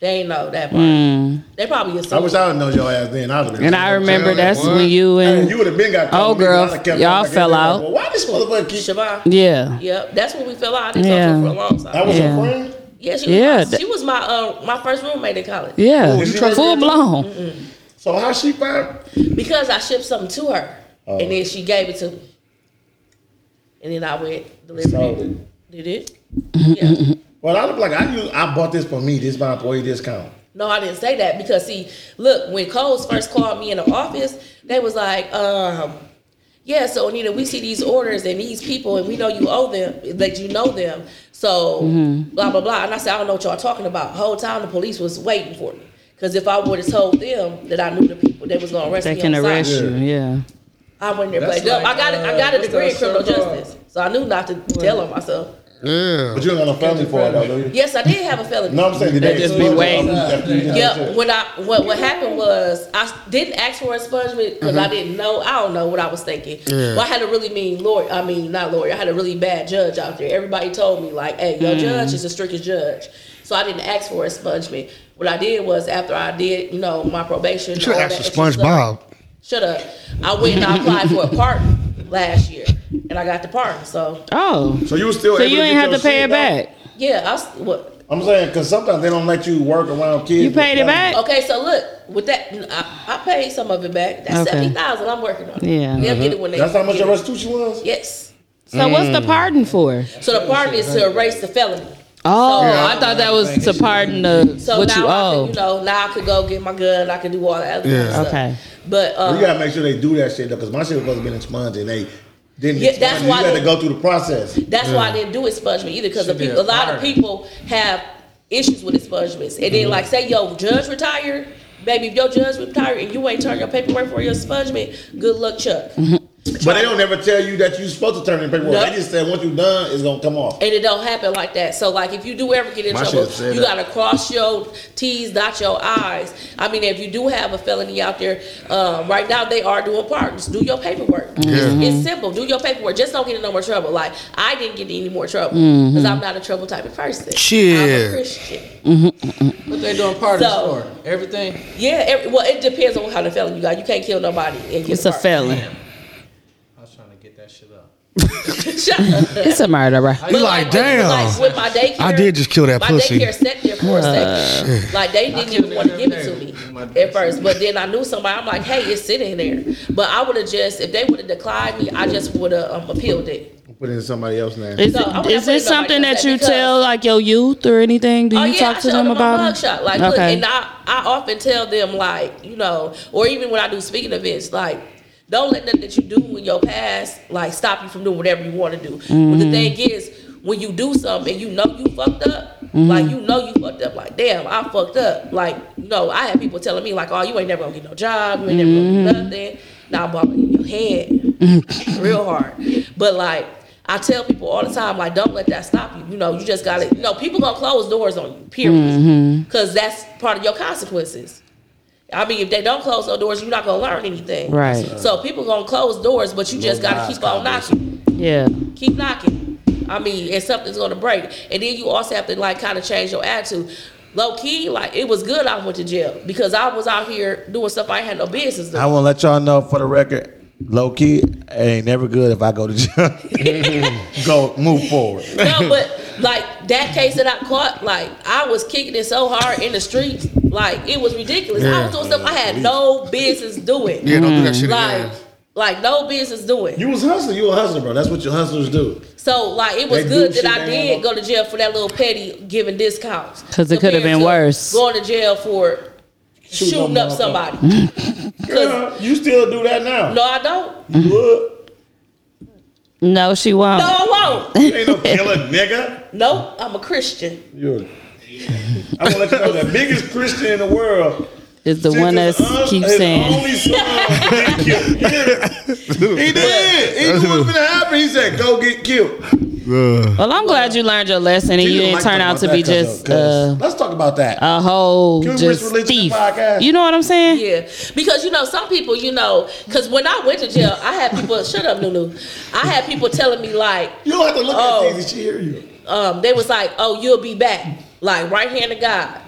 They ain't know that part. Hmm. They probably assumed. I wish I would know your ass then. I would've been And I jail. remember that's What? when you and Hey, you would have been got caught. old Nigga, girl, I'd have kept y'all on. fell Like, out. well, why this motherfucker keep Siobhan. Yeah. Yep. That's when we fell out. I didn't Yeah. talk to her for a long time. That was her Yeah. friend? Yeah, she was, Yeah, yeah, that- she was my uh, my first roommate in college. Yeah. Ooh, she tried to Full get- blown. Mm-mm. So how she found? Because I shipped something to her, Oh. and then she gave it to me, and then I went delivered Sold it. Did it? Mm-hmm, Well, I look like I use, I bought this for me. This is my employee discount. No, I didn't say that because see, look, when Coles first called me in the office, they was like, um, yeah, so Anita, we see these orders and these people, and we know you owe them, that you know them. So Mhm. blah blah blah. And I said, I don't know what y'all talking about. The whole time the police was waiting for me because if I would have told them that I knew the people, they was gonna arrest They me. can on site. arrest you. Yeah. I went there, That's played up. like, I got it. I uh, got a what's degree in that criminal show called? justice, so I knew not to tell on myself. Yeah. But you don't got no family for it, though, do you? Yes, I did have a felony. No, I'm saying did They they just expose be you waiting. after you did that Yeah, shit? what I what what happened was I s- didn't ask for expungement because I Mhm. didn't know. I don't know what I was thinking. Yeah. Well, I had a really mean lawyer. I mean, not lawyer. I had a really bad judge out there. Everybody told me like, "Hey, your Mm. judge is the strictest judge." So I didn't ask for expungement. What I did was after I did, you know, my probation. You should all have asked that for extra stuff, SpongeBob. Shut up. I went and I applied for a pardon last year, and I got the pardon. So Oh. So you was still So able you to ain't get have your to pay shit it back. yeah, I was, what I'm saying because sometimes they don't let you work around kids. Okay, so look with that, I, I paid some of it back. That's Okay. seventy thousand. I'm working on. it. Yeah. they'll get it when they. Mm-hmm. That's how much get your it. restitution was. Yes. So what's the Mm. pardon for? So the pardon is to erase the felony. Oh, Yeah. I thought that was to pardon the So what now you I owe. can, you know, now I could go get my gun. I can do all that. Other Stuff. But Well, um, you gotta make sure they do that shit though, because my shit was supposed to be expunged and they didn't. Yeah, expunge that's it. why you had they- to go through the process. That's why I didn't do expungement either, because Should be a lot of required. people have issues with expungements. And Mm-hmm. then, like, say your judge retired, baby, if your judge retired and you ain't turn your paperwork for your expungement, good luck, Chuck. Mm-hmm. But they don't ever tell you that you're supposed to turn in paperwork. Nope. They just said once you're done, it's gonna come off. And it don't happen like that. So, like, if you do ever get in My trouble, shit said you that. gotta cross your T's, dot your I's. I mean, if you do have a felony out there, um, right now they are doing pardons. Do your paperwork. Yeah. Mm-hmm. It's simple. Do your paperwork. Just don't get in no more trouble. Like, I didn't get in any more trouble Mhm. because I'm not a trouble type of person. I'm a Shit. Christian. Mhm. What they doing pardons So- for? Everything. Yeah, every, well, it depends on how the felon you got. You can't kill nobody. And get It's a fired. felon. I was trying to get that shit up. *laughs* Shut up. It's a murderer. But with- Like with my daycare, I did just kill that my pussy. daycare sat there for a Uh, second. shit. Like they didn't even want to give it to me at first, but then I knew somebody. I'm like, hey, it's sitting there. But I would have just if they would have declined me, I just would have um, appealed it. Put it in somebody else's name. Is, So, I it, wouldn't is put it this nobody something else that you because- tell like your youth or anything? Do you oh yeah, talk to I showed them about my it? mugshot. Like, look, and I, I often tell them like, you know, or even when I do speaking events, like. Don't let nothing that you do in your past like stop you from doing whatever you want to do. But the Mhm. thing is, when you do something and you know you fucked up, Like you know you fucked up. Like damn, I fucked up. Like you know, I had people telling me like, oh, you ain't never gonna get no job. You ain't never Mhm. gonna do nothing. Now I'm balling in your head real hard. But like I tell people all the time, like don't let that stop you. You know, you just gotta. You know, people gonna close doors on you. Period. Mhm. Because that's part of your consequences. I mean, if they don't close those doors, you're not gonna learn anything. Right. So people gonna close doors, but you just gotta keep on knocking Yeah. keep knocking. I mean, and something's gonna break. And then you also have to like kind of change your attitude. Low key, like it was good I went to jail because I was out here doing stuff I had no business *laughs* doing. I want to let y'all know for the record, low key, it ain't never good if I go to *laughs* jail. go move forward. no, but like that case that I caught, like I was kicking it so hard in the streets, like it was ridiculous. I Yeah. was doing stuff I had no business doing. Yeah, don't do that shit Like, again. like no business *laughs* doing. You was hustling. You a hustler, bro. That's what your hustlers do. So like it was They do good shit that I they did go to jail for that little petty giving discounts. 'Cause it could have compared been to worse. Going to jail for shooting, Shooting up up somebody. Girl, you still do that now? No, I don't. You would. No, she won't. No, I won't. *laughs* You ain't no killer, nigga. Nope, I'm a Christian. You're. I want to let you know the biggest Christian in the world. Is the one that uh, keeps his saying. Only son. Thank you. He did. He knew what was gonna happen. He said, "Go get killed." Well, I'm glad you learned your lesson and you didn't turn out to be just uh, Let's talk about that. a whole Can we just risk religion in thief. podcast? You know what I'm saying? Yeah, because you know some people, you know, because when I went to jail, I had people. shut up, Nunu. I had people telling me like, you don't have to look oh, at Jesus. She hear you. um, they was like, "Oh, you'll be back," like right hand of God.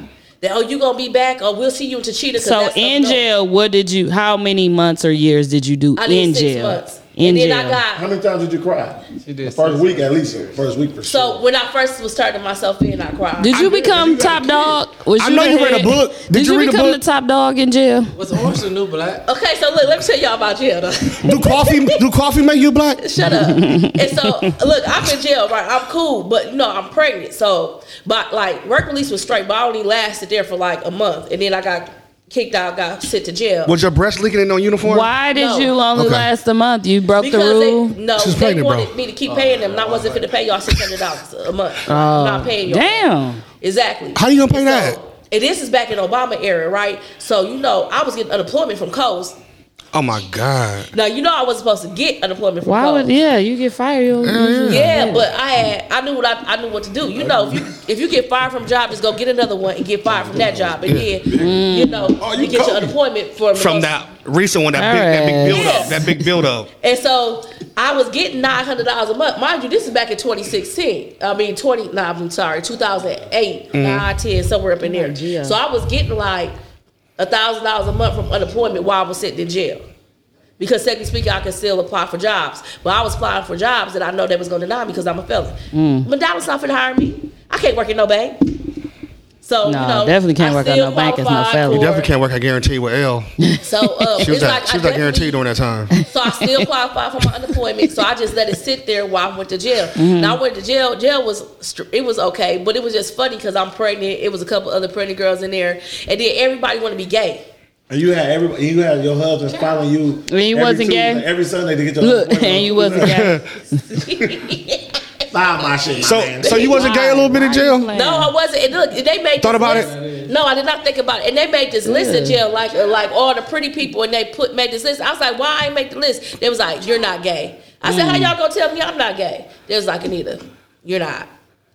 That oh, you gonna be back, or we'll see you in Cheetah. So in jail, what did you? How many months or years did you do I did in six jail? months. In and then jail. I got How many times did you cry? She did. first week, at least. First week for sure. So when I first was turning myself in, I cried. did you become top dog? Was I you know the you read a head? book. Did Did, you you, read a become book? the top dog in jail? Was orange the new black? *laughs* Okay, so look, let me tell y'all about jail. *laughs* Though. Do coffee do coffee make you black? *laughs* Shut up. and so look, I'm in jail, right? I'm cool, but you know I'm pregnant. So, but like work release was straight, but I only lasted there for like a month, and then I got kicked out, got sent to jail. Was your breast leaking in no uniform? Why did you only last a month? You broke the Because rule. they, no, they wanted me to keep paying them, and I wasn't going to pay y'all six hundred dollars a month. I'm not paying y'all. Oh. damn. Exactly. How you gonna pay that? And this is back in Obama era, right? So you know, I was getting unemployment from Coast. Oh my God. Now you know I was supposed to get an appointment for Why clothes. would yeah? You get fired. You don't usually Yeah, get it. but I had I knew what I, I knew what to do. You know, if you if you get fired from a job, just go get another one and get fired from that job, and then you know you, get your unemployment for Oh, From that recent one, that big, that big build up, that big build up. And so I was getting nine hundred dollars a month. Mind you, this is back in twenty sixteen. I mean twenty. Nah, I'm sorry, two thousand eight, Mhm. Mm. nine, ten, somewhere up in there. yeah. So I was getting like a thousand dollars a month from unemployment while I was sitting in jail. Because technically speaking, I could still apply for jobs, but I was applying for jobs that I know they was gonna deny me because I'm a felon. Mm. McDonald's not finna hire me. I can't work at no bank. So No, you know, definitely can't I work at still no bank as no qualified You for- definitely can't work. I guarantee with L. So uh, she was not, she was it's like I not definitely guaranteed during that time. so I still *laughs* qualified for my unemployment. So I just let it sit there while I went to jail. Mhm. Now I went to jail. Jail was str- it was okay, but it was just funny because I'm pregnant. It was a couple other pregnant girls in there, and then everybody want to be gay. And you had everybody, you had your husband following you. And you wasn't gay? Every Sunday to get your Look, *laughs* and you wasn't gay. Find my shit. So, man. so you wasn't gay a little bit *laughs* in jail? No, I wasn't. And look, they made Thought this about list- No, I did not think about it. And they made this list in Yeah. jail, like uh, like all the pretty people, and they put made this list. I was like, why I ain't make the list? They was like, you're not gay. I said, how Mm. y'all gonna tell me I'm not gay? They was like, Anita, you're not.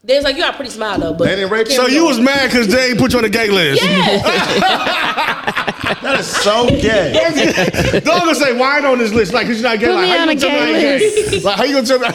They was like, you got a pretty smile though, but So you was mad because they ain't put you on the gay list. that is so gay. Dog gonna say, why ain't on this list? Like, cause you're not gay. Put like, me how on you the gonna tell me gay I ain't gay? list. Like, how you gonna tell me?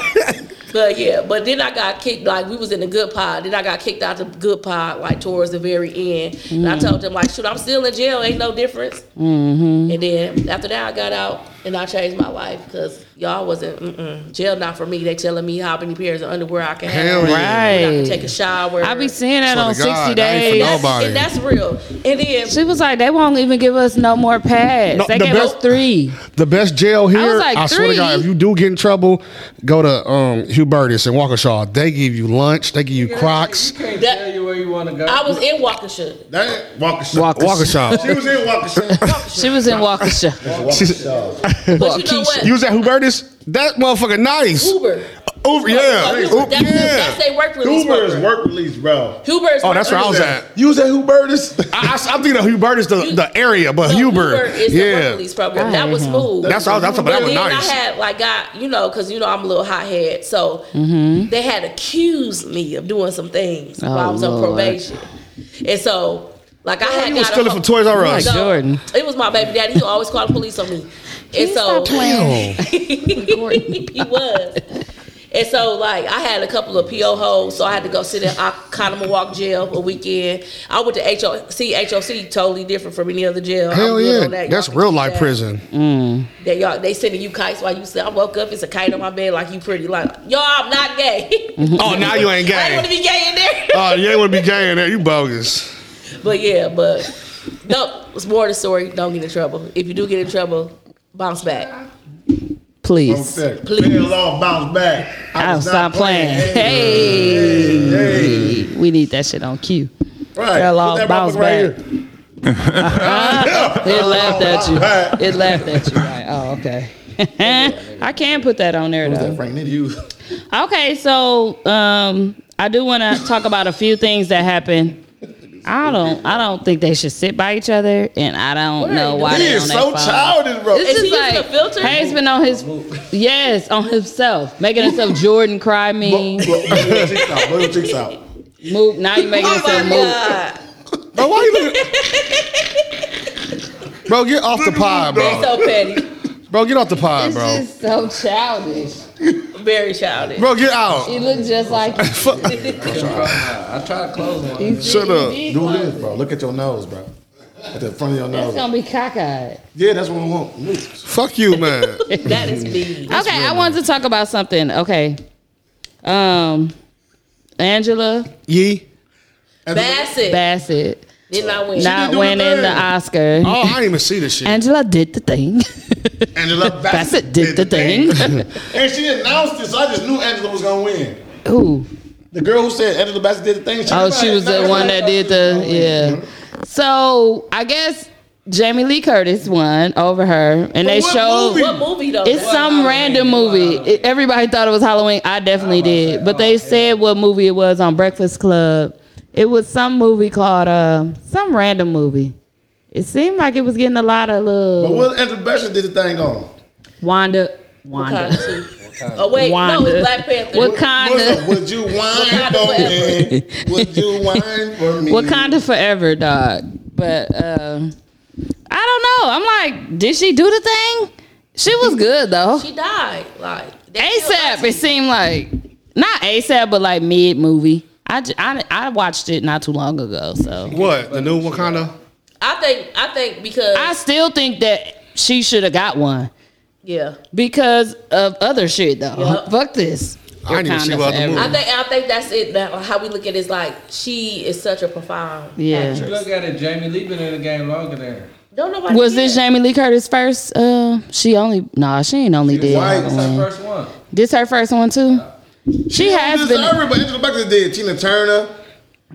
But yeah, but then I got kicked. Like we was in a good pod. Then I got kicked out the good pod, like towards the very end. And I Mm. told them like, shoot, I'm still in jail. Ain't no difference. Mm-hmm. And then after that, I got out and I changed my life because y'all wasn't mm-mm, jail not for me. They telling me how many pairs of underwear I can Hell have, yeah. when I can Right. take a shower. I be seeing that Swear on to 60 God, that ain't for That's- nobody. and that's real. And then She was like, they won't even give us no more pads. No, they the gave best- us three. The best jail here. I, was like, swear to God, three? if you do get in trouble, go to um, Hubertus and Waukesha. They give you lunch. They give you Crocs. can't tell you where you want to go. I was in Waukesha. Waukesha. Waukesha. She was in Waukesha. she was in *laughs* Waukesha. Waukesha. But you know *laughs* what? You was at Hubertus. That motherfucker nice. Uber. Uber. Yeah. That's, Uber, that's, yeah. that's they work release. Uber program. is work release, bro. Uber is Oh, work that's where I was release. at. You was at Hubertus? I, I, I'm thinking of Hubertus, the, the area, but Huber. Uber is the work yeah. release program. That was smooth. That's what I was, that's what, that But was then nice. I had like got you know because you know I'm a little hothead, so Mhm. they had accused me of doing some things Oh, while I was on Lord. probation, and so like I had you was got a stealing from whole- Toys R Us. No, Jordan. It was my baby daddy. He always called the police on me, and so *laughs* he was. And so, like, I had a couple of PO holes, so I had to go sit in Oconomowoc jail a weekend. I went to HOC. HOC totally different from any other jail. I'm Hell good yeah. on that. That's Y'all can real do life that. *laughs* prison. That y'all they sending you kites while you sleep. I woke up, it's a kite on my bed, like you pretty, like y'all. I'm not gay. *laughs* oh, now you ain't I want to gay. be gay in there. Oh, you ain't want to be gay in there. You bogus. *laughs* But yeah, but no, it's more the story. Don't get in trouble. If you do get in trouble, bounce back. Please. Please. Fail off, bounce back. I was was stop playing. Hey. Hey. We need that shit on *laughs* cue. Right. Fell off, Put that bounce motherfucker right back. it laughed at you. It laughed at you. Right. Oh, okay. *laughs* I can put that on there though. Okay, so um, I do want to talk about a few things that happened. I don't. I don't think they should sit by each other, and I don't know why He they is on so their phone. childish, bro. This Is is he using like a filter? Hayes been on his yes on himself, making himself Jordan cry meme. Blow your cheeks out. Blow your cheeks out. Move now, you making Oh my yourself move. Bro, Oh, why you *laughs* looking? Bro, get off the pod, bro. They so petty. Bro, get off the pod, It's bro. just so childish. Very childish. Bro, get out. He looked just like I try to close He one. Shut did, up. he did Do close. this, bro. Look at your nose, bro. At the front of your nose. That's gonna be cockeyed. Yeah, that's what I want. Fuck *laughs* you, man. that is me. okay, I wanted to talk about something. Okay. Um Angela Yee Bassett. Bassett Did not win. not winning the Oscar. Oh, I didn't even see this shit. Angela did the thing. Angela *laughs* Bassett did the thing. *laughs* And she announced it, so I just knew Angela was gonna win. Who? The girl who said Angela Bassett did the thing. Oh, she was the one that did the yeah. So I guess Jamie Lee Curtis won over her, and they But what showed movie? What movie, though? It's What some random movie. It- everybody thought it was Halloween. I definitely did, but they said what movie it was on Breakfast Club. It was some movie called uh, some random movie. It seemed like it was getting a lot of But little what introduction did the thing on? Wanda. Wanda. Oh wait, no, Wanda. it's Black Panther. Wakanda. Would you whine for me? Would you whine for me? Wakanda forever, dog. But um, I don't know. I'm like, did she do the thing? She was good though. She died. Like ASAP. It seemed like not ASAP, but like mid movie. I, j- I, I watched it not too long ago, so What the new Wakanda? I think I think because I still think that she should have got one yeah. because of other shit though. Fuck this. I need to see Wakanda what other forever. I think I think that's it. That how we look at it is like she is such a profound Yeah. *laughs* actress. Look at it, Jamie Lee been in the game longer than her. Don't nobody Was care. this Jamie Lee Curtis first? Uh, she only nah, she ain't only did. white. one. This Mm-hmm. her first one. This her first one too. She has been. Everybody, Angela Bassett did. Tina Turner.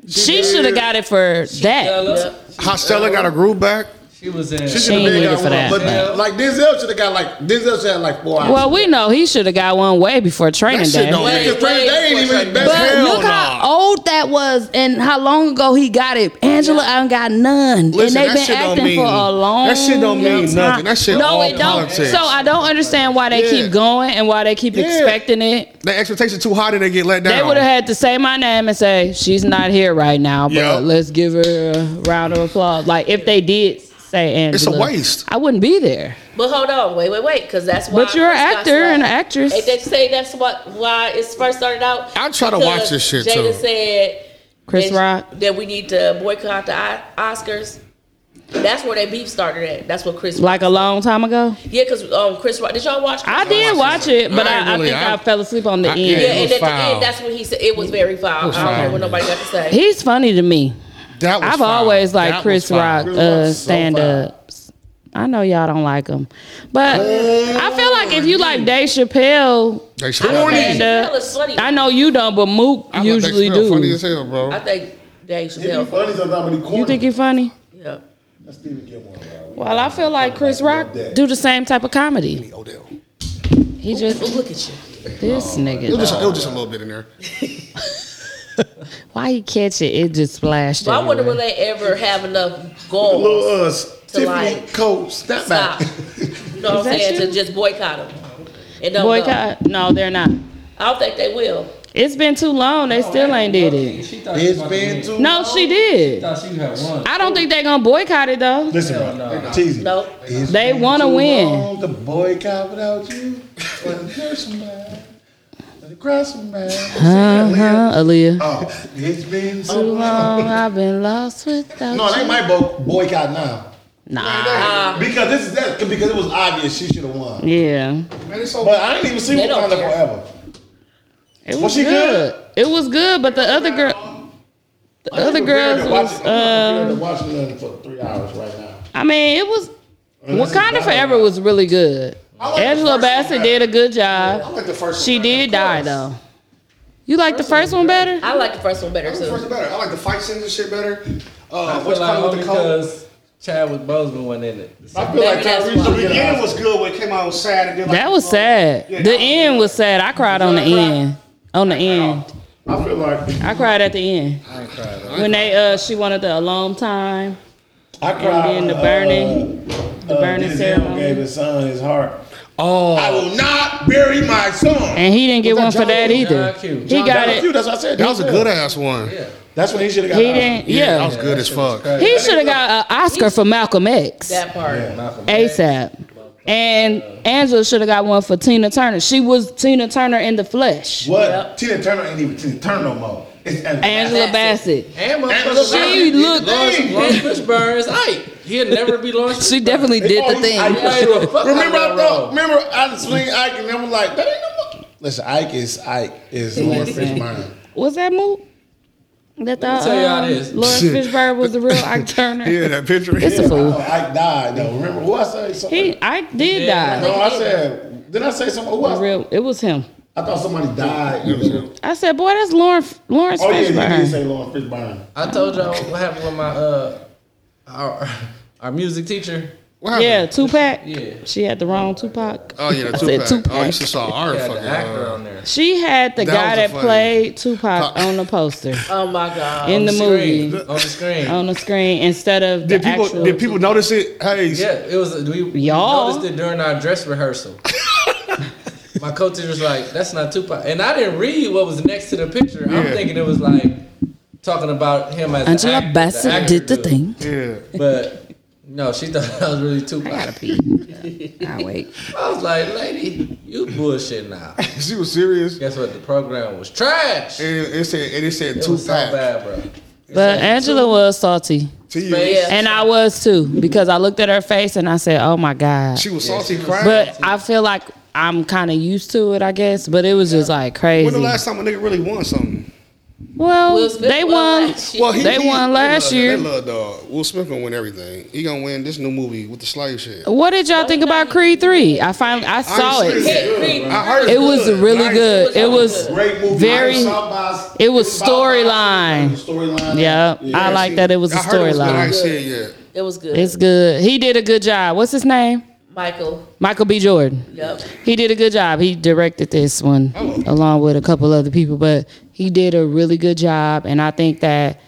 She should have got it for that. Hostella got a groove back. She was in. She She should ain't have needed got for one. that, But uh, like Denzel should have got like Denzel should have like four hours. Well, we know he should have got one way before training shit day. don't But make it. Training Day ain't even his best. Hell look how old that was and how long ago he got it. Angela, I don't got none, Listen, and that they've shit been don't acting mean- for a long. that shit don't mean time. nothing. That shit no, all it don't. politics. So I don't understand why they Yeah. keep going and why they keep Yeah. expecting it. The expectation too high, and they get let down. They would have had to say my name and say she's not here right now, but Yeah. let's give her a round of applause. Like if they did say Angela, It's a waste. I wouldn't be there. But hold on, wait, wait, wait, because that's why. But you're an Chris got actor slapped. and an actress. And they say that's what why it's first started out. I try to because watch this shit, too. Jada said Chris that, Rock. that we need to boycott the O- Oscars. That's where that beef started at. That's what Chris. Like a long time ago, yeah, because um, Chris Rock. Did y'all watch? Chris I did watch it, but I, I, really- think I- I, fell asleep on the I- end. yeah, Yeah, it and was at the foul. end, that's when he said it was very foul. was I don't foul. know what nobody got to say. He's funny to me. That was I've foul. always liked That was Chris foul. Rock Chris uh, Rock's so stand ups. I know y'all don't like him, but I feel like if you like Dave Chappelle, They stand corny. Chappelle up- is funny. I know you don't, but Mook I thought they usually smelled do. Funny as hell, bro. I think Dave It'd Chappelle. be funny sometimes when he You corny. think you're funny? Yeah. That's Stephen Gilmore. bro. Well, I feel like Chris Rock do the same type of comedy. Odell. He just Look at you. this It was, just, nigga. it was just a little bit in there. Why he catch it? It just splashed. But I wonder will everywhere. they ever have enough Little uh, goals us, Tiffany like, Cole, snap stop. back. You know what I'm Is that saying? you? To just boycott them. And don't Go. boycott? No, they're not. I don't think they will. It's been too long. They still ain't did it. She thought she It's was been too. No, she did. thought she had one. I don't think they're gonna boycott it though. Listen, Hell bro. no. Teasy. No. It's They been wanna too win. long to boycott without you. But there's somebody. Let it cross somebody. Uh-huh, Aaliyah. Oh, it's been Too so long. long I've been lost without No, they you. might bo- boycott now. Nah. because this is that because it was obvious she should have won. Uh, Yeah. But I didn't even see They don't Wakanda care. forever. It was, Was she good. good? It was good, but the other girl, the I'm other prepared girls to watch was. it. I'm Uh, prepared to watch it for three hours right now. I mean, it was. Unless Wakanda it's not Forever on. was really good. I like the Angela first one Bassett better. did a good um, I job. like the first. She one better. did die though. You like the first one better? I like the first one better I like the first too. one better. I like the fight scenes and shit better. I Uh, feel what's like called only with the cold? because Chadwick Boseman wasn't in it. I feel like Maybe that's Tyrese should why. The get an beginning Oscar. was good when it came out on sad and then like That was sad. The end was sad. I cried on the end. On the end, I feel like I cried at the end I ain't crying. though. when they uh she wanted the alone time. I cried. then the when, burning- uh, the uh, burning Denzel ceremony. gave his son his heart. I Oh, will not bury my son. And he didn't get Was that one for John that Q? either. John Q. He got That's cute, it. That's what I said. that was a Denzel. good ass one. Yeah, That's when he should have got. He an Oscar. didn't. that was Yeah, good as fuck. he should have got an Oscar for Malcolm X That part. Malcolm X. ASAP. And Angela should have got one for Tina Turner. She was Tina Turner in the flesh. What? Yep. Tina Turner ain't even Tina Turner no more. It's Angela Bassett. And my Angela She looked- Lawrence, Lawrence Fishburne is Ike. He'll never be *laughs* Lawrence. She definitely did the oh, I, thing. the fuck remember, out I of that thought. role. Remember, I swing Ike, and I was like, "That ain't no more." Listen, Ike is Ike is Lawrence Listen. Fishburne. Was that Moot? That the tell y'all um, this. Lawrence Fishburne was the real Ike Turner. Yeah, that picture. *laughs* It's a Oh, fool. Ike died though. Remember who I said? Something? He Ike did Yeah. die. no, I said. Did I say something? Who The I, real, it was him. I thought somebody died. It was- I said, boy, that's Lawrence Lawrence Oh yeah, you did Fishburne. say Lawrence Fishburne. I told y'all what happened with my uh our our music teacher. Yeah, Tupac. Yeah. She had the wrong Tupac. Oh yeah, the I said Tupac. Oh, you should saw our Yeah, the fucking actor uh, on there. She had the That guy was that a funny- played Tupac on the *laughs* poster. Oh my god. In the movie. Um, screen. On the screen. On the screen instead of the Did people actual did people notice it? Hey, Yeah, it was. We, we Y'all. noticed it during our *laughs* dress rehearsal. My co-teacher was like, "That's not Tupac," and I didn't read what was next to the picture. I'm Yeah. thinking it was like talking about him as Angela the actor, Bassett the actor did the dude. thing. Yeah, but no, she *laughs* thought that was really Tupac. I *laughs* I wait. I was like, "Lady, you bullshit now." *laughs* she was serious. Guess what? The program was trash. And it, it said and it said It Tupac. was so bad, bro. But Angela was salty. you. Yeah. And I was too, because I looked at her face and I said, Oh my God. She was salty crying. But I feel like I'm kind of used to it, I guess. But it was just like crazy. When the last time a nigga really won something? well, they won. they won last that year. little dog. uh, Will Smith gonna win everything. He gonna win this new movie with the slave shit. What did y'all think about Creed Three? I finally I saw Honestly, it. I heard It was good. really Nice. good. It was Great movie. very. Nice. South by- It was storyline. Yeah, Yeah, I I like see. that. It was a I heard it was good. I ain't seen storyline. it yet. It was good. It's good. He did a good job. What's his name? Michael. Michael B. Jordan. Yep. He did a good job. He directed this one Oh. along with a couple other people, but he did a really good job. And I think that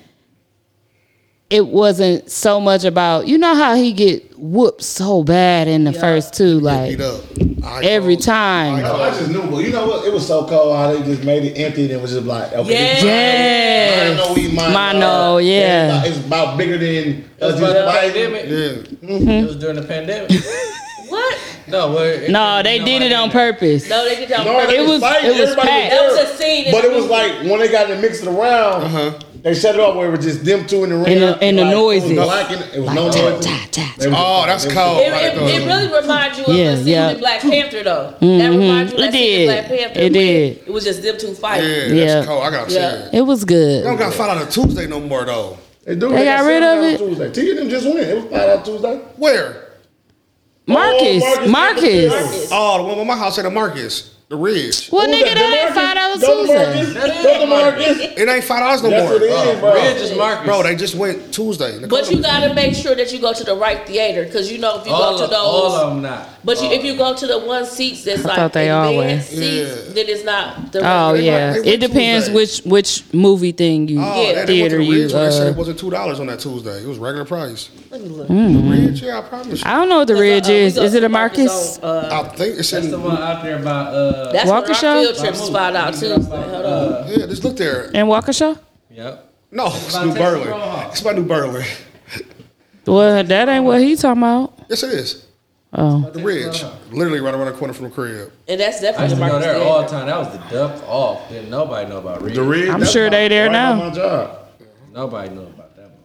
it wasn't so much about you know how he get whooped so bad in the first two, like every time. I just knew, but you know what? It was so cold how they just made it empty and it was just like, okay, Yes. Yes. Mine, we mine, Mono, uh, yeah. It's about, it's about bigger than It was us about just the fighting. pandemic. It was during *laughs* the pandemic. what? No, where it- No, they did it on purpose. No, they did y'all. No, they It was was- fighting. it was Everybody packed. That was there. a scene in But the it was movie. like when they got to mix it around, Uh-huh. they shut it off where it was just them two in the ring. And the- and the like, It noises. was, black and, it was Like, no ta- noises. ta- ta- They was- Oh, that's they was- cold. It, it, it really reminds you of Yeah, the scene yeah. in Black Panther, though. That Mhm. reminds you of It that scene in did. Black Panther. It when did. It was just them two fighting. Yeah, Yeah. that's cold. I got Yeah. upset. It was They don't good. got fight out on Tuesday no more though. They, do, They got rid seven of out it? Tuesday. T and them just win. It was five out Tuesday. Where? Marcus, Oh, Marcus. Oh, the one by my house at the Marcus, the Ridge. Well, Who was nigga, that ain't DeMarcus? five dollars Go Tuesday. DeMarcus. Go DeMarcus. It ain't five dollars no That's more. what it is, bro. Ridge is Marcus. Bro, they just went Tuesday. *laughs* But you gotta make sure that you go to the right theater, cause you know if you all, go to of, all those, of them not. but you, if you go to the one seats that's I like thought they all were. advanced seats, then it's not the. Oh regular- yeah, they went it depends Tuesday. which which movie thing you Oh, yeah, they went to theater the you. Ridge when they said Uh, it wasn't two dollars on that Tuesday. It was regular price. Let me look. Ridge, yeah, I promise. You. I don't know uh, what the ridge is. Is it a Marcus? I think it's That's in. the one out there by uh. That's Walker Walker where Show? our field trips is five out too. Hold on. Uh, Yeah, just look there. And Waukesha? yep. No, it's by New Texas Berlin. Roadhouse. It's by New Berlin. Well, that ain't what he talking about. Yes, it is. Oh, The Ridge, literally right around the corner from the crib. And that's I definitely used the to go Marcus there Theater. all the time. That was the dump off. Didn't nobody know about Ridge. The Ridge. I'm that's sure my- they there right now. on My job. Nobody knew about that. One.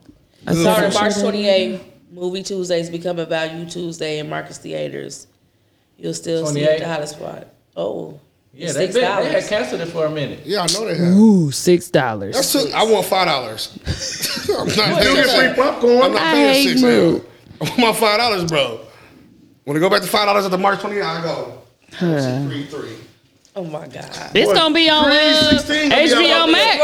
I saw Starting that March shit. 28th, Movie Tuesdays become a value Tuesday in Marcus Theaters. You'll still see it at 28th? the hottest spot. Oh, Yeah, it's they, $6. been, they had canceled it for a minute. Yeah, I know they have. Ooh, six That's dollars. two, I want five dollars. *laughs* I'm not paying get that. free popcorn. I'm not I paying hate six Moot. hell. I want my five dollars, bro. When I go back to five dollars at the March 29th, I go three three. Oh my God. It's gonna be on uh, 316 gonna be HBO on- Max.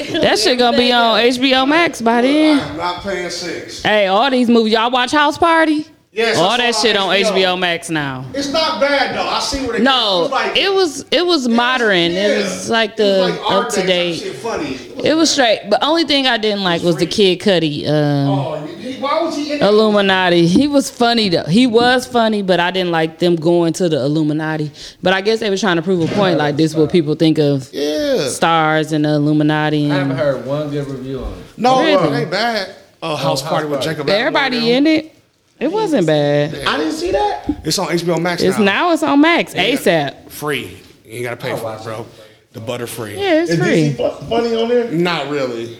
Right. That shit gonna be on HBO Max by then. I'm not paying six. Hey, all these movies. Y'all watch House Party? Yes, I All that saw shit on HBO. HBO Max now. It's not bad though. I see where they No, it's like- it was it was modern. It was yeah. like It the was like our up to day date. type shit Funny. It was- It was straight. But only thing I didn't like was the Kid Cudi. Um, oh, he- why was he in it? Illuminati. He was funny though. He was funny, but I didn't like them going to the Illuminati. But I guess they were trying to prove a point. Like this, what people think of Yeah. stars and the Illuminati. I haven't And heard one good review on it. No, Really? it ain't bad. Oh, house, House party with Party. Jacob. everybody Elordi. in it. It wasn't bad. I didn't see that. It's on HBO Max It's now. now it's on Max ASAP. free. You ain't gotta pay for it, bro. The butter free. Yeah, it's Is DC free. fu- funny on there? Not really.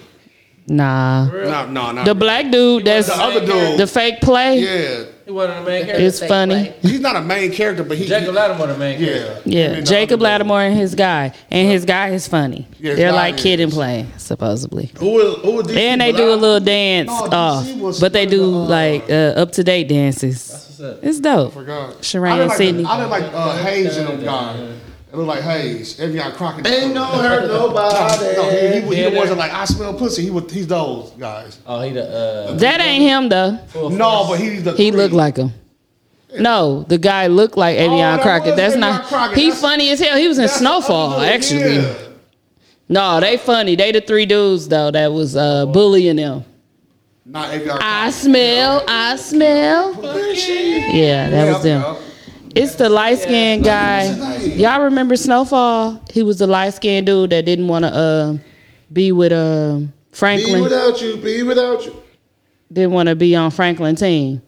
Nah. No, no, no. The black dude that's the other dude. the fake play yeah, He wasn't the main character. is funny. he's not a main character, but he. Jacob Lattimore, the main he character. yeah. Yeah, Him and the Jacob other dude. Lattimore and his guy, and his guy is funny. Yeah, his They're guy like is. kid and play, supposedly. Who is who is DC? And they do a little dance No, DC off, Oh, was but they doing do the, uh, like uh, up to date dances. What's up? It's dope. Forgot. Shireen I didn't like, Sidney. the- I didn't like uh, Hayes and them guy. It looked like Hayes. Evian Crockett. Ain't no hurt *laughs* No, nobody. he, he, he Yeah, the ones they're- that like I smell pussy. He was he's those guys. Oh, he the uh. That ain't him though. full No, force. but he's the. He three. looked like him. No, the guy looked like Avion Oh, that Crockett. was That's Avion not. Crockett. He That's- funny as hell. He was in Snowfall, actually. yeah. No, they funny. They the three dudes though that was uh, bullying them. Not APR. I smell. I smell. Yeah, that was them. It's the light skinned guy. Y'all remember Snowfall? He was the light skinned dude that didn't want to uh, be with um Be Franklin. without you. Be without you. Didn't want to be on Franklin team.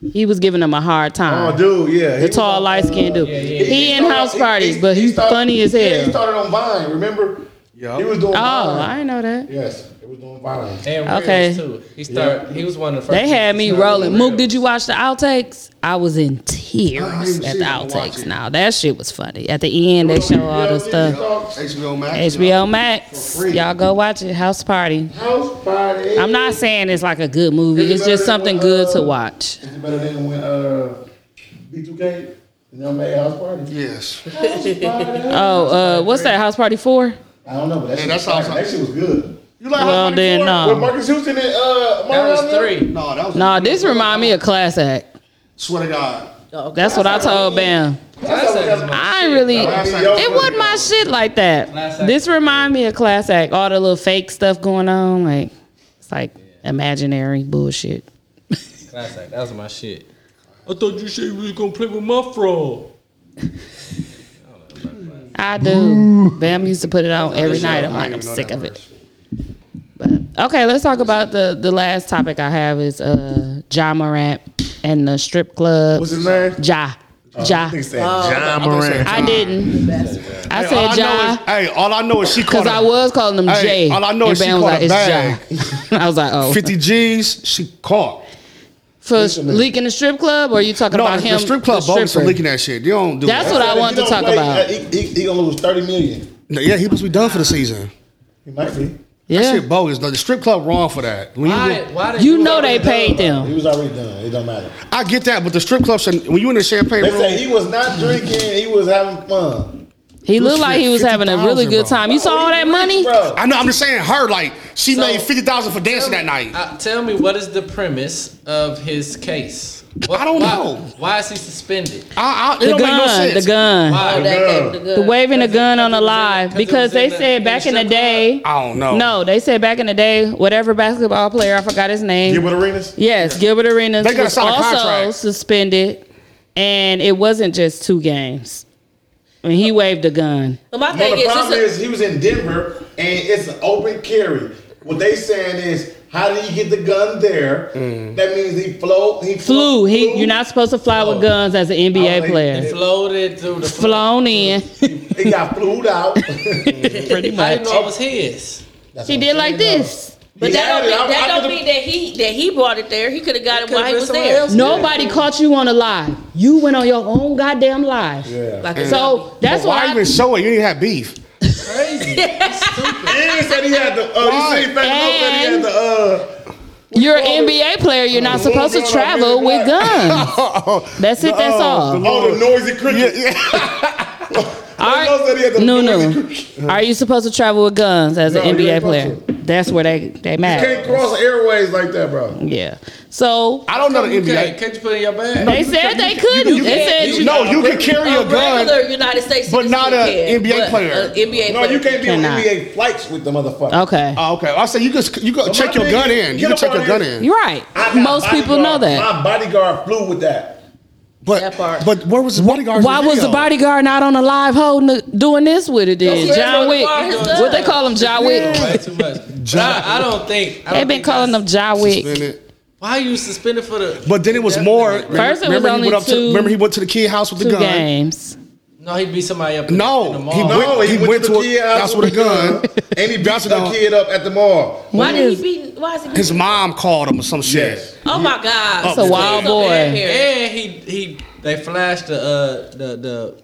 He was giving them a hard time. Oh, dude, yeah. The tall, light skinned dude. He in started- house he- parties, he- but he he's started- funny as Yeah, he hell. started on Vine. Remember? He was doing. Oh, Vine. I didn't know that. Yes, it was doing Vine. And Reels, Okay. too. He started. He was one of the first. They had me people to rolling. start Mook, did you watch the outtakes? I was in tears even at see the it. I'm gonna watch outtakes. Now that shit was funny. At the end, they show all the stuff. HBO Max. HBO Max, y'all go watch it. House Party. House party. I'm not saying it's like a good movie. It's just something good uh, to watch. Is it better than when uh, B2K? You know, made house party. Yes. Oh, uh, what's that? House Party Four? I don't know, but that, Yeah, shit, that's was all- fire. that shit was good. You like House Well, Party then, four? no. With Marcus Houston and uh, Mario was Allen? three. No, that was. Nah, this remind me of Class Act. Swear to God. That's what I told Bam. That's a- I ain't really. It wasn't my shit like Class that. act. This remind me of Class Act. All the little fake stuff going on, like it's like imaginary bullshit. Class act. That was my shit. I thought you said you was gonna play with my frog. I do. Bam used to put it on every night. I'm like, I'm sick of it. But okay, let's talk about the the last topic I have is uh Ja Morant and the strip club. What's his name? Ja. Oh, Ja. He said John Moran. I didn't. I said Ja. Hey, all I know is she caught Because a- I was calling him Hey, Jay. all I know and is she Bam was like, caught a it's bag. Ja. *laughs* I was like, oh. 50 G's. She caught. for leaking the strip club, or are you talking No, about the, him? strip club the bogus for stripper? leaking that shit. You don't do That's that. what I If wanted he to don't talk play, about. uh, He, he, he gonna lose thirty million. No, Yeah, he must be done for the season. He might be. That Yeah. shit bogus. The strip club wrong for that. When you Why? Why did You know they paid He them. was already done. It don't matter. I get that, but the strip club should when you in the champagne They room. say he was not drinking. He was having fun. He looked like he was having a really good 50,000, time. You saw all that money? Bro, I know. I'm just saying, her like she So- made fifty thousand for dancing that night. Uh, tell me what is the premise of his case? What- I don't why- know. Why is he suspended? I, I, it The don't make no gun, sense. the gun, Why? Oh, that gave the good. the waving the gun on the live because because it was they in the- said in back the in the strip club? day. I don't know. No, they said back in the day, whatever basketball player I forgot his name. Gilbert Arenas. Yes, Gilbert Arenas They gotta was sign a also contract. suspended, and it wasn't just two games. And he waved a gun. But my No, thing the is, problem it's is he was in Denver and it's an open carry. What they saying is, how did he get the gun there? That means he float. He Mm. Flew. He, flew. you're not supposed to fly with guns as an Oh, NBA like, player. He floated through the floor. Flown *laughs* in, He got *laughs* flew out. pretty I much. didn't know it was his. She did like this. but that don't, Yeah, I- mean, that I don't could've- mean that he that he brought it there. He could have got it could've while he been was somewhere there. else. Nobody caught you on a lie. You went on your own goddamn live. Like a So that's But why why. even show it? You didn't have beef. *laughs* And he said he had the. Uh, Why? *laughs* you see, Fat Joe said he had the. Uh, you're an NBA player. You're not supposed to Hold on, travel I'm with guns. *laughs* Oh, That's it. That's all. all the noisy cricket. Fat Joe said he had the no, noisy no. Are you supposed to travel with guns as No, an you NBA ain't player? supposed That's where they they Can't matter. cross airways like that, bro. Yeah. So I don't know the You can't, NBA. can't you put it in your bag? they said they couldn't. they said you- no, you can carry a a gun. regular United States, but citizen not a can, NBA but player. a NBA No, player. you can't be on Cannot. NBA flights with the motherfucker. Okay. Oh, okay. I said you can you go But check my your thing gun is, in. get You can up check on your gun here. in. You're right. I got Most people know bodyguard. that. My bodyguard flew with that. But That part. but where was the bodyguard? Why was the bodyguard not on the live holding the, doing this with it then? That's John where Wick. the bar is done. What they call him John Wick. Way too *laughs* much. But I, I don't think I They've don't been think calling that's- him John Wick. bodyguard? Why are you suspended for the? But then it was more. First it was remember he only went up to- two- remember he went to the kid house with Two the gun. games. No, he'd beat somebody up. in- in No, the he mall. went, No, he, went to the a, kid house with a gun. and he beat Bouncing the on- kid up at the mall. What Why did is- he be? Why is he? His mom called him or some shit. Yes. oh my God! It's a wild boy. And he he they flashed the uh the the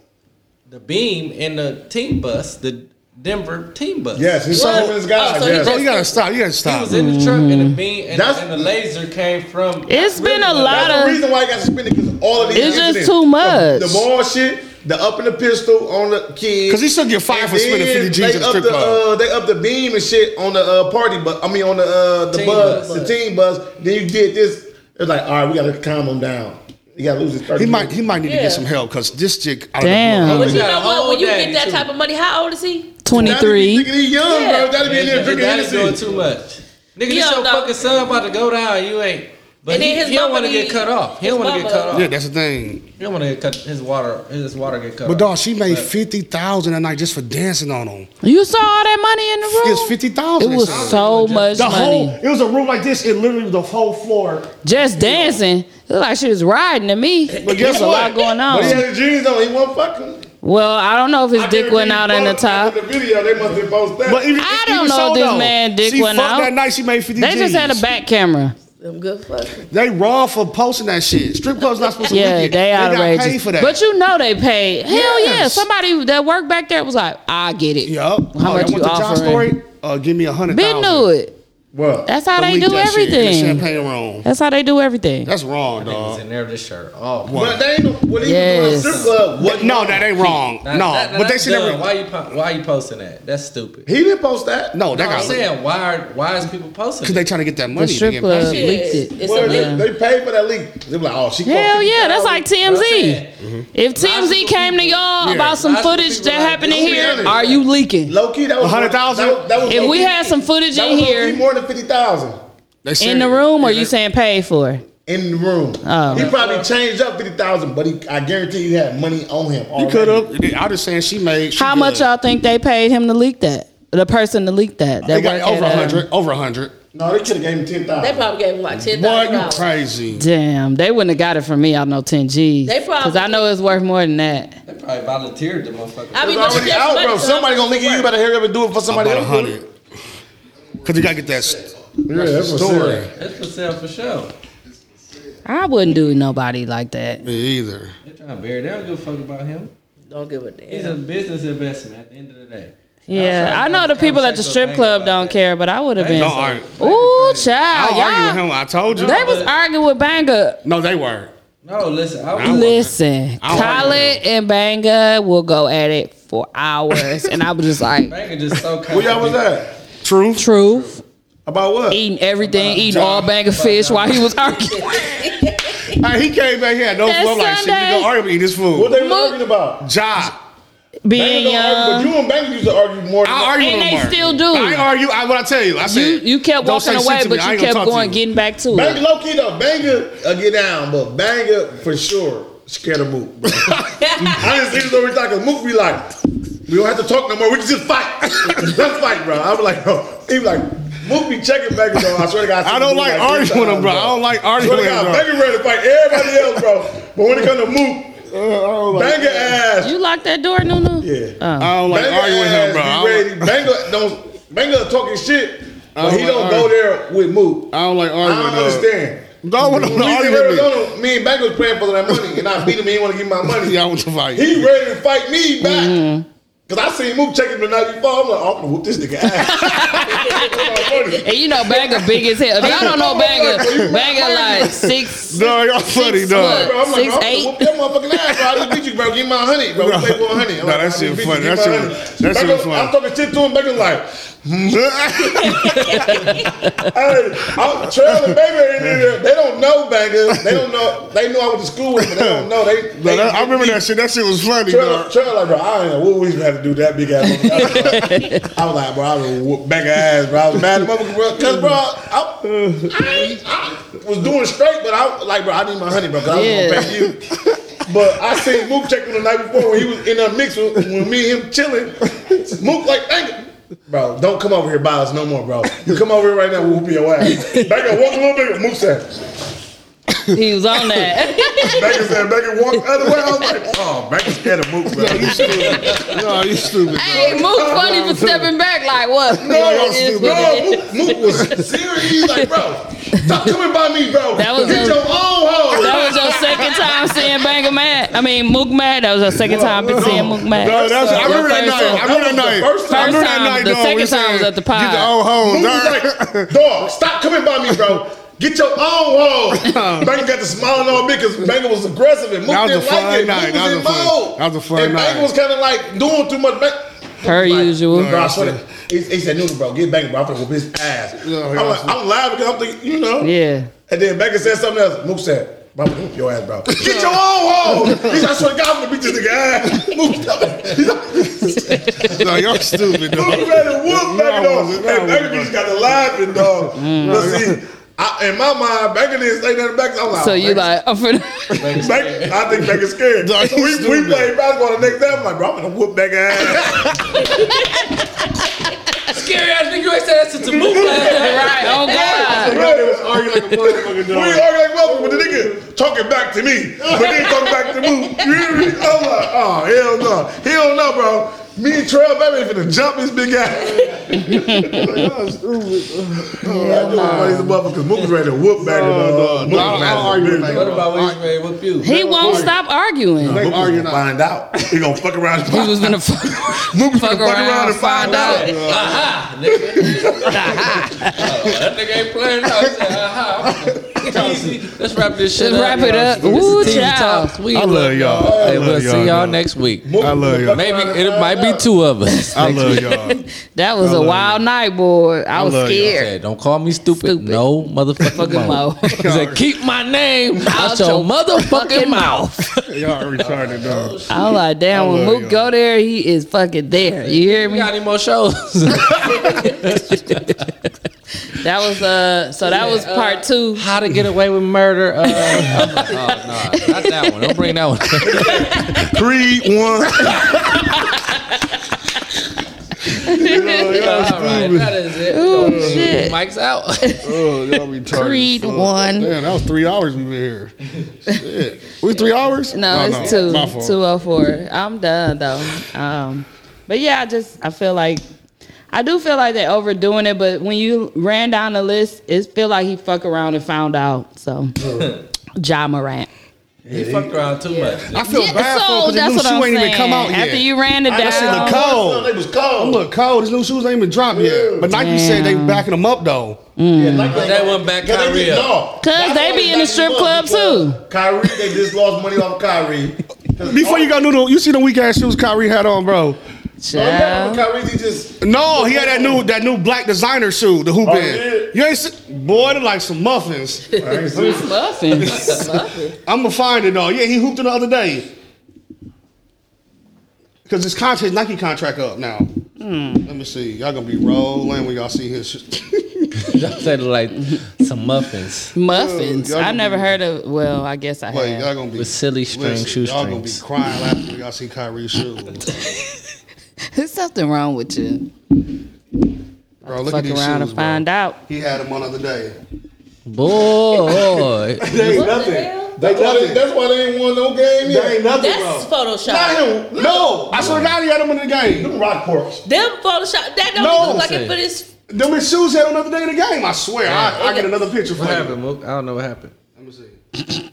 the beam in the team bus, the Denver team bus. Yes, he's What? talking to this guy. Oh, so he yes. Bro, you gotta stop. You gotta He stop. was Mm-hmm. in the truck and the beam and, That's- and the laser came from It's been a lot That's the of reason why he got suspended because all of these. It's just incidents. too much. The, the mall shit, the upping the pistol on the kid. 'Cause he still get fired And for spending 50 G's they at the up strip the, club. Uh, they up the beam and shit on the uh, party, but I mean on the uh, the Team bus, bus. the team bus. Then you did this. It's like, all right, we gotta calm him down. He got to lose his thirty. He might he might need to Yeah. get some help because this chick. out of the Damn. blue- But you know what? When you get that type of money, how old is he? 23. He young, Yeah. bro. That'd be in there drinking Daddy's doing Hennessy. too much. Nigga, He this your don't know. fucking son about to go down. You ain't. But And then he, his he don't mama want to get need- cut off. He his don't want to get mama- cut off. Yeah, that's the thing. He don't want to get cut. His water. His water get cut But off. dog, she made But- fifty thousand a night just for dancing on him. You saw all that money in the room. It's fifty thousand. It was so much the money. whole. It was a room like this. It literally was the whole floor. Just dancing. It looked like she was riding to me. But guess There's a what? lot going on. But he had the jeans though. He won't fuck him. Well, I don't know if his dick went out in the top. The video they must have posted. that. But even, I even don't know so, if this though, man dick she went fucked out. that night. She made fifty. They just had a Gs. back camera. Them good fucking. They wrong for posting that shit. Strip clubs not supposed to. leak Yeah, it. they got outrageous. paid for that. But you know they paid. Hell yeah! Yes. Somebody that worked back there was like, "I get it." Yup. Oh, How much y'all you want the job offering? story? Uh, give me a hundred. Been knew it. What? That's how they do Delete that shit in the everything. Champagne room. That's how they do everything. That's wrong, He's dog. in there with this shirt. Oh, But they ain't no- what he Yes. was doing at strip club. What? No, that ain't wrong. That- no, that- but they that's should dumb. never. Why you po- Why you posting that? That's stupid. He didn't post that. No, No, that I'm got because saying why are why is people posting? they it? trying to get that The money. strip nigga. club Shit, leaked it. It's Well, a they, leak. they paid for that leak. They be like, oh, she. Hell yeah, that's like saying. TMZ. If TMZ came to y'all about some Lots of footage people that like, happened in "Don't be here, honest." are you leaking? Low key, that was 100,000? that was- that was If we low-key- had some footage that in was low-key here more than fifty thousand They in serious. the room, or Yeah, you they- saying paid for? it? in the room. Oh. He probably changed up fifty thousand, but he, I guarantee he had money on him. You already. could have. I'm just saying she made. She How much good. y'all think they paid him to leak that? The person to leak that. They That got worked over at, um, hundred. Over hundred. No, they could have gave him ten They thousand. probably gave him like ten Boy, thousand you dollars. crazy. Damn, they wouldn't have got it from me. I know ten G's. They probably- because I know it's worth more than that. They probably volunteered the motherfucker. I mean, It's but already you just out, money, bro. so Somebody that's gonna leak it. You worth. better hurry up and do it for somebody About else. do it. hundred. Cause you gotta get that. s- Yeah, that's the what's story. up. That's for sale for sure. I wouldn't do nobody like that. Me either. They're trying to bury. They don't give a fuck about him. Don't give a He's damn. a business investment at the end of the day. Yeah, I know the people at the strip club don't care, but I would have been. Don't argue. Ooh, I child, don't argue with y'all. him. I told you. Oh, They was arguing with Banga. no, they were. No, listen. I I was, wasn't. Listen, I don't argue with Khaled and Banga will go at it for hours, and I was just like, Banker just so Where y'all was at? Truth. truth, About what? eating everything, eating all Banga fish while he was arguing. *laughs* Hey, he came back here. No, That I'm like, shit, you Sunday. gonna argue with me, eat this What food. they were arguing about? Job. Being Banger don't argue, young, But you and Banger used to argue more. Than I argue And with they him. Mark. still do. I ain't argue. I, what I tell you, I said you you kept don't walking say shit away, to me. but I you ain't gonna kept talk to going, you. getting back to Banger, it. low key though. Banger, uh, get down, but Banger for sure scared of Mook. *laughs* bro. I just see over talking. Mook be like, we don't have to talk no more. We can just fight. *laughs* Let's fight, bro. I was like, oh. he be like, Mook be checking Banger though. I swear to God, I don't like arguing with him, bro. I don't like arguing Swear with to him, bro. God, Banger ready to fight everybody else, bro. But when it comes to Mook, Banger ass. You locked that door, Nunu? Oh. Yeah. I don't like Banger arguing with him, bro. ass I Be don't, ready. Banger don't. Banger talking shit, I but don't he like don't go argue. there with Mook. I don't like I arguing. don't dog. understand. Dog, what When don't we was in argue with me? Arizona, me and Banger was praying for that money, and I beat him. He didn't want to give me my money. *laughs* Yeah, I Mm-hmm. want to fight. He ready to fight me back. Cause I seen Mook check him the night before. I'm like, oh, I'm gonna whoop this nigga *laughs* ass. And you know, Banger big as hell. If y'all don't know Banger, Banger like six. No, y'all funny, Six dog. foot. Bro, I'm like, Six, I'm eight. gonna whoop that motherfucking ass, bro. I just beat you, bro. Give me my honey, bro. No. We play for a honey. I'm No, like, that I shit just beat funny. you, give That me shit- my honey. that shit Baker- funny. I'm talking shit to him. Baker's like, Hey, I'm trailing baby in there. They don't know banger. They don't know. They knew I went to school with him, but they don't know. They, No, *laughs* they that, I remember that shit. That shit was funny, Trailer, dog. trailer, like, bro, I don't know what we even had to do that big ass. motherfucker. I was like, bro, I was whoop back her ass, bro. I was mad at motherfucker, bro, cause bro, I, I, I was doing straight, but I like, bro, I need my honey, bro, cause I was Yeah. gonna pay you. But I seen Mook check him the night before when he was in a mix with, with me and him chilling. Mook like, dang it. Bro, don't come over here by us no more, bro. You come over here right now, we'll whoop your ass. Baker walk a little bigger. Mook said, He was on *laughs* that. Baker said, Baker walk the other way. I was like, *laughs* oh, Baker scared of Mook, bro. You No, you stupid. hey, Mook funny for stepping back like what? No, It is what it is. no, Mook, *laughs* Mook was serious. He's like, bro, stop coming by me, bro. That was Get a- your own hole. That was your second time seeing Banger mad. I mean, Mook mad. That was your second time seeing Mook mad. No, that's, I remember that Your first time. night. I remember that night. That was the first time. I remember that First time. night, The dog. second we time was said, at the Get pod." the old home, Mook *laughs* was like, dog, stop coming by me, bro. Get your own hole. Banger got the smiling on me because Banger was aggressive and Mook That was didn't a fun like it. night. Mook That was in a fun- mode. that was a fun and night. Banger was kind of like doing too much. Banger. Per usual. Bro, I swear to- he, he said, Nunu, bro, get Banger, bro. I'm gonna whoop his ass. Yeah, I'm, yeah, like, I'm laughing because I'm thinking, you know. Yeah. And then Baker said something else. Mook said, Bro, I'm gonna whoop your ass, bro. Get your own hole. He said, I swear to God, I'm gonna beat this nigga ass. Move, stop it. No, y'all stupid, dog. *laughs* Move better, whoop Y'all back, dog. was- And y'all was- Beckerbees got the laughing, dog. But see, I, in my mind, Becker didn't say nothing back. I'm like, So oh, you like Becker- I'm finna *laughs* Beck, I think *laughs* Becker's scared. Dog, we, he's we stupid. played basketball the next time. I'm like, bro, I'm gonna whoop Becker's ass. Scary ass nigga, you ain't said that since the move last night. Oh God. Bro, they was arguing like a motherfucker, dog. We arguing like motherfucker, but the nigga talking back to me, but then talking back to Mook. You hear me? I'm like, oh, hell no. Hell no, bro. Me and Trail Baby finna jump this big *laughs* guy. Oh, Hell no. Funny as a motherfucker, 'cause Mook was ready to whoop back. uh, No, no, I don't- I don't argue with What about when he's ready to whoop you? He won't stop arguing. Mook was gonna find out. He gonna fuck around. He was gonna fuck, Mook was fuck gonna fuck around and find out. Aha, nigga. Oh, that nigga ain't playing. No, he said, aha. Easy. Let's wrap this shit Let's up. wrap it up. This is Woo, Team child. Talks. We I love y'all. I Hey, love we'll see y'all, y'all dog. next week. I love y'all. Maybe it might be two of us. I next love week. y'all. That was a wild night, boy. I was love you. scared. Said, Don't call me stupid. No motherfucking Fucking mo. mo. *laughs* He said, keep my name out, Out your, your motherfucking *laughs* fucking mouth. Y'all retarded, dog. I was like, damn, when love Mook y'all. go there, he is fucking there. You hear we me? got any more shows? *laughs* That was uh so that was part two. How to get away with murder? Uh, I'm like, oh, no, not that one. Don't bring that one. Creed one. *laughs* All right, that is it. Oh shit. Mike's out. Oh, y'all retarded. Creed Fuck. one. Damn, that was three hours we were here. Shit. We three hours? No, it's My two fault. two oh four. I'm done though. Um but yeah, I just I feel like I do feel like they're overdoing it, but when you ran down the list, it feel like he fuck around and found out. *laughs* So Ja Morant. He fucked around too much. I feel bad for her 'cause that's the new what I'm shoe ain't saying. even come out yet. After you ran it I just down, look cold. They was cold. Look, cold. His new shoes ain't even dropped yet. But Nike said they Damn. backing them up though. Yeah, like But they went back Yeah, Kyrie they up. did- no. 'Cause That's they why be in the back strip him up, club, because too. Kyrie, they just lost money off Kyrie. 'Cause *laughs* Before you all- got new, you see the weak ass shoes Kyrie had on, bro. all that Child. with Kyrie, he just No, he had that new that new black designer shoe, the hoop Oh, in. yeah. You ain't see, boy, they like some muffins. Muffin. *laughs* I'm gonna find it though. Yeah, he hooped it the other day. Cause his contract, his Nike contract up now. Let me see. Y'all gonna be rolling when y'all see his. Sh- Y'all said like some muffins Muffins. Y'all I've gonna never be- heard of. Well, I guess I Wait, y'all have. gonna be with silly string listen, Y'all gonna be shoestrings. crying laughing when y'all see *laughs* Kyrie's shoes. There's something wrong with you. Bro, look Fuck at these around shoes, and bro. find out. He had them on the other day. *laughs* Boy, they ain't nothing. They That's why nothing. they- That's why they ain't won no game There yet. ain't nothing, That's bro. Photoshop. Not him. No, I swear to God, he had them in the game. Them rock porks. Them Photoshop. That don't No. even look like it Say. for this. Them his shoes had on the other day in the game. I swear, I, I get another picture for what you. happened, Mook? I don't know what happened. Let me see.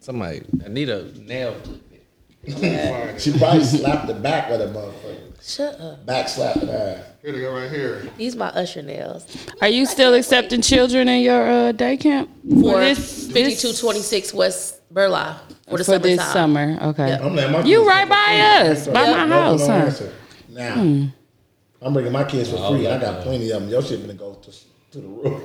Somebody, Anita nailed it. She probably slapped the back of the motherfucker. Shut up. Back slapped the ass. Here they go, right here. These my usher nails. Are you still accepting children in your uh, day camp For this this- 5226 West Burla for the for this summertime. summer? Okay. I'm letting my You kids right go for by free. us, by Yeah. my house, Hmm. huh? No answer. Now, I'm bringing my kids for Oh, free. I got plenty of them. Your shit gonna go to, to the roof.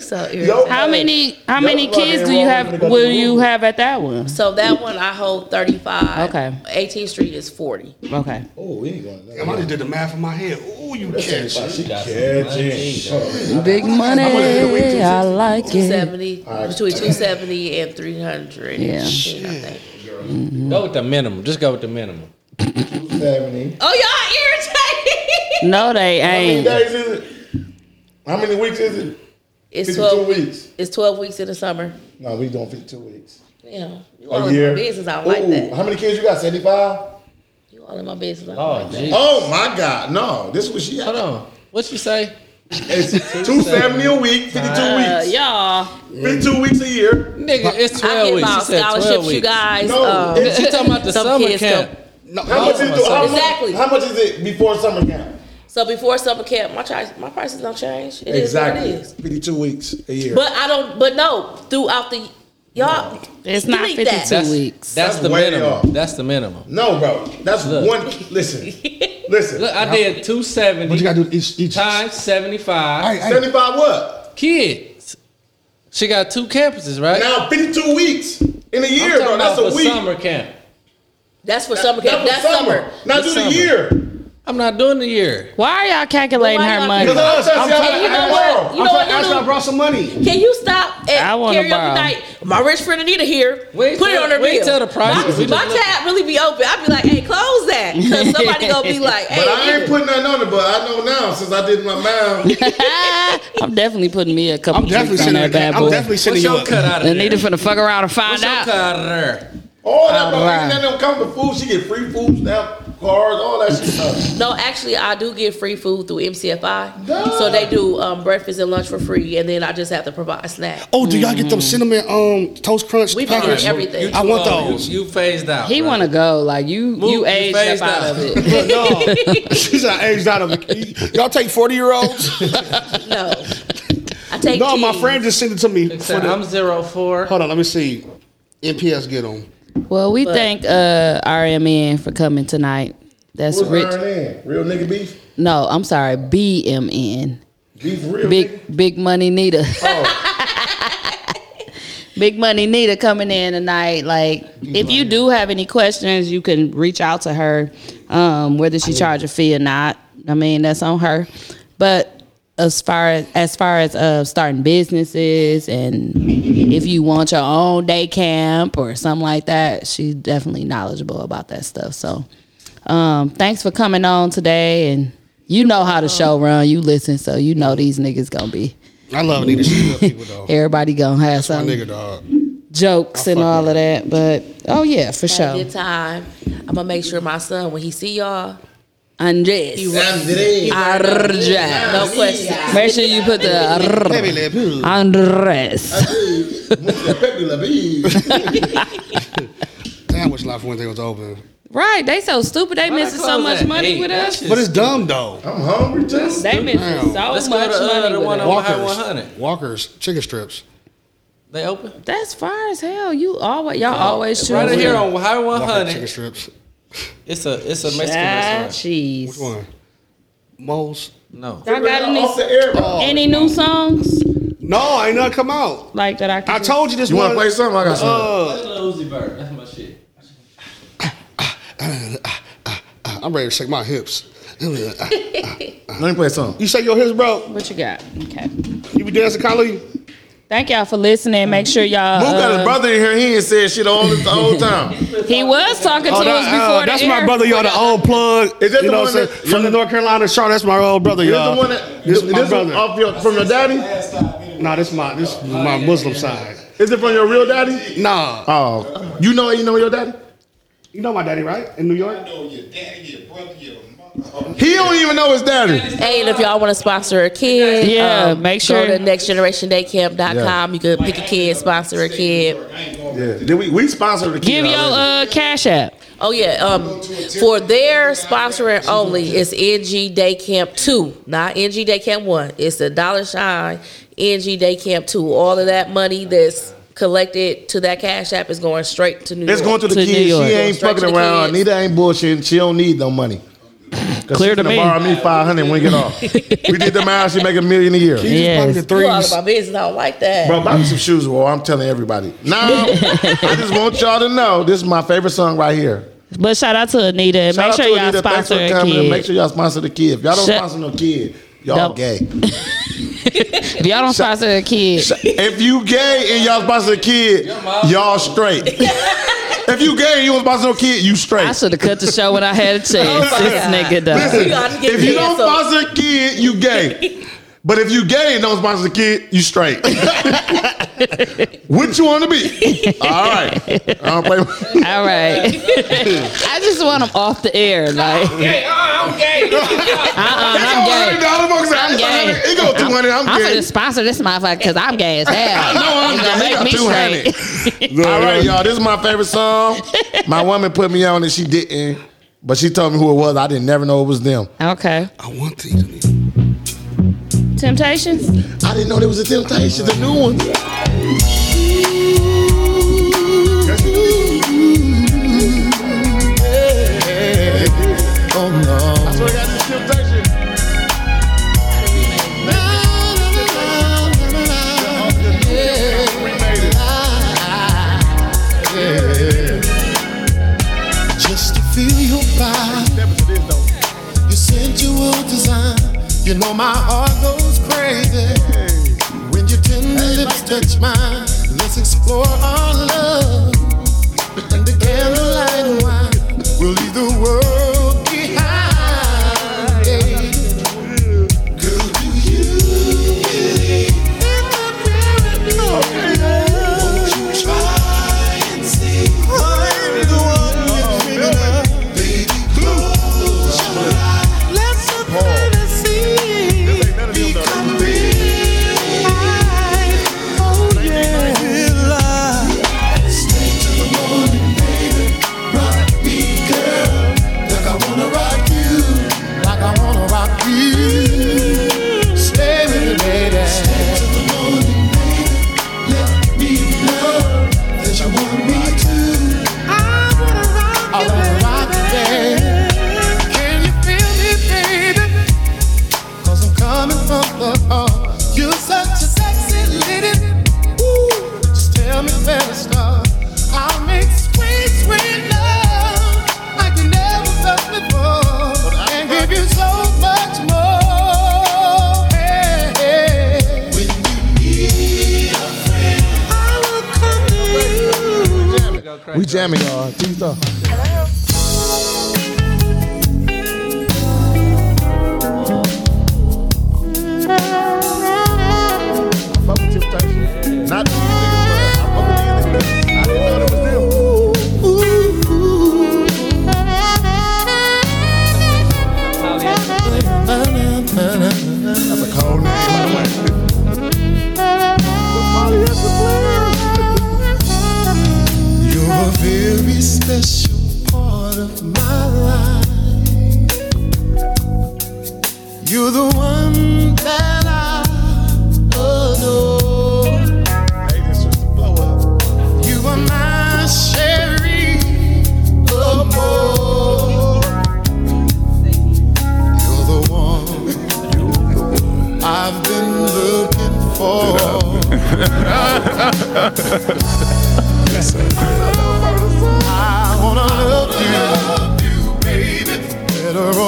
So Yo. irritating. How many how Yo, many brother, kids do ain't you wrong have? when they got Will the you rules. have at that one? So that one I hold 35. Okay. 18th Street is 40. Okay. Oh, we ain't going. Damn, I just did the math in my head. Ooh, you She catch it. catching. Big money, I like it. 70 Alright. between 270 and 300. Yeah. I think. Go with the minimum. Just go with the minimum. Seventy. Oh, y'all *laughs* irritating. No, they How many ain't. days is it? How many weeks is it? It's 52 12 weeks. It's 12 weeks in the summer. No, we doing fifty-two weeks. Yeah. You all A in my year. business. I don't like Ooh, that. How many kids you got? Seventy-five. You all in my business. I don't Oh, like that. jeez. Oh my God! No, this was she. Hold on. What you say? It's two seventy a week, fifty-two Uh, weeks, y'all. fifty-two weeks a year. Nigga, it's I 12 give weeks. She out said 12 scholarships, you weeks. guys. No, um, it's- She talking about the *laughs* Some summer kids camp. No, How much, is, how, much, Exactly. how much is it before summer camp? So before summer camp, my price, my prices don't change. It is what it is. fifty-two weeks a year. But I don't. But no, throughout the y'all, It's not delete that. 52. Two weeks. That's, That's the way minimum. off. That's the minimum. no, bro, that's Look. one. Listen, *laughs* listen. Look, I did But you 270 gotta do each each. times 75 Hey, hey, Seventy-five. What? kids. She got two campuses, right? Now, 52 weeks in a year, I'm talking bro. That's about a for week. Summer camp. That's for summer camp. that's That's for summer. summer. Now This do the summer. year. I'm not doing the year. Why are y'all calculating her money? Because I'm trying Hey, to you know ask what? her. You I'm know trying what, to ask her. I Lulu? brought some money. Can you stop at I wanna karaoke borrow. night? My rich friend Anita here. Wait Put it till- on her wait bill. till the prices. My, We just my look- tab really be open. I'd be like, hey, close that. Because somebody gonna be like, hey, But I ain't Anita. putting nothing on it, but I know now since I did my math. *laughs* I'm definitely putting me a couple I'm definitely drinks on sending. that bad I'm boy. definitely sending What's you your up. cut out of there? Anita finna fuck around and find What's your cut out. out of there? All that, bro. Alright. Even that don't come with food. She get free food, stamp, cards, all that shit. bro. No, actually, I do get free food through MCFI. So they do um, breakfast and lunch for free, and then I just have to provide a snack. Oh, Uh, do y'all get them cinnamon um toast crunch We've been packets? doing everything. You I too want old. those. You, you phased out. He bro. wanna go. Like you Move you your aged face up out down. of *laughs* it. *laughs* Look, no, she's not aged out of it. Y'all take forty year *laughs* olds. *laughs* No. I take No, my teas. friend just sent it to me. Said, I'm zero four. Hold on, let me see. NPS get on. Well, we But- thank uh, RMN for coming tonight. That's What's rich. her name? Real nigga beef? No, I'm sorry, BMN. Beef real nigga? Big Big Money Nita. Oh, *laughs* Big Money Nita coming in tonight. Like, if you do have any questions, you can reach out to her, um, whether she charge a fee or not. I mean, that's on her. But as far as as far as uh, starting businesses and if you want your own day camp or something like that, she's definitely knowledgeable about that stuff. So, um, thanks for coming on today. And you know how the show run. You listen, so you know these niggas gonna be. I love Anita. She's good people though. Everybody gonna have My something nigga dog. jokes and all of that. But oh yeah, for Had a sure. good time. I'm gonna make sure my son, when he see y'all, Andres. he run. Andre. Ah. Arja. No question. Make sure you put the Baby, r- Andres. Pepe Le Pew. Damn, wish Life Wednesday was open. Right, they so stupid. They missing so close much at money eight? with That us. shit- But it's dumb though. I'm hungry too. They missing so Let's much go to the other money with one us. on- Ohio Walkers, 100. Walkers, chicken strips. They open. That's far as hell. You always y'all always choose. Right in here on High Walkers chicken 100. strips. It's a it's a Mexican Ah, restaurant. cheese. Which one? Moles. No. Y'all got Off any the air, bro. any new songs No, Oh, ain't nothing come out. like that? I can I told you this You want one. to play something? I got something. Uh, Uzi Bird. That's my shit. I'm ready to shake my hips. you Let me play something. shake your hips, bro. What you got? Okay. You be dancing, Kylie. Thank y'all for listening. Make sure y'all. Mook got his uh, brother in here. He ain't said shit all this the whole *laughs* time. He was talking to Oh, us that- before uh, the that's air. my brother, y'all. The old plug. Is that you the know one what I'm that- saying? From the North Carolina Charlotte, that's my old brother, This y'all. the one that this this, is my this brother. one off your from your daddy? nah, this my this is my Muslim side. Is it from your real daddy? Nah, Oh, you know you know your daddy? you know my daddy, right? In New York. He don't even know his daddy. Hey, and if y'all want to sponsor a kid, um, Yeah, make sure- go to nextgenerationdaycamp.com. Yeah. You can pick a kid, sponsor a kid. Yeah. Then we we sponsor the kid. Give your already. uh, cash app. Oh yeah, um, for their sponsoring only, it's NG Day Camp Two, not NG Day Camp One. It's the Dollar Shine NG Day Camp Two. All of that money that's collected to that cash app is going straight to New It's going York. to the To New kids. She York. ain't Straight to fucking the around. kids. Nita ain't bullshitting. She don't need no money. 'Cause Clear she to finna me. Borrow me five hundred when we *laughs* get off. we did the math. She make a million a year. He just bought me Yes. the You all threes. about business. I don't like that. Bro, buy me some shoes, or I'm telling everybody. *laughs* Now, I just want y'all to know this is my favorite song right here. But shout out to Anita. and Shout make out sure to y'all Anita. Thanks sponsor for a coming. kid. Make sure y'all sponsor the kid. If y'all don't Shut- sponsor no kid, y'all Nope. gay. if y'all don't sponsor a kid, If you gay and y'all sponsor a kid, *laughs* y'all straight. if you gay and you don't sponsor no kid, you I straight. should have cut the show when I had a chance. Oh, this nigga done. You gotta get If you don't canceled. sponsor a kid, you gay. *laughs* But if you gay and don't sponsor a kid, you straight. what you want to be? *laughs* All right. I don't play. All right. *laughs* I just want him off the air. Like, Uh-uh, Hey, I'm *laughs* gay. *laughs* I'm gay. I'm gay. It go 200. I'm, I'm gay. finna sponsor this motherfucker because I'm gay as hell. No, I'm It's gay. gonna make I me got straight. *laughs* 200. All right, y'all. This is my favorite song. My woman put me on and she didn't, but she told me who it was. I didn't never know it was them. Okay. I want these. Temptations. I didn't know there was a Temptation, the new one. Oh no. I swear I got this Temptation. Yeah. touch mine. Let's explore our love. And the candlelight wine will leave the world behind. Girl, do you believe in the miracle? Won't you try and see? I'm the one you're dreaming of. Baby, close your eyes. Let the fantasy become real. Oh, yeah. Stay till the morning, baby. Rock me, girl. Like I wanna rock you. Like I wanna rock you. Stay with me, baby. Stay till the morning, baby. Let me know that you want me to. I wanna rock you. I wanna rock you, baby. Can you feel me, baby? Cause I'm coming from the heart. You're such a sexy lady. Ooh, just tell me where to start. I'll make sweet, sweet love like you never felt before. And give you so much more. Hey, hey. When you need a friend, I will come to you. We jamming, y'all. Keep it up. Fuck with temptation. Not these niggas, but I fuck with these niggas. I didn't know it was them. That's a cold name, by the way. You're a very special part of my life. You're the one that I adore. You are my Sherry Lamore. You're the one I've been looking for. I wanna love you. Better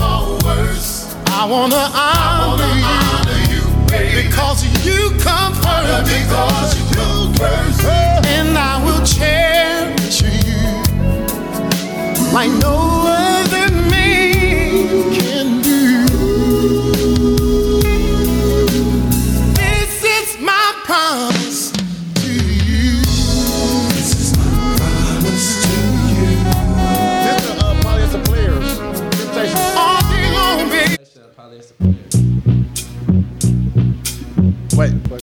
or worse. I wanna honor, you, because you come first. Because you come first, and I will cherish you like no other man can do. This is my promise to you. This is my promise to you. This is uh, polyester players. All day long, baby. Wait, wait.